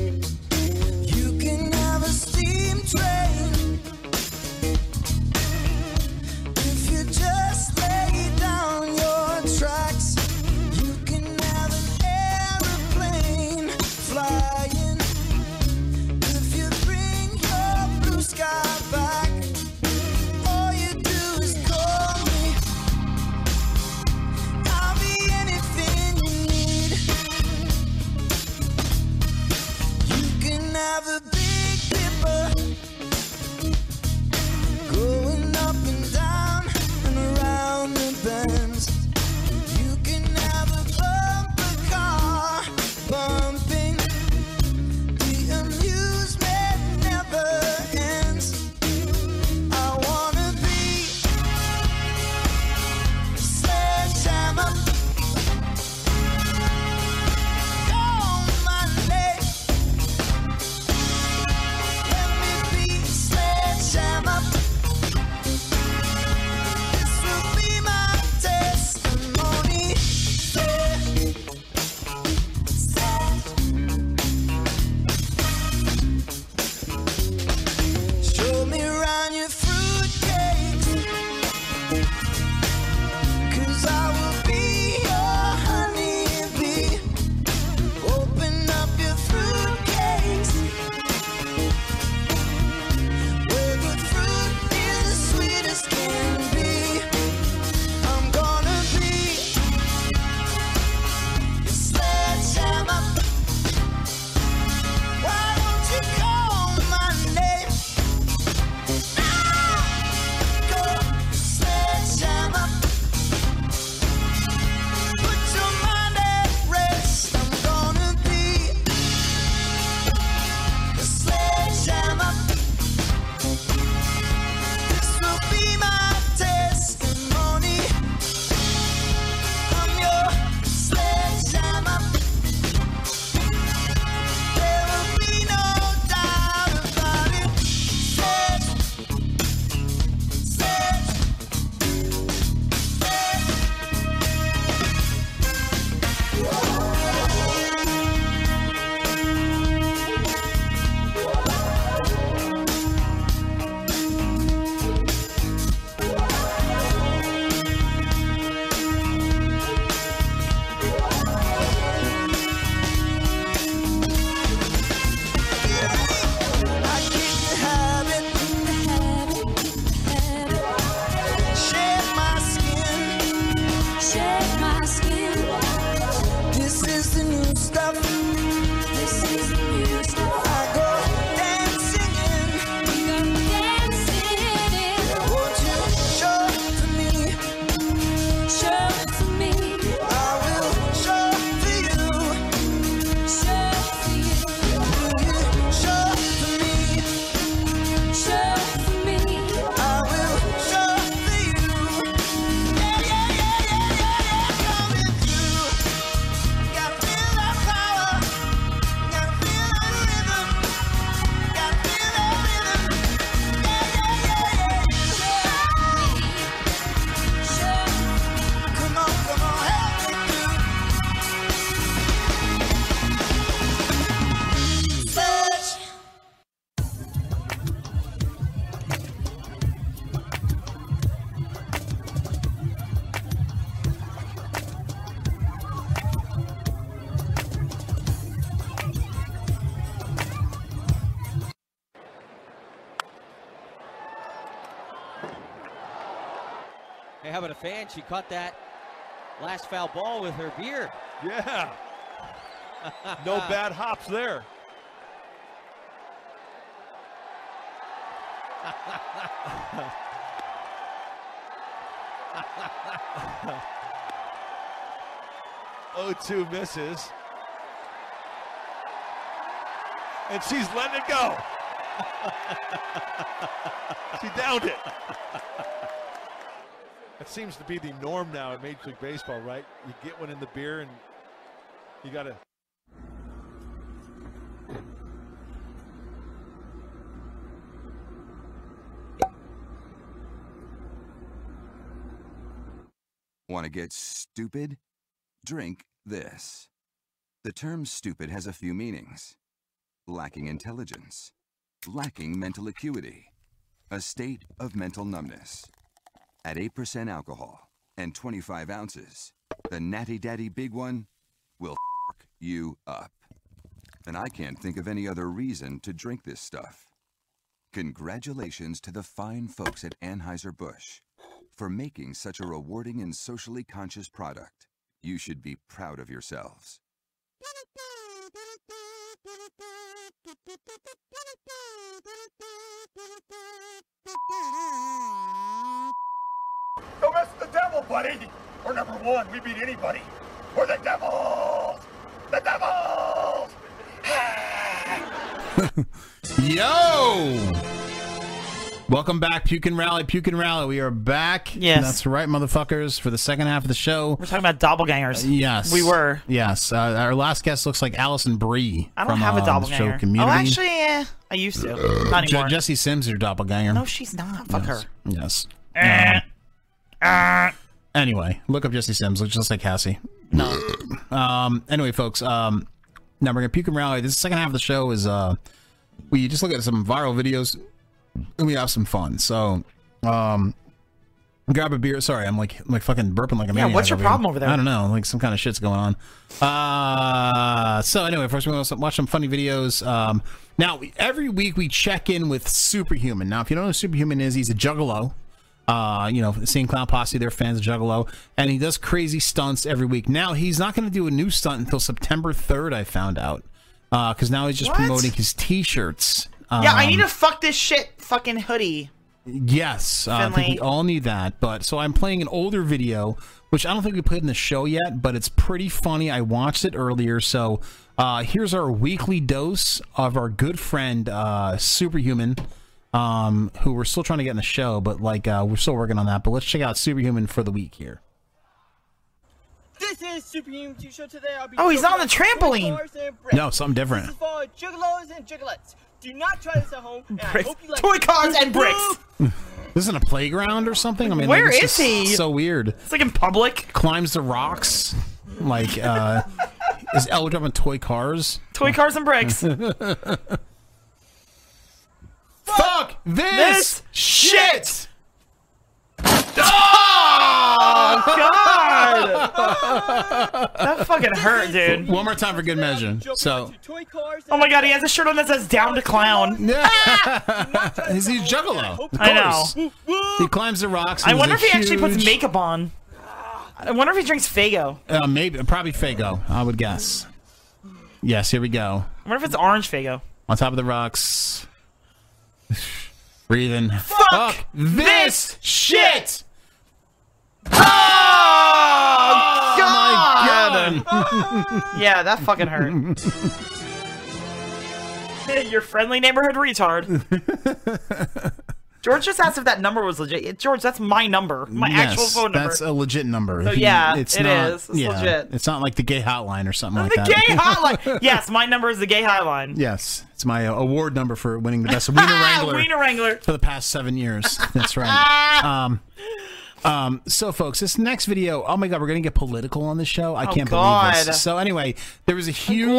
You can have a steam train if you just lay down your tracks. You can have an airplane flying if you bring your blue sky back. All you do is call me. I'll be anything you need. You can have a big dipper going up and down and around the bends. You can have a bumper car bumping. The amusement never ends. I wanna be a sledgehammer. On my leg. I will be your honeybee. Open up your fruitcakes. Where the fruit is the sweetest can be. I'm gonna be your sledgehammer. Why don't you call my name? Ah, go sledgehammer. Put your mind at rest. I'm gonna be your sledgehammer. This will be my testimony. I'm your sledgehammer. There will be no doubt about it. Sledge, sledge, I kick the habit, shed my skin, shed my skin. This is the new stuff. This is the new stuff. I go
having a fan. She caught that last foul ball with her beer.
Yeah. No bad hops there. oh two misses. And she's letting it go. she downed it. That seems to be the norm now in Major League Baseball, right? You get one in the beer and you got to.
Want to get stupid? Drink this. The term stupid has a few meanings lacking intelligence, lacking mental acuity, a state of mental numbness. At 8% alcohol and 25 ounces, the Natty Daddy Big One will f you up. And I can't think of any other reason to drink this stuff. Congratulations to the fine folks at Anheuser-Busch for making such a rewarding and socially conscious product. You should be proud of yourselves.
Go mess with the devil, buddy! We're number one, we beat anybody. We're the devils! The devils!
Yo! Welcome back, Puke and Rally. Puke and Rally, we are back.
Yes.
That's right, motherfuckers, for the second half of the show. We're
talking about doppelgangers.
yes.
We were.
Yes. Uh, our last guest looks like Allison Brie.
I don't
from,
have
uh,
a
the
doppelganger.
Show community.
Oh, actually, yeah, I used to. Not
Je-
anymore.
Jesse Sims, is your doppelganger.
no, she's not. Fuck
yes.
her.
Yes. Uh, anyway, look up Jesse Sims. Looks just like Cassie. No. um. Anyway, folks. Um. Now we're gonna puke and rally. This second half of the show is uh, we just look at some viral videos, and we have some fun. So, um, grab a beer. Sorry, I'm like I'm like fucking burping like a
Yeah,
maniac
what's your problem over there?
I don't know. Like some kind of shit's going on. Uh. So anyway, first we want to watch some funny videos. Um. Now we- every week we check in with Superhuman. Now if you don't know who Superhuman is, he's a juggalo uh, you know, seeing Clown Posse, they're fans of Juggalo, and he does crazy stunts every week. Now he's not going to do a new stunt until September third. I found out because now he's just
What?
promoting his T-shirts.
yeah, I
Um,
need to fuck this shit fucking hoodie.
Yes, uh, I think we
Finley.
all need that. But so I'm playing an older video, which I don't think we played in the show yet, but it's pretty funny. I watched it earlier, so uh, here's our weekly dose of our good friend uh, Superhuman, um, who we're still trying to get in the show, but like uh, we're still working on that. But let's check out Superhuman for the week here.
This is Superhuman Q Show today. I'll be
Oh, he's
joking
on the
about
trampoline.
bars and bricks.
No, something different.
This is for all Oh, juggalos and juggalettes. Do not try this at home. And I
Bricks.
hope you like
Toy cars and bricks.
This isn't a playground or something. I mean,
Where
like, it's
is
just
he?
So weird. It's
like in public.
Climbs the rocks. Like uh, is L driving toy cars? Oh.
Toy cars and bricks.
Fuck this,
This
shit! Ah!
Oh god! that fucking hurt, dude.
One more time for good measure. So
Oh my god, he has a shirt on that says "Down to Clown."
Yeah. he's he's juggalo. Of
I know.
course. He climbs the rocks.
I
and
wonder if
there's
he
a
actually puts
huge-
makeup on. I wonder if he drinks Fago.
Uh, maybe probably Fago. I would guess. Yes. Here we go.
I wonder if it's orange Fago.
On top of the rocks. Breathing.
Fuck,
this shit! Oh
Oh,
my
god! yeah, that fucking hurt. Your friendly neighborhood retard. George just asked if that number was legit. George, that's my number, my
Yes,
actual phone number.
That's a legit number.
So
If you-
yeah,
it's
it
not,
is. It's
yeah,
legit.
It's not like the gay hotline or something like
the
that.
gay hotline. yes, my number is the gay hotline.
Yes, it's my uh, award number for winning the best Wiener Wrangler
Wiener Wrangler.
for the past seven years. That's right. Um, um, so, folks, this next video. Oh my God, we're gonna get political on this show. I
Oh,
can't believe
God.
this. So, anyway, there was a huge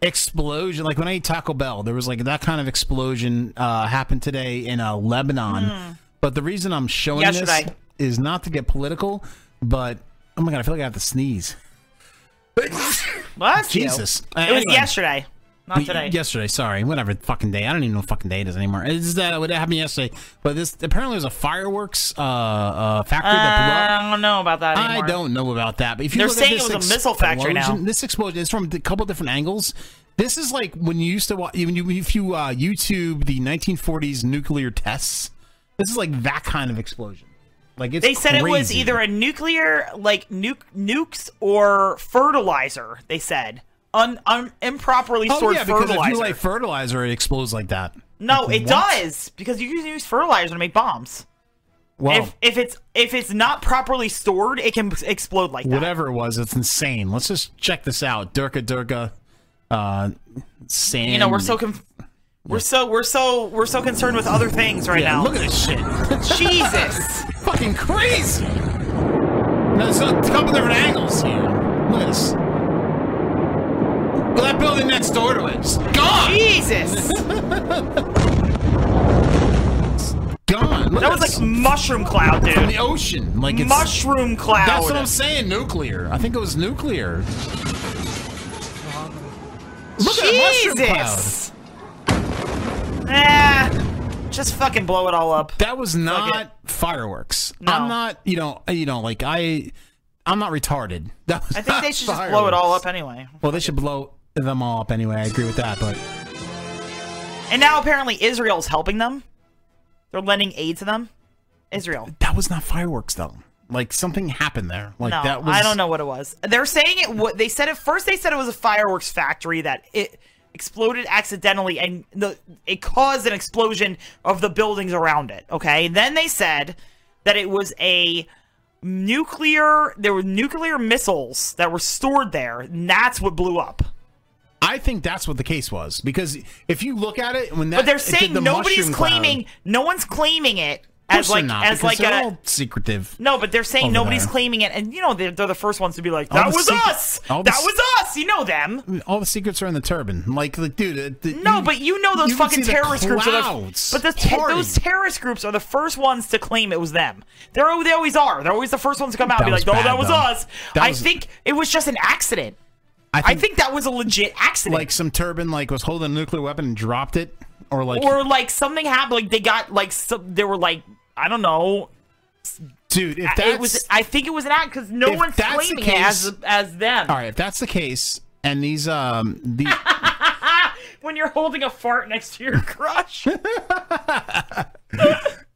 explosion. Like when I ate Taco Bell, there was like that kind of explosion uh, happened today in uh, Lebanon.
Hmm.
But the reason I'm showing
Yesterday.
this is not to get political, but oh my God, I feel like I have to sneeze.
Bless you.
Jesus.
It was
Anyway.
yesterday. Not
We-
today.
Yesterday, sorry, whatever fucking day. I don't even know what fucking day it is anymore. It's uh, what happened yesterday. But this apparently there's a fireworks uh, uh factory that blew up.
I don't know about that.
I
anymore.
don't know about that, but if you
They're
look
saying
at this
it was a missile factory now.
explosion- This explosion is from a couple different angles. This is like when you used to watch, when you if you uh, YouTube the 1940s nuclear tests. This is like that kind of explosion. Like it's
they said it was
crazy.
either a nuclear, like nuke nukes, or fertilizer. They said un, un improperly
oh
stored
yeah, because
fertilizer.
if you like fertilizer, it explodes like that.
no,
Like,
it
what?
does because you can use fertilizer to make bombs.
Well,
If if it's if it's not properly stored, it can explode like that.
whatever it was, it's insane. Let's just check this out. Durka Durka, uh, sand.
You know, we're so conf- we're so we're so we're so concerned with other things right
Yeah,
now.
Look at this shit.
Jesus,
fucking crazy. There's a couple different angles here. Look at this. Well, that building next door to it's gone.
Jesus.
gone.
that was like mushroom cloud, dude.
From the ocean, like it's,
mushroom cloud.
That's what I'm saying. Nuclear. I think it was nuclear. Look at that mushroom cloud.
Jesus. Ah, just fucking blow it all up.
That was not fireworks. I'm not, you know, you know, like I, I'm not retarded. That was
I think they
not
should just blow it all
fireworks.
up anyway.
Well, they should blow them all up anyway. I agree with that, but
And now apparently Israel's helping them. They're lending aid to them. Israel.
that was not fireworks though. Like something happened there. Like
no,
that was.
I don't know what it was. They're saying it. wa- They said at first they said it was a fireworks factory that it exploded accidentally and the it caused an explosion of the buildings around it. Okay, then they said that it was a nuclear. There were nuclear missiles that were stored there, and that's what blew up.
I think that's what the case was because if you look at it, when that
but they're
it did
saying
the
nobody's
mushroom cloud-
claiming. No one's claiming it
Of
as
course they're
like
not,
as
because
like
they're
a.
all secretive.
No, but they're saying
over
nobody's
there.
claiming it, and you know they're, they're the first ones to be like,
All
"That
the
was
secret-
us!
all
That
the s-
was us!" You know them.
All the secrets are in the turban. Like, like dude. it- the-
No, but you know those
you can
fucking
see the
terrorist groups. Are the,
clouds
but the te-
parting.
those terrorist groups are the first ones to claim it was them. They're al- they always are. They're always the first ones to come out
That
and be
was
like, "No,
bad,
that was
though.
us."
That
I
was-
think it was just an accident.
I
I
think-
think, that was a legit accident,
like some turban like was holding a nuclear weapon and dropped it, or like
or like something happened. Like they got like some, they were like I don't know.
dude, if
I-
that's
it was, I think it was an act because no
if
one's
that's the
claiming it
case-
as as them.
all right, if that's the case, and these um
Ah,
the
when you're holding a fart next to your crush.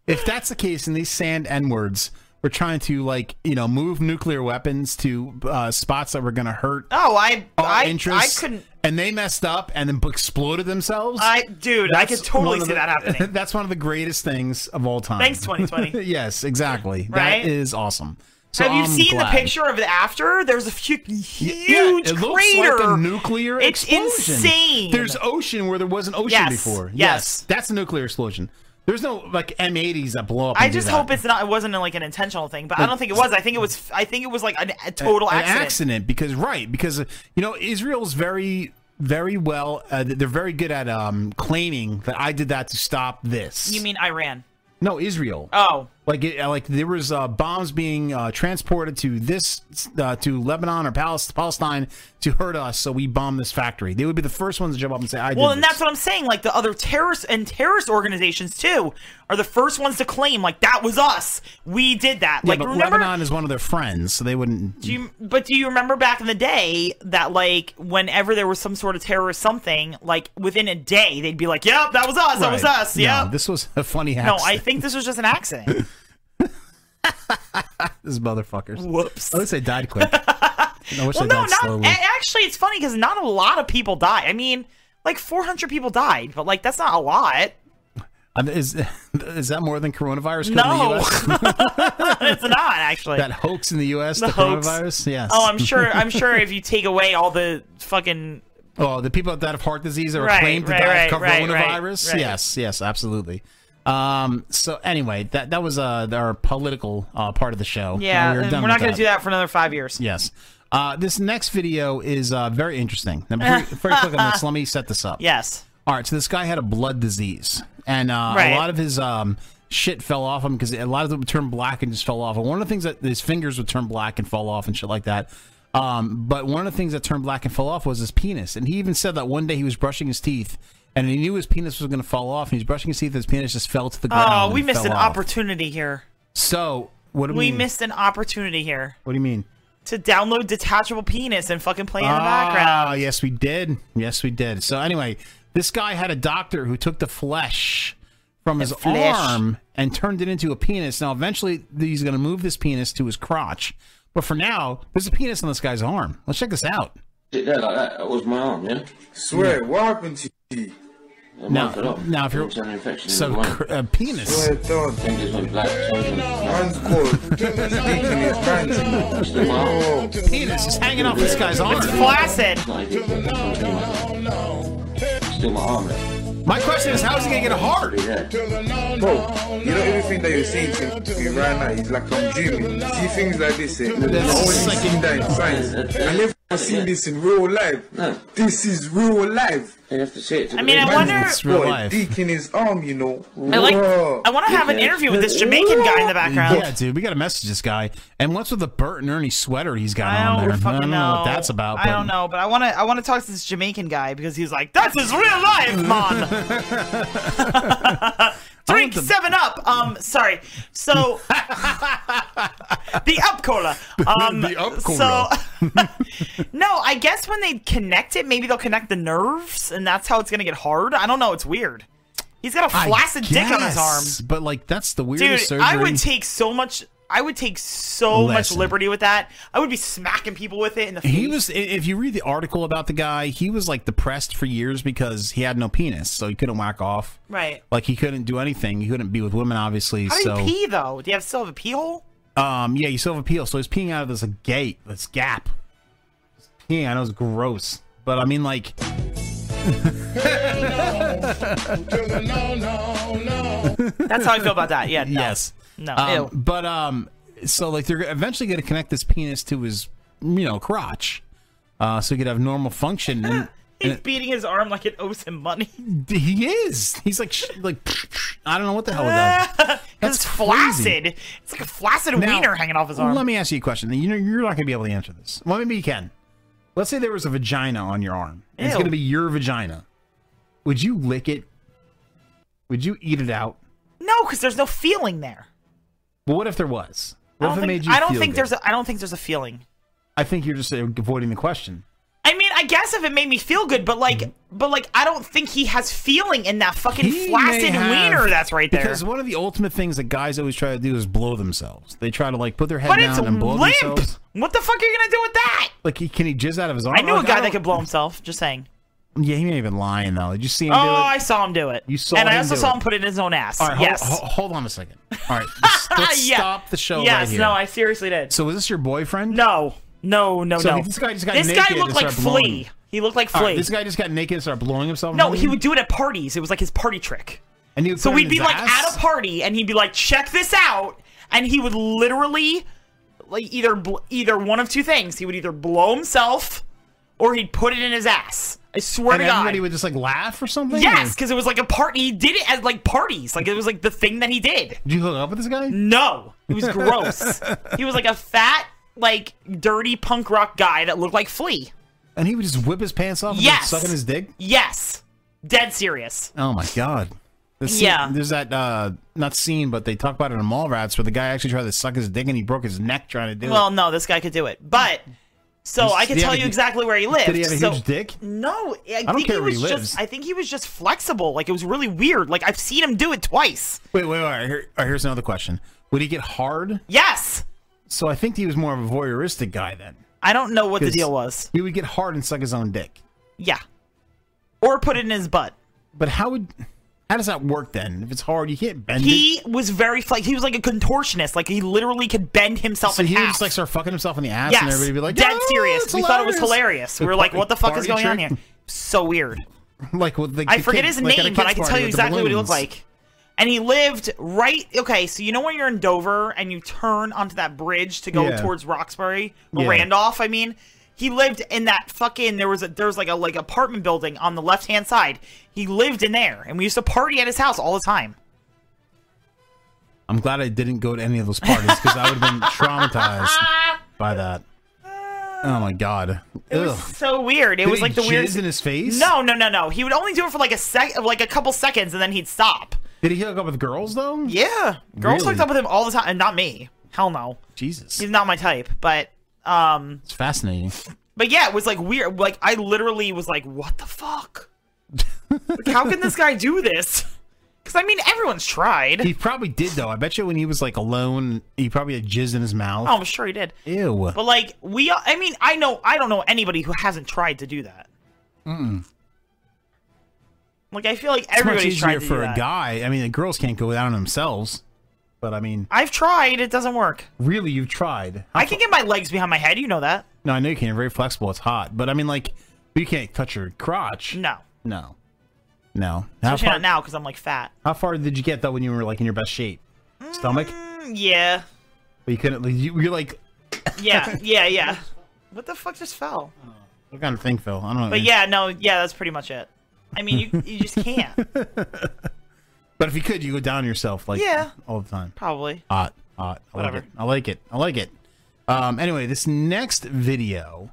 if that's the case, and these sand n words were trying to like you know move nuclear weapons to uh, spots that were gonna hurt
oh, I,
our
I,
interests,
I couldn't.
and they messed up and then exploded themselves.
I, dude, I
That's
could totally
one of the-
see that happening.
that's one of the greatest things of all time.
Thanks, 2020.
yes, exactly.
Right?
That is awesome. So
Have you
I'm
seen
glad.
the picture of the after? There's a few, huge
it
crater.
looks like a nuclear
it's
explosion.
insane.
There's ocean where there wasn't ocean
Yes,
before.
yes.
that's a nuclear explosion. There's no like M80s that blow up.
I
and do
just
that.
hope it's not. It wasn't like an intentional thing, but I don't think it was. I think it was. I think it was like an, a total
an
accident.
because right because uh, you know Israel's very very well uh, they're very good at um claiming that I did that to stop this.
You mean Iran?
no Israel.
Oh,
Like it, uh, like there was uh, bombs being uh, transported to this uh, to Lebanon or Palis- Palestine to hurt us, so we bombed this factory. They would be the first ones to jump up and say, "I did."
well, and
this."
that's what I'm saying. Like the other terrorist and terrorist organizations too are the first ones to claim like that was us. We did that.
Yeah,
like
but
remember
Lebanon is one of their friends, so they wouldn't.
Do you, but do you remember back in the day that like whenever there was some sort of terrorist something, like within a day they'd be like, "Yep, that was us. That was
Right.
us.
No,
Yep."
this was a funny
No,
accident.
I think this was just an accident.
This motherfuckers.
Whoops.
At least they died quick. I wish
well,
they
no,
died
not
slowly.
a- actually. It's funny because not a lot of people die. I mean, like 400 people died, but like that's not a lot.
Um, is is that more than coronavirus? killed in the
No,
US?
it's not actually.
that hoax in the U.S. The,
The hoax.
coronavirus. Yes.
Oh, I'm sure. I'm sure if you take away all the fucking
Oh, the people that died of heart disease that were
Right,
claimed to
right,
die of
right, right, right,
coronavirus.
right.
Yes, yes, absolutely. Um. So anyway, that that was uh our political uh part of the show.
yeah,
And we were
we're,
done with
not going to do that for another five years.
Yes. Uh, this next video is uh, very interesting. Now, before, before I click on this, let me set this up.
Yes.
All right. So this guy had a blood disease, and uh,
Right.
a lot of his um, shit fell off him because a lot of them turned black and just fell off. And one of the things that his fingers would turn black and fall off and shit like that. Um, but one of the things that turned black and fell off was his penis. And he even said that one day he was brushing his teeth and he knew his penis was going to fall off. And he was brushing his teeth, and his penis just fell to the ground.
Oh,
and
we missed
fell
an
off.
opportunity here.
So, what do
we
mean?
missed an opportunity here
What do you mean?
to download detachable penis and fucking play in the background.
Ah, yes, we did. Yes, we did. So anyway, this guy had a doctor who took the flesh from his
flesh.
arm and turned it into a penis. Now, eventually, he's going to move this penis to his crotch. But for now, there's a penis on this guy's arm. Let's check this out.
Did that like that. That was my arm, yeah?
Swear,
what happened to you? I
Now-
marked it up.
now if you're-
It's an infection
So,
in the
cr- a penis.
Fingers went black. Hands
Penis is hanging off this guy's arm.
It's
flaccid.
Still my arm. left.
My question is, how is he going to get a heart?
Bro, you know everything that you see to me right now is like I'm dreaming. See things like this, eh? I've only seen that in science. I never seen this in real life. This is real life.
You have to see it.
I mean, I wonder-
Man's
It's real
got a
life.
dick in his arm, you know.
I like. I want to have an interview with this Jamaican guy in the background.
Yeah, dude, we got to message this guy. And what's with the Bert and Ernie sweater he's got
I
on
don't
there? I
fucking
don't know what that's about.
I
but-
don't know, but I want to. I want to talk to this Jamaican guy because he's like, "That's his real life, man." Drink seven up. Um, sorry. So the up cola. Um,
The up
So no, I guess when they connect it, maybe they'll connect the nerves, and that's how it's gonna get hard. I don't know. It's weird. He's got a
I
flaccid dick on his arm.
guess, But like, that's the weirdest
Dude,
surgery.
I would take so much. I would take so
Listen.
much liberty with that. I would be smacking people with it in the face.
He was. i- If you read the article about the guy, he was like depressed for years because he had no penis, so he couldn't whack off.
Right.
Like he couldn't do anything. He couldn't be with women, obviously.
How do
so,
you pee though? Do you have still have a pee hole?
um, yeah, you still have a peel. So he's peeing out of this like, gate, this gap. He's peeing. I know it's gross, but I mean, like,
That's how I feel about that. Yeah. No.
Yes.
No.
Um,
ew.
But um, so like they're eventually going to connect this penis to his, you know, crotch, uh, so he could have normal function. And, and
He's beating his arm like it owes him money.
it- he is. He's like, sh- like, I don't know what the hell it does. That's
it's
crazy.
flaccid. It's like a flaccid
Now,
wiener hanging off his arm.
Let me ask you a question. You know, you're not going to be able to answer this. Well, maybe you can. Let's say there was a vagina on your arm. And it's
Ew.
going to be your vagina. Would you lick it? Would you eat it out?
No, because there's no feeling there.
But what if there was?
I
What if
don't
it
think,
made you
I don't
feel
think
good?
there's a, I don't think there's a feeling.
I think you're just uh, avoiding the question.
I mean, I guess if it made me feel good, but like, but like, I don't think he has feeling in that fucking
Mm-hmm. He may
flaccid
have-
wiener that's right there.
Because one of the ultimate things that guys always try to do is blow themselves. They try to like put their head
But it's
down and blow
limp.
themselves.
What the fuck are you gonna do with that?
Like, he, can he jizz out of his arm?
I knew a
Like,
guy that
don't-
could blow himself. Just saying.
Yeah, he may have been lying though. Did you see
Oh,
him do it?
I saw him do it.
You saw
and I
him
also
do
saw
it.
him put it in his own ass.
All right, hold-
yes.
ho- hold, on a second. All right, let's, let's
Yeah.
stop the show right
Yes,
here.
no, I seriously did.
So was this your boyfriend?
No, no, no,
so
no.
This guy just got
This guy
naked and
looked like
started blowing.
Flea. He looked like
All right,
Flea.
this guy just got naked and started blowing himself.
no, he would do it at parties. It was like his party trick.
And he would
So
put it
we'd
in
be
his
like
ass?
at a party, and he'd be like, "Check this out," and he would literally, like, either bl- either one of two things. He would either blow himself, or he'd put it in his ass. I swear
and
to God.
everybody would just like laugh or something.
Yes,
Or-
because it was like a party. He did it at like parties. Like it was like the thing that he did.
Did you hook up with this guy?
No, he was gross. he was like a fat, like dirty punk rock guy that looked like Flea.
and he would just whip his pants off. and start
Yes.
sucking his dick.
Yes, dead serious.
Oh my god. The scene-
Yeah.
There's that uh not scene, but they talk about it in Mallrats where the guy actually tried to suck his dick and he broke his neck trying to do
well,
it.
no, this guy could do it, but so
Does-
I could
did he
tell
have a
you
hu-
exactly where he lived.
Did he have a
so-
huge dick?
No, I,
don't
think
care
he
where he
was
lives.
just. I think he was just flexible. Like it was really weird. Like I've seen him do it twice.
Wait, wait, wait. all right, here's another question. Would he get hard?
Yes.
So I think he was more of a voyeuristic guy then.
I don't know what the
'Cause
deal was.
He would get hard and suck his own dick.
Yeah, or put it in his butt.
But how would how does that work then? If it's hard, you can't bend it.
He was very like he was like a contortionist. Like he literally could bend himself
So
in
he would
half.
just like start fucking himself in the ass
yes,
and everybody would be like,
dead
"Oh,
serious.
it's
We thought it was
hilarious."
hilarious. We were like, what the fuck is
Party
going on
trick.
here? So weird.
Like with the
I
the
forget
kid-
his
like, at a
name, but
kid's
I can
party
tell you
with the
exactly what he looked
balloons.
like. And he lived right. Okay, so you know when you're in Dover and you turn onto that bridge to go
Yeah.
towards Roxbury or
Yeah.
Randolph. I mean, he lived in that fucking. There was a there was like a like apartment building on the left hand side. He lived in there, and we used to party at his house all the time.
I'm glad I didn't go to any of those parties because I would have been traumatized by that. Oh my god.
It was
Ugh.
so weird. It
Did
was
he
like the weird.
jizz in his face?
No, no, no, no. He would only do it for like a sec, like a couple seconds, and then he'd stop.
Did he hook up with girls though?
Yeah, girls
Really?
hooked up with him all the time, and not me. Hell no.
Jesus.
He's not my type. But um,
It's fascinating.
but yeah, it was like weird. Like I literally was like, what the fuck? like, how can this guy do this? Because I mean, everyone's tried.
He probably did though. I bet you when he was like alone, he probably had jizz in his mouth.
Oh, I'm sure he did.
Ew.
But like we, I mean, I know, I don't know anybody who hasn't tried to do that.
Mm.
Like I feel like
It's much
everybody's tried
easier
to do
for a
that.
guy. I mean, the girls can't go without on themselves. But I mean,
I've tried. It doesn't work.
really, you've tried.
I can get my legs behind my head. You know that.
No, I know you can. You're very flexible. It's hot. But I mean, like, you can't touch your crotch.
No.
No. No. How
Especially
far,
not now because I'm like fat.
how far did you get though when you were like in your best shape? Stomach?
Mm, yeah.
But you couldn't. You, you're like,
Yeah. Yeah. Yeah. what the fuck just fell?
what kind of thing, Phil? I don't know.
But yeah, no, yeah, that's pretty much it. I mean, you you just can't.
But if you could, you go down yourself like
Yeah.
all the time.
Probably.
Hot, hot. Uh, I
Whatever.
Like it. I like it. I like it. Um, anyway, this next video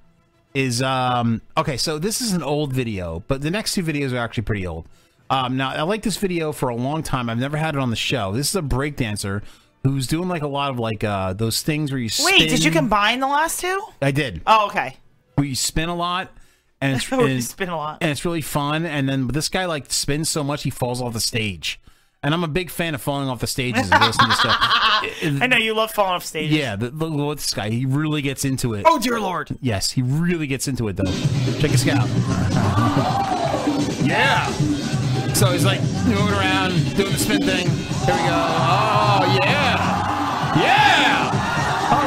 is um okay. So this is an old video, but the next two videos are actually pretty old. Um, now I like this video for a long time. I've never had it on the show. This is a breakdancer who's doing like a lot of like uh those things where you spin.
Wait, did you combine the last two?
I did.
Oh, okay.
Where you spin a lot, and it's,
Where you
and-
spin a lot.
and it's really fun. And then this guy like spins so much he falls off the stage. And I'm a big fan of falling off the stages and listening to stuff.
I know you love falling off stage.
Yeah, the, the, look at this guy, he really gets into it.
Oh dear lord.
Yes, he really gets into it though. Check this guy out. yeah. So he's like moving around, doing the spin thing. Here we go. Oh yeah. Yeah. All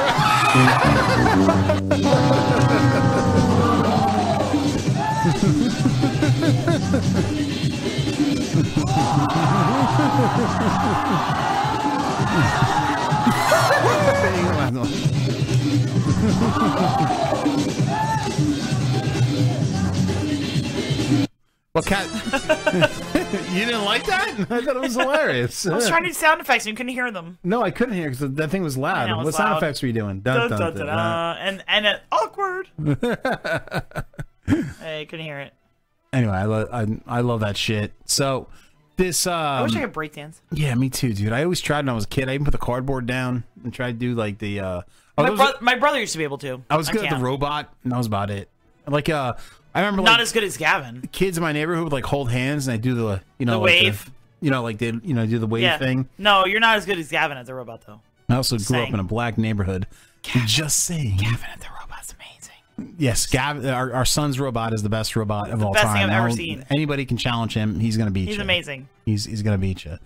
What kind? you didn't like that? I thought it was hilarious.
I was trying to do sound effects and you couldn't hear them.
No, I couldn't hear because that thing was loud.
I know, it
what
was
sound
loud.
effects were you doing?
Dun, dun, dun, dun. And and it, awkward.
dun.
I couldn't hear it.
anyway, I, lo- I I love that shit. So this. Um,
I wish I could breakdance.
Yeah, me too, dude. I always tried when I was a kid. I even put the cardboard down and tried to do like the. Uh, oh,
my,
those-
bro- my brother used to be able to.
I was good at
can't.
the robot, and that was about it. Like uh, I remember
Not
like,
as good as Gavin.
kids in my neighborhood would like hold hands and they do the you know
The
like,
wave.
you know like they you know do the wave
yeah.
thing.
No, you're not as good as Gavin at the robot though.
I also grew up
Saying.
in a black neighborhood. Just saying. Gavin
at the robot's amazing.
Yes, Gavin, our, our son's robot is the best robot of all
best thing
time.
I've ever
I'll-
seen.
Anybody can challenge him, he's gonna beat
He's
you.
amazing.
He's he's gonna beat you.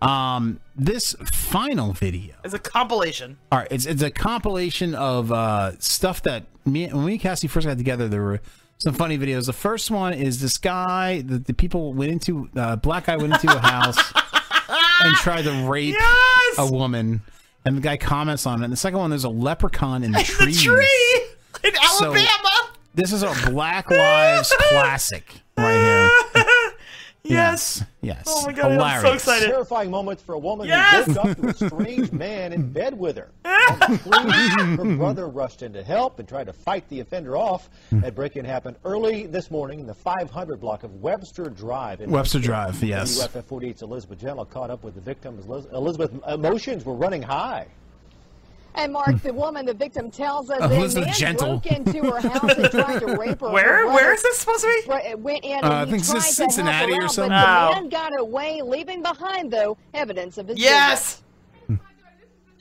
Um, this final video.
It's a compilation.
All right, it's it's a compilation of uh stuff that me when me and Cassie first got together. There were some funny videos. The first one is this guy that the people went into. Uh, black guy went into a house and tried to rape a woman, and the guy comments on it. And the second one, there's a leprechaun in the tree.
Tree in
So-
Alabama.
This is a Black Lives classic right here.
Yes.
Yes.
Oh my god, I'm so
Hilarious.
excited.
Terrifying moment for a woman
Yes!
who woke up to a strange man in bed with her. On the screen, her brother rushed in to help and tried to fight the offender off.
Hmm.
That break-in happened early this morning in the 500 block of Webster Drive. In
Webster Drive, yes.
UFF 48's Elizabeth Jenna caught up with the victim. Eliz- Elizabeth, emotions were running high.
And Mark, the woman, the victim, tells
Oh,
us that a
Elizabeth
man
Gentle.
broke into her house and tried to rape her.
Where-
Her brother
where is this supposed to
br- Went
Uh,
in. and
I
he
think it's
tried
just
to help her
Cincinnati or
out,
something.
But
No.
the man got away, leaving behind though evidence of his.
Yes.
visit. Hmm.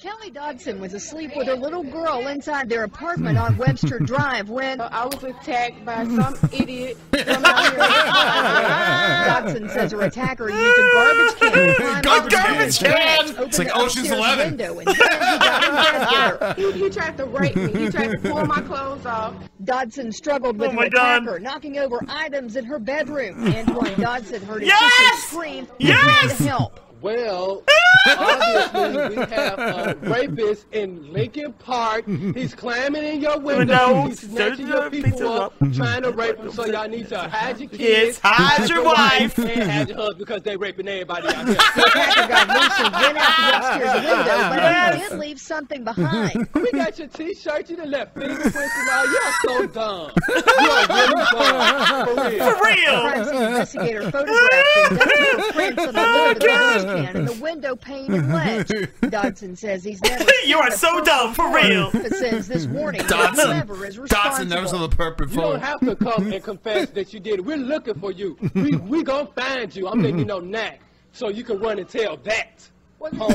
Kelly Dodson was asleep with a little girl inside their apartment on Webster Drive when Uh, I was attacked by some idiot from out here. Dodson says her attacker used a garbage can. to climb
Garbage
over the
can!
stairs,
It's
opened
like oh,
the
Ocean's
upstairs
11.
window, and there he got in bed with her.
He, he tried to rape me. He tried to pull my clothes off.
Dodson struggled with
Oh
her
my God.
attacker, knocking over items in her bedroom. Antoine Dodson heard his
Yes!
sister scream.
Yes!
And ran to help. Well,
Obviously, we have a rapist in Lincoln Park. He's climbing in your window.
Windows.
He's snatching your people up, trying to rape them. So y'all need to hide your kids,
Yes, hide your wife.
and hide your husband because they raping everybody out here.
But he did leave something behind.
We got your t-shirt. You done left fingerprints and all. You're so dumb. You're really dumb. For real.
For real. Crime scene investigator photographed industrial prints on the
Oh,
lid of the garbage can and the window pane and ledge. Dodson says he's never.
You
seen
are
a
so
purple
dumb, for
phone,
real.
But says this warning
Dodson.
whoever is
Dodson,
responsible.
those are the purple
You don't
phone.
have to come and confess that you did it. We're looking for you. We we gonna find you. I'm letting you know now, so you can run and tell that. Homeboy.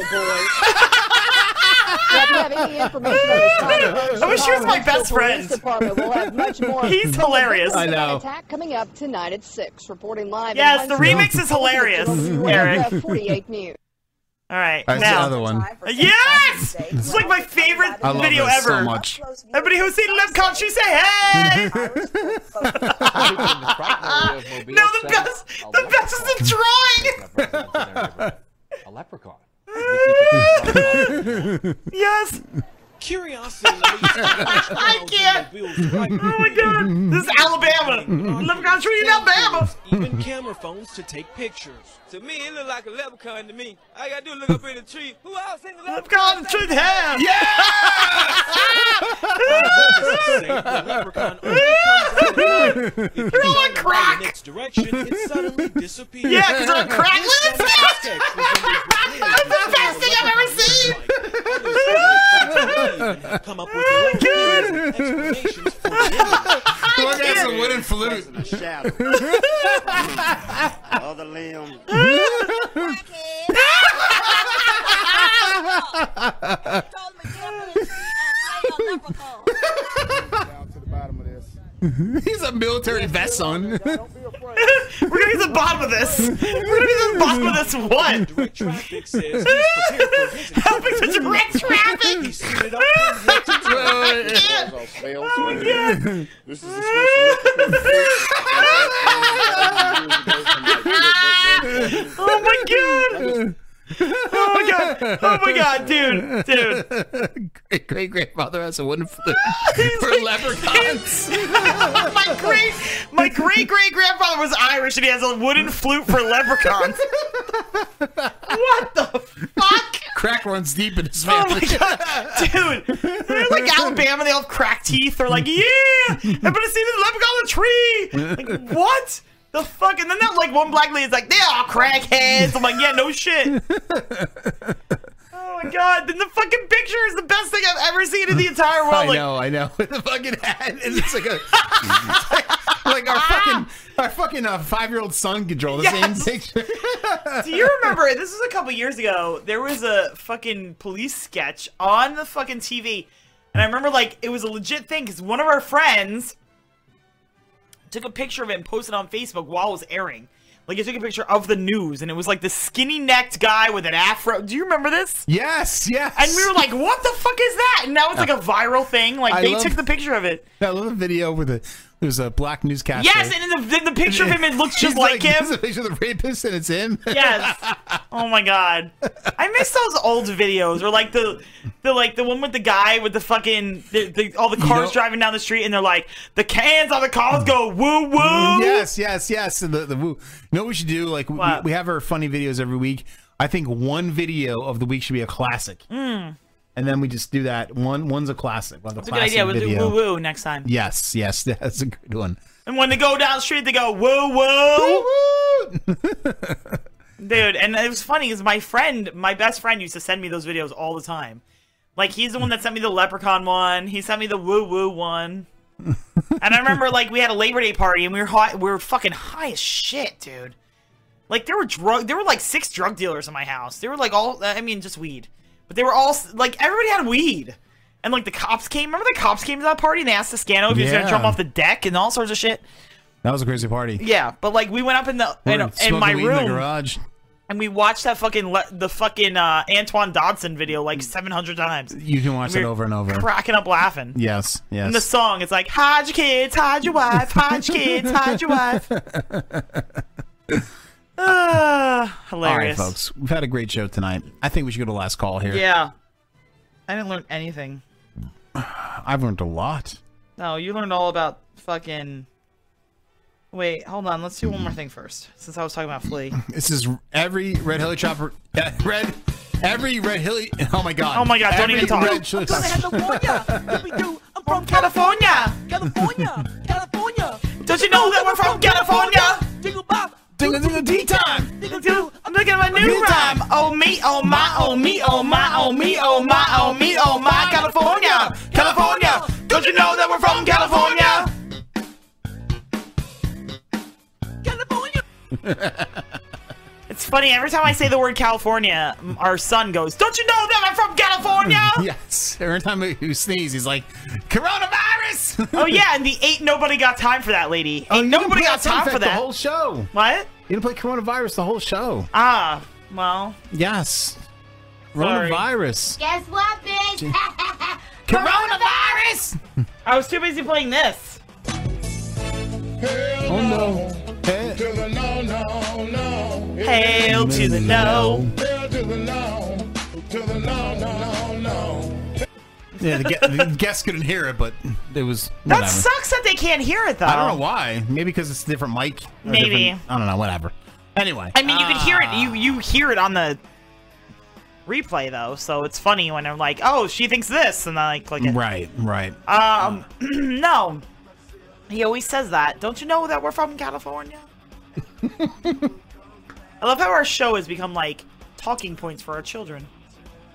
If you have any information on this crime,
I wish he was my
Colorado
best
Police
friend.
Department will have much more
He's hilarious.
About
I know.
Attack coming up tonight at six. Reporting live.
Yes,
in
the
Huntsville,
remix is hilarious,
WRF
Eric.
48 News.
All
All
right,
right, it's the
now
other one.
Yes, it's like my favorite
I love
video
this
ever.
so much.
Everybody who's seen Love Country say hey. no, the best, the best is the drawing.
A leprechaun.
Yes.
Curiosity.
I can't. Oh my god, this is Alabama. Love Country in Alabama.
Even camera phones to take pictures. To me, it looked like a leprechaun to me. I gotta do look up in the tree. Who else in the
Leprechaun in the hair.
You're on crack. Next direction, it suddenly disappears.
Yeah, 'cause I'm crack. Look at this.
That's
the best thing I've ever seen.
Come up with your own theories and explanations for the
Look at some
image.
wooden flute.
The shadow.
Other limb.
He's a military vet son.
We're gonna get to the bottom of this. We're gonna get to the bottom of this. What? Helping to direct traffic. Oh
This is a special
Oh my god. Oh my god. Oh my god, dude. Dude.
Great great grandfather has a wooden flute for leprechauns.
my great my great great grandfather was Irish and he has a wooden flute for leprechauns.
Crack runs deep in his
Oh
family.
my god, dude! They're like Alabama, they all have cracked teeth. They're like, yeah, I'm gonna see this leprechaun on the tree. Like, what the fuck? And then that like one black lady's like, they're all crackheads. I'm like, yeah, no shit. Oh my god! Then the fucking picture is the best thing I've ever seen in the entire world.
I
like,
know, I know. the fucking hat, and it's like a like, our fucking our fucking uh, five year old son could draw the
Ah! Yes.
same picture.
Do you remember? This was a couple years ago. There was a fucking police sketch on the fucking TV, and I remember like it was a legit thing because one of our friends took a picture of it and posted it on Facebook while it was airing. Like, he took a picture of the news, and it was like the skinny necked guy with an afro. Do you remember this?
Yes, yes.
And we were like, "What the fuck is that?" And now it's like a viral thing. Like
I
they
love-
took the picture of it.
That little video with the there's a black newscaster.
Yes, and in the, in the picture of him, it looks just
He's
like, him.
Here's a picture of the rapist, and it's him.
Yes. Oh my god. I miss those old videos or like the the like the one with the guy with the fucking the, the, all the cars driving down the street and they're like the cans on the cars go woo woo.
Yes, yes, yes. and The, the woo. You know what we should do? Like we,
What?
we have our funny videos every week. I think one video of the week should be a classic,
Mm.
and then we just do that. One one's a classic. One
That's a good idea. We'll do woo woo next time.
Yes, yes, that's a good one.
And when they go down the street, they go woo woo. Dude, and it was funny because my friend, my best friend, used to send me those videos all the time. Like he's the one that sent me the leprechaun one. He sent me the woo woo one. and I remember like we had a Labor Day party and we were hot, we were fucking high as shit, dude. Like there were drug, there were like six drug dealers in my house. They were like all, I mean, just weed, but they were all like everybody had weed. And like the cops came. Remember the cops came to that party and they asked the Scano if he was gonna
Yeah.
jump off the deck and all sorts of shit.
That was a crazy party.
Yeah, but like we went up in the
We're
in, in
smoking
my
weed
room
in the garage.
and we watched that fucking le- the fucking uh, Antoine Dodson video like 700 times.
You can watch
And we
it
were
over and over.
Cracking up laughing.
Yes, yes.
And the song, it's like, hide your kids, hide your wife, hide your kids, hide your wife. Uh, hilarious.
All right, folks. We've had a great show tonight. I think we should go to last call here.
Yeah. I didn't learn anything.
I've learned a lot.
No, you learned all about fucking. Wait, hold on. Let's do one more thing first, since I was talking about Flea.
This is every red hilly chopper. eh, Red. Every red hilly. Oh my god.
Oh my God, don't
Every
even talk.
Red Chili Pepper-
I'm from California. California. California. Don't you know that we're from California? Jingle bop. Jingle jingle tea time. Jingle jingle. I'm looking at my new time. Oh me, oh my, oh me, oh my, oh me, oh my, oh me, oh my, California, California. Don't you know that we're from California? It's funny. Every time I say the word California, our son goes, "Don't you know that I'm from California?"
yes. Every time he sneezes, he's like, coronavirus. Oh,
oh yeah, and the ain't nobody got time for that lady. Ain't nobody got time for
The
that.
whole show.
What?
You didn't play coronavirus the whole show.
ah, well,
Yes.
Sorry.
Coronavirus.
Guess what, bitch?
coronavirus. I was too busy playing this.
Oh no.
no, no, no.
Hail to the no.
Hail to the no. To the no, no, no, no.
Yeah, the, gu- the guests couldn't hear it, but it was.
That
whatever.
sucks that they can't hear it though.
I don't know why. Maybe because it's a different mic. or
Maybe.
different- I don't know. Whatever. Anyway. uh,
I mean, you can hear it. You you hear it on the replay though, so it's funny when I'm like, "Oh, she thinks this," and then I click it.
Right. Right.
Um, no. He always says that. Don't you know that we're from California? I love how our show has become like talking points for our children.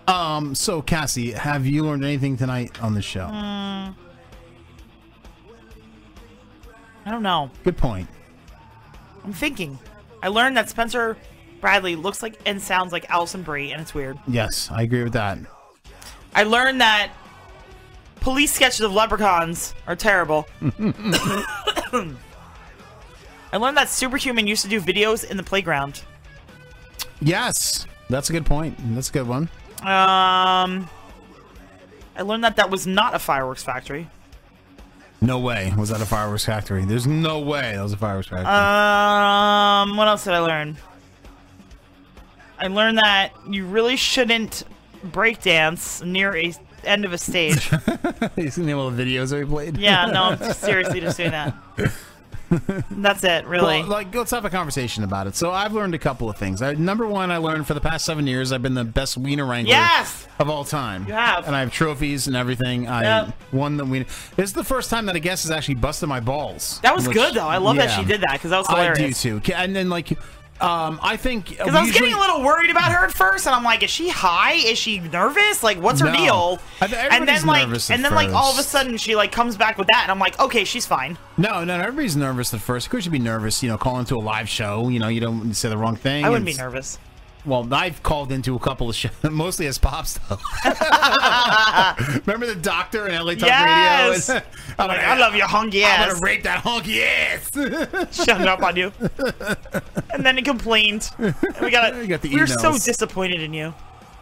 Um. So, Cassie, have you learned anything tonight on the show?
Mm. I don't know.
Good point.
I'm thinking. I learned that Spencer Bradley looks like and sounds like Alison Brie, and it's weird.
Yes, I agree with that.
I learned that police sketches of leprechauns are terrible. I learned that Superhuman used to do videos in the playground.
Yes, that's a good point. That's a good one.
Um, I learned that that was not a fireworks factory.
No way was that a fireworks factory. There's no way that was a fireworks factory.
Uh, Um, what else did I learn? I learned that you really shouldn't breakdance near a end of a stage.
you seen the little videos that we played?
yeah, no, I'm seriously just doing that. That's it, really.
Well, like, let's have a conversation about it. So, I've learned a couple of things. I, number one, I learned for the past seven years, I've been the best wiener wrangler
Yes!
of all time.
You have.
and I have trophies and everything. I
Yep.
won the wiener. This is the first time that a guest has actually busted my balls.
That was
which-
good though. I love that
yeah.
she did that because that was
I do
hilarious.
too. Ca- And then, like, um, I think
Because I was getting a little worried about her at first, and I'm like, is she high? Is she nervous? Like, what's her
No.
deal?
I th-
and
everybody's
then like,
nervous at
and then like, all of a
first.
sudden she like comes back with that, and I'm like, okay, she's fine.
No, no, no, everybody's nervous at first. Of course, you'd be nervous, you know, calling to a live show. You know, you don't say the wrong thing.
I wouldn't be
It's-
nervous.
Well, I've called into a couple of shows, mostly as pop stuff. Remember the doctor in LA Talk
Yes!
Radio?
I'm like, I love your honky
I'm
ass.
gonna rape that honky ass.
Shut up on you. And then he complained. And we got
You got the
We're so
emails.
disappointed in you.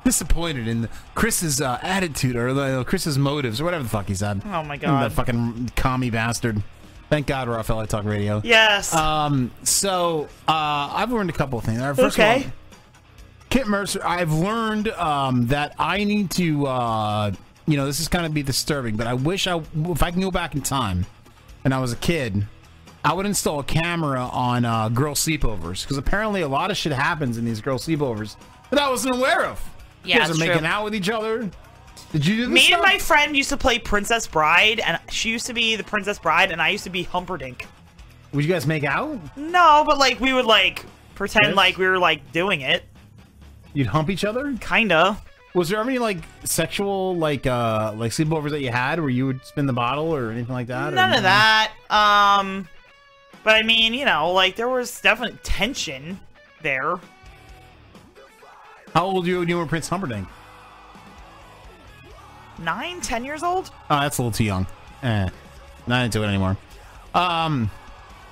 Disappointed in Chris's uh, attitude or uh, Chris's motives or whatever the fuck he's had.
Oh my God.
Mm, that fucking commie bastard. Thank God we're off LA Talk Radio.
Yes.
Um. So uh, I've learned a couple of things. All right, first of
Okay.
all, Kit Mercer, I've learned um, that I need to, uh, you know, this is kind of be disturbing, but I wish I, if I can go back in time, and I was a kid, I would install a camera on uh, girl sleepovers because apparently a lot of shit happens in these girl sleepovers that I wasn't aware of.
Yeah,
you guys are
it's true.
making out with each other. Did you do this?
Me
stuff?
and my friend used to play Princess Bride, and she used to be the Princess Bride, and I used to be Humperdinck.
Would you guys make out?
No, but like we would like pretend
Yes?
like we were like doing it.
You'd hump each other?
Kinda.
Was there ever any like sexual like uh like sleepovers that you had where you would spin the bottle or anything like that? or
None
no?
of that. Um, but I mean, you know, like there was definite tension there.
How old were you when you were Prince Humperdinck?
Nine, ten years old.
Oh, that's a little too young. Eh, not into it anymore. Um,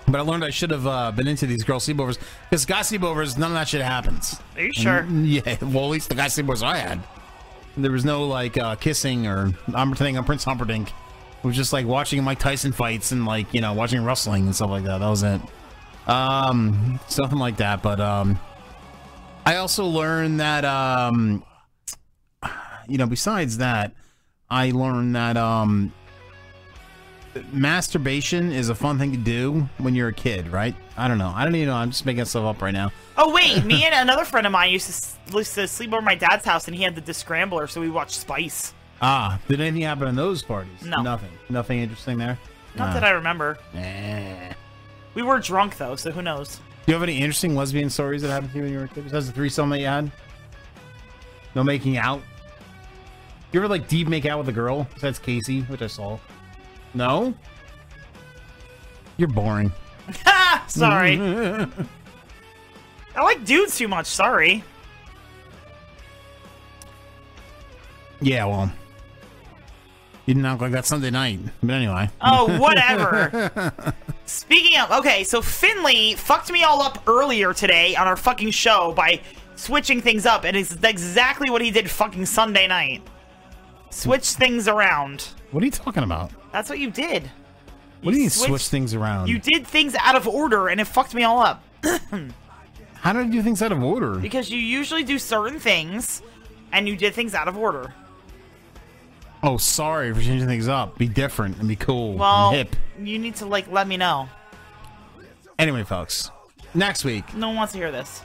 but I learned I should have uh, been into these girl sleepovers because guy sleepovers, none of that shit happens.
Are you sure?
Mm, yeah. Well, at least the guy sleepovers I had, there was no like uh, kissing or I'm pretending I'm Prince Humperdinck. It was just like watching Mike Tyson fights and like you know watching wrestling and stuff like that. That was it. um, something like that. But um, I also learned that um, you know, besides that, I learned that um, masturbation is a fun thing to do when you're a kid, right? I don't know. I don't even know. I'm just making stuff up right now.
Oh wait, me and another friend of mine used to, s- used to sleep over at my dad's house, and he had the disc scrambler, so we watched Spice.
Ah, did anything happen in those parties?
No.
nothing. Nothing interesting there.
Not that I remember.
Ah. Eh.
We were drunk though, so who knows?
Do you have any interesting lesbian stories that happened to you when you were a kid? Besides the threesome that you had? No making out? You ever like deep make out with a girl? That's Casey, which I saw. No? You're boring.
Sorry.
Mm-hmm.
I like dudes too much. Sorry.
Yeah, well. You didn't act like that Sunday night. But anyway.
Oh, whatever. Speaking of, okay, so Finley fucked me all up earlier today on our fucking show by switching things up, and it's exactly what he did fucking Sunday night. Switch things around.
what are you talking about?
That's what you did.
What do you mean
switched-
switch things around?
You did things out of order, and it fucked me all up.
How did I do things out of order?
Because you usually do certain things, and you did things out of order.
Oh, sorry for changing things up. Be different and be cool
Well,
and hip.
you need to, like, let me know.
Anyway, folks. Next week.
No one wants to hear this.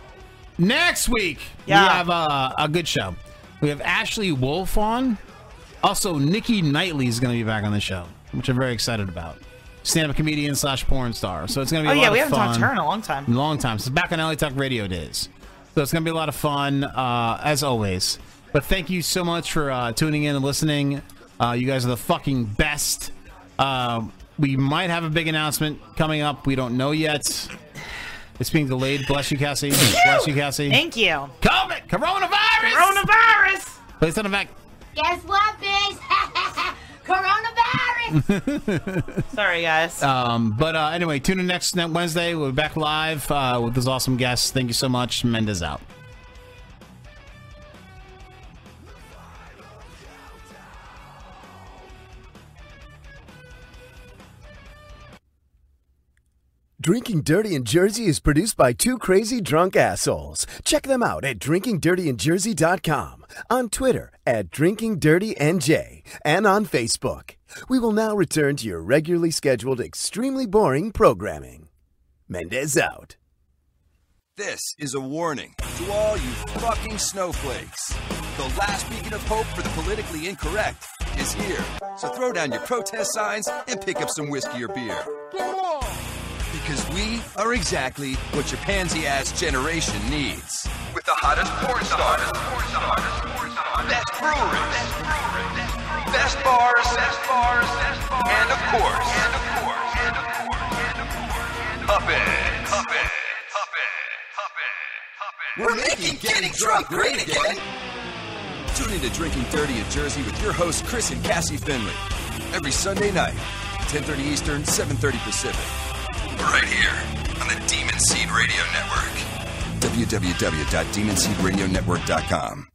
Next week, we
Yeah.
have uh, a good show. We have Ashley Wolf on. Also, Nikki Knightley is going to be back on the show, which I'm very excited about. Stand-up comedian slash porn star. So it's going to
Oh,
be a
yeah,
lot
we
of
haven't
fun.
talked to her in a long time.
Long time. Since back on LA Talk Radio days. So it's going to be a lot of fun, uh, as always. But thank you so much for uh, tuning in and listening. Uh, you guys are the fucking best. Uh, we might have a big announcement coming up. We don't know yet. It's being delayed. Bless you, Cassie. Bless you, Cassie.
Thank you.
COVID! Coronavirus!
Coronavirus!
But it's not a vac.
Guess what, bitch? Coronavirus!
Sorry, guys.
Um, but uh, anyway, tune in next next Wednesday. We'll be back live uh, with this awesome guest. Thank you so much. Mendez out.
Drinking Dirty in Jersey is produced by two crazy drunk assholes. Check them out at drinkingdirtyinjersey.com, on Twitter at drinkingdirtynj, and on Facebook. We will now return to your regularly scheduled, extremely boring programming. Mendez out.
This is a warning to all you fucking snowflakes. The last beacon of hope for the politically incorrect is here. So throw down your protest signs and pick up some whiskey or beer. Because we are exactly what your pansy ass generation needs. With the hottest porn stars. Best breweries. Best bars. Best bars. And of course. And of course. And of course. Puppets. Puppets. We're making getting drunk great again. Tune into Drinking Dirty in Jersey with your hosts Chris and Cassie Finley every Sunday night, 10:30 Eastern, 7:30 Pacific, right here on the Demon Seed Radio Network. www.demonseedradionetwork.com.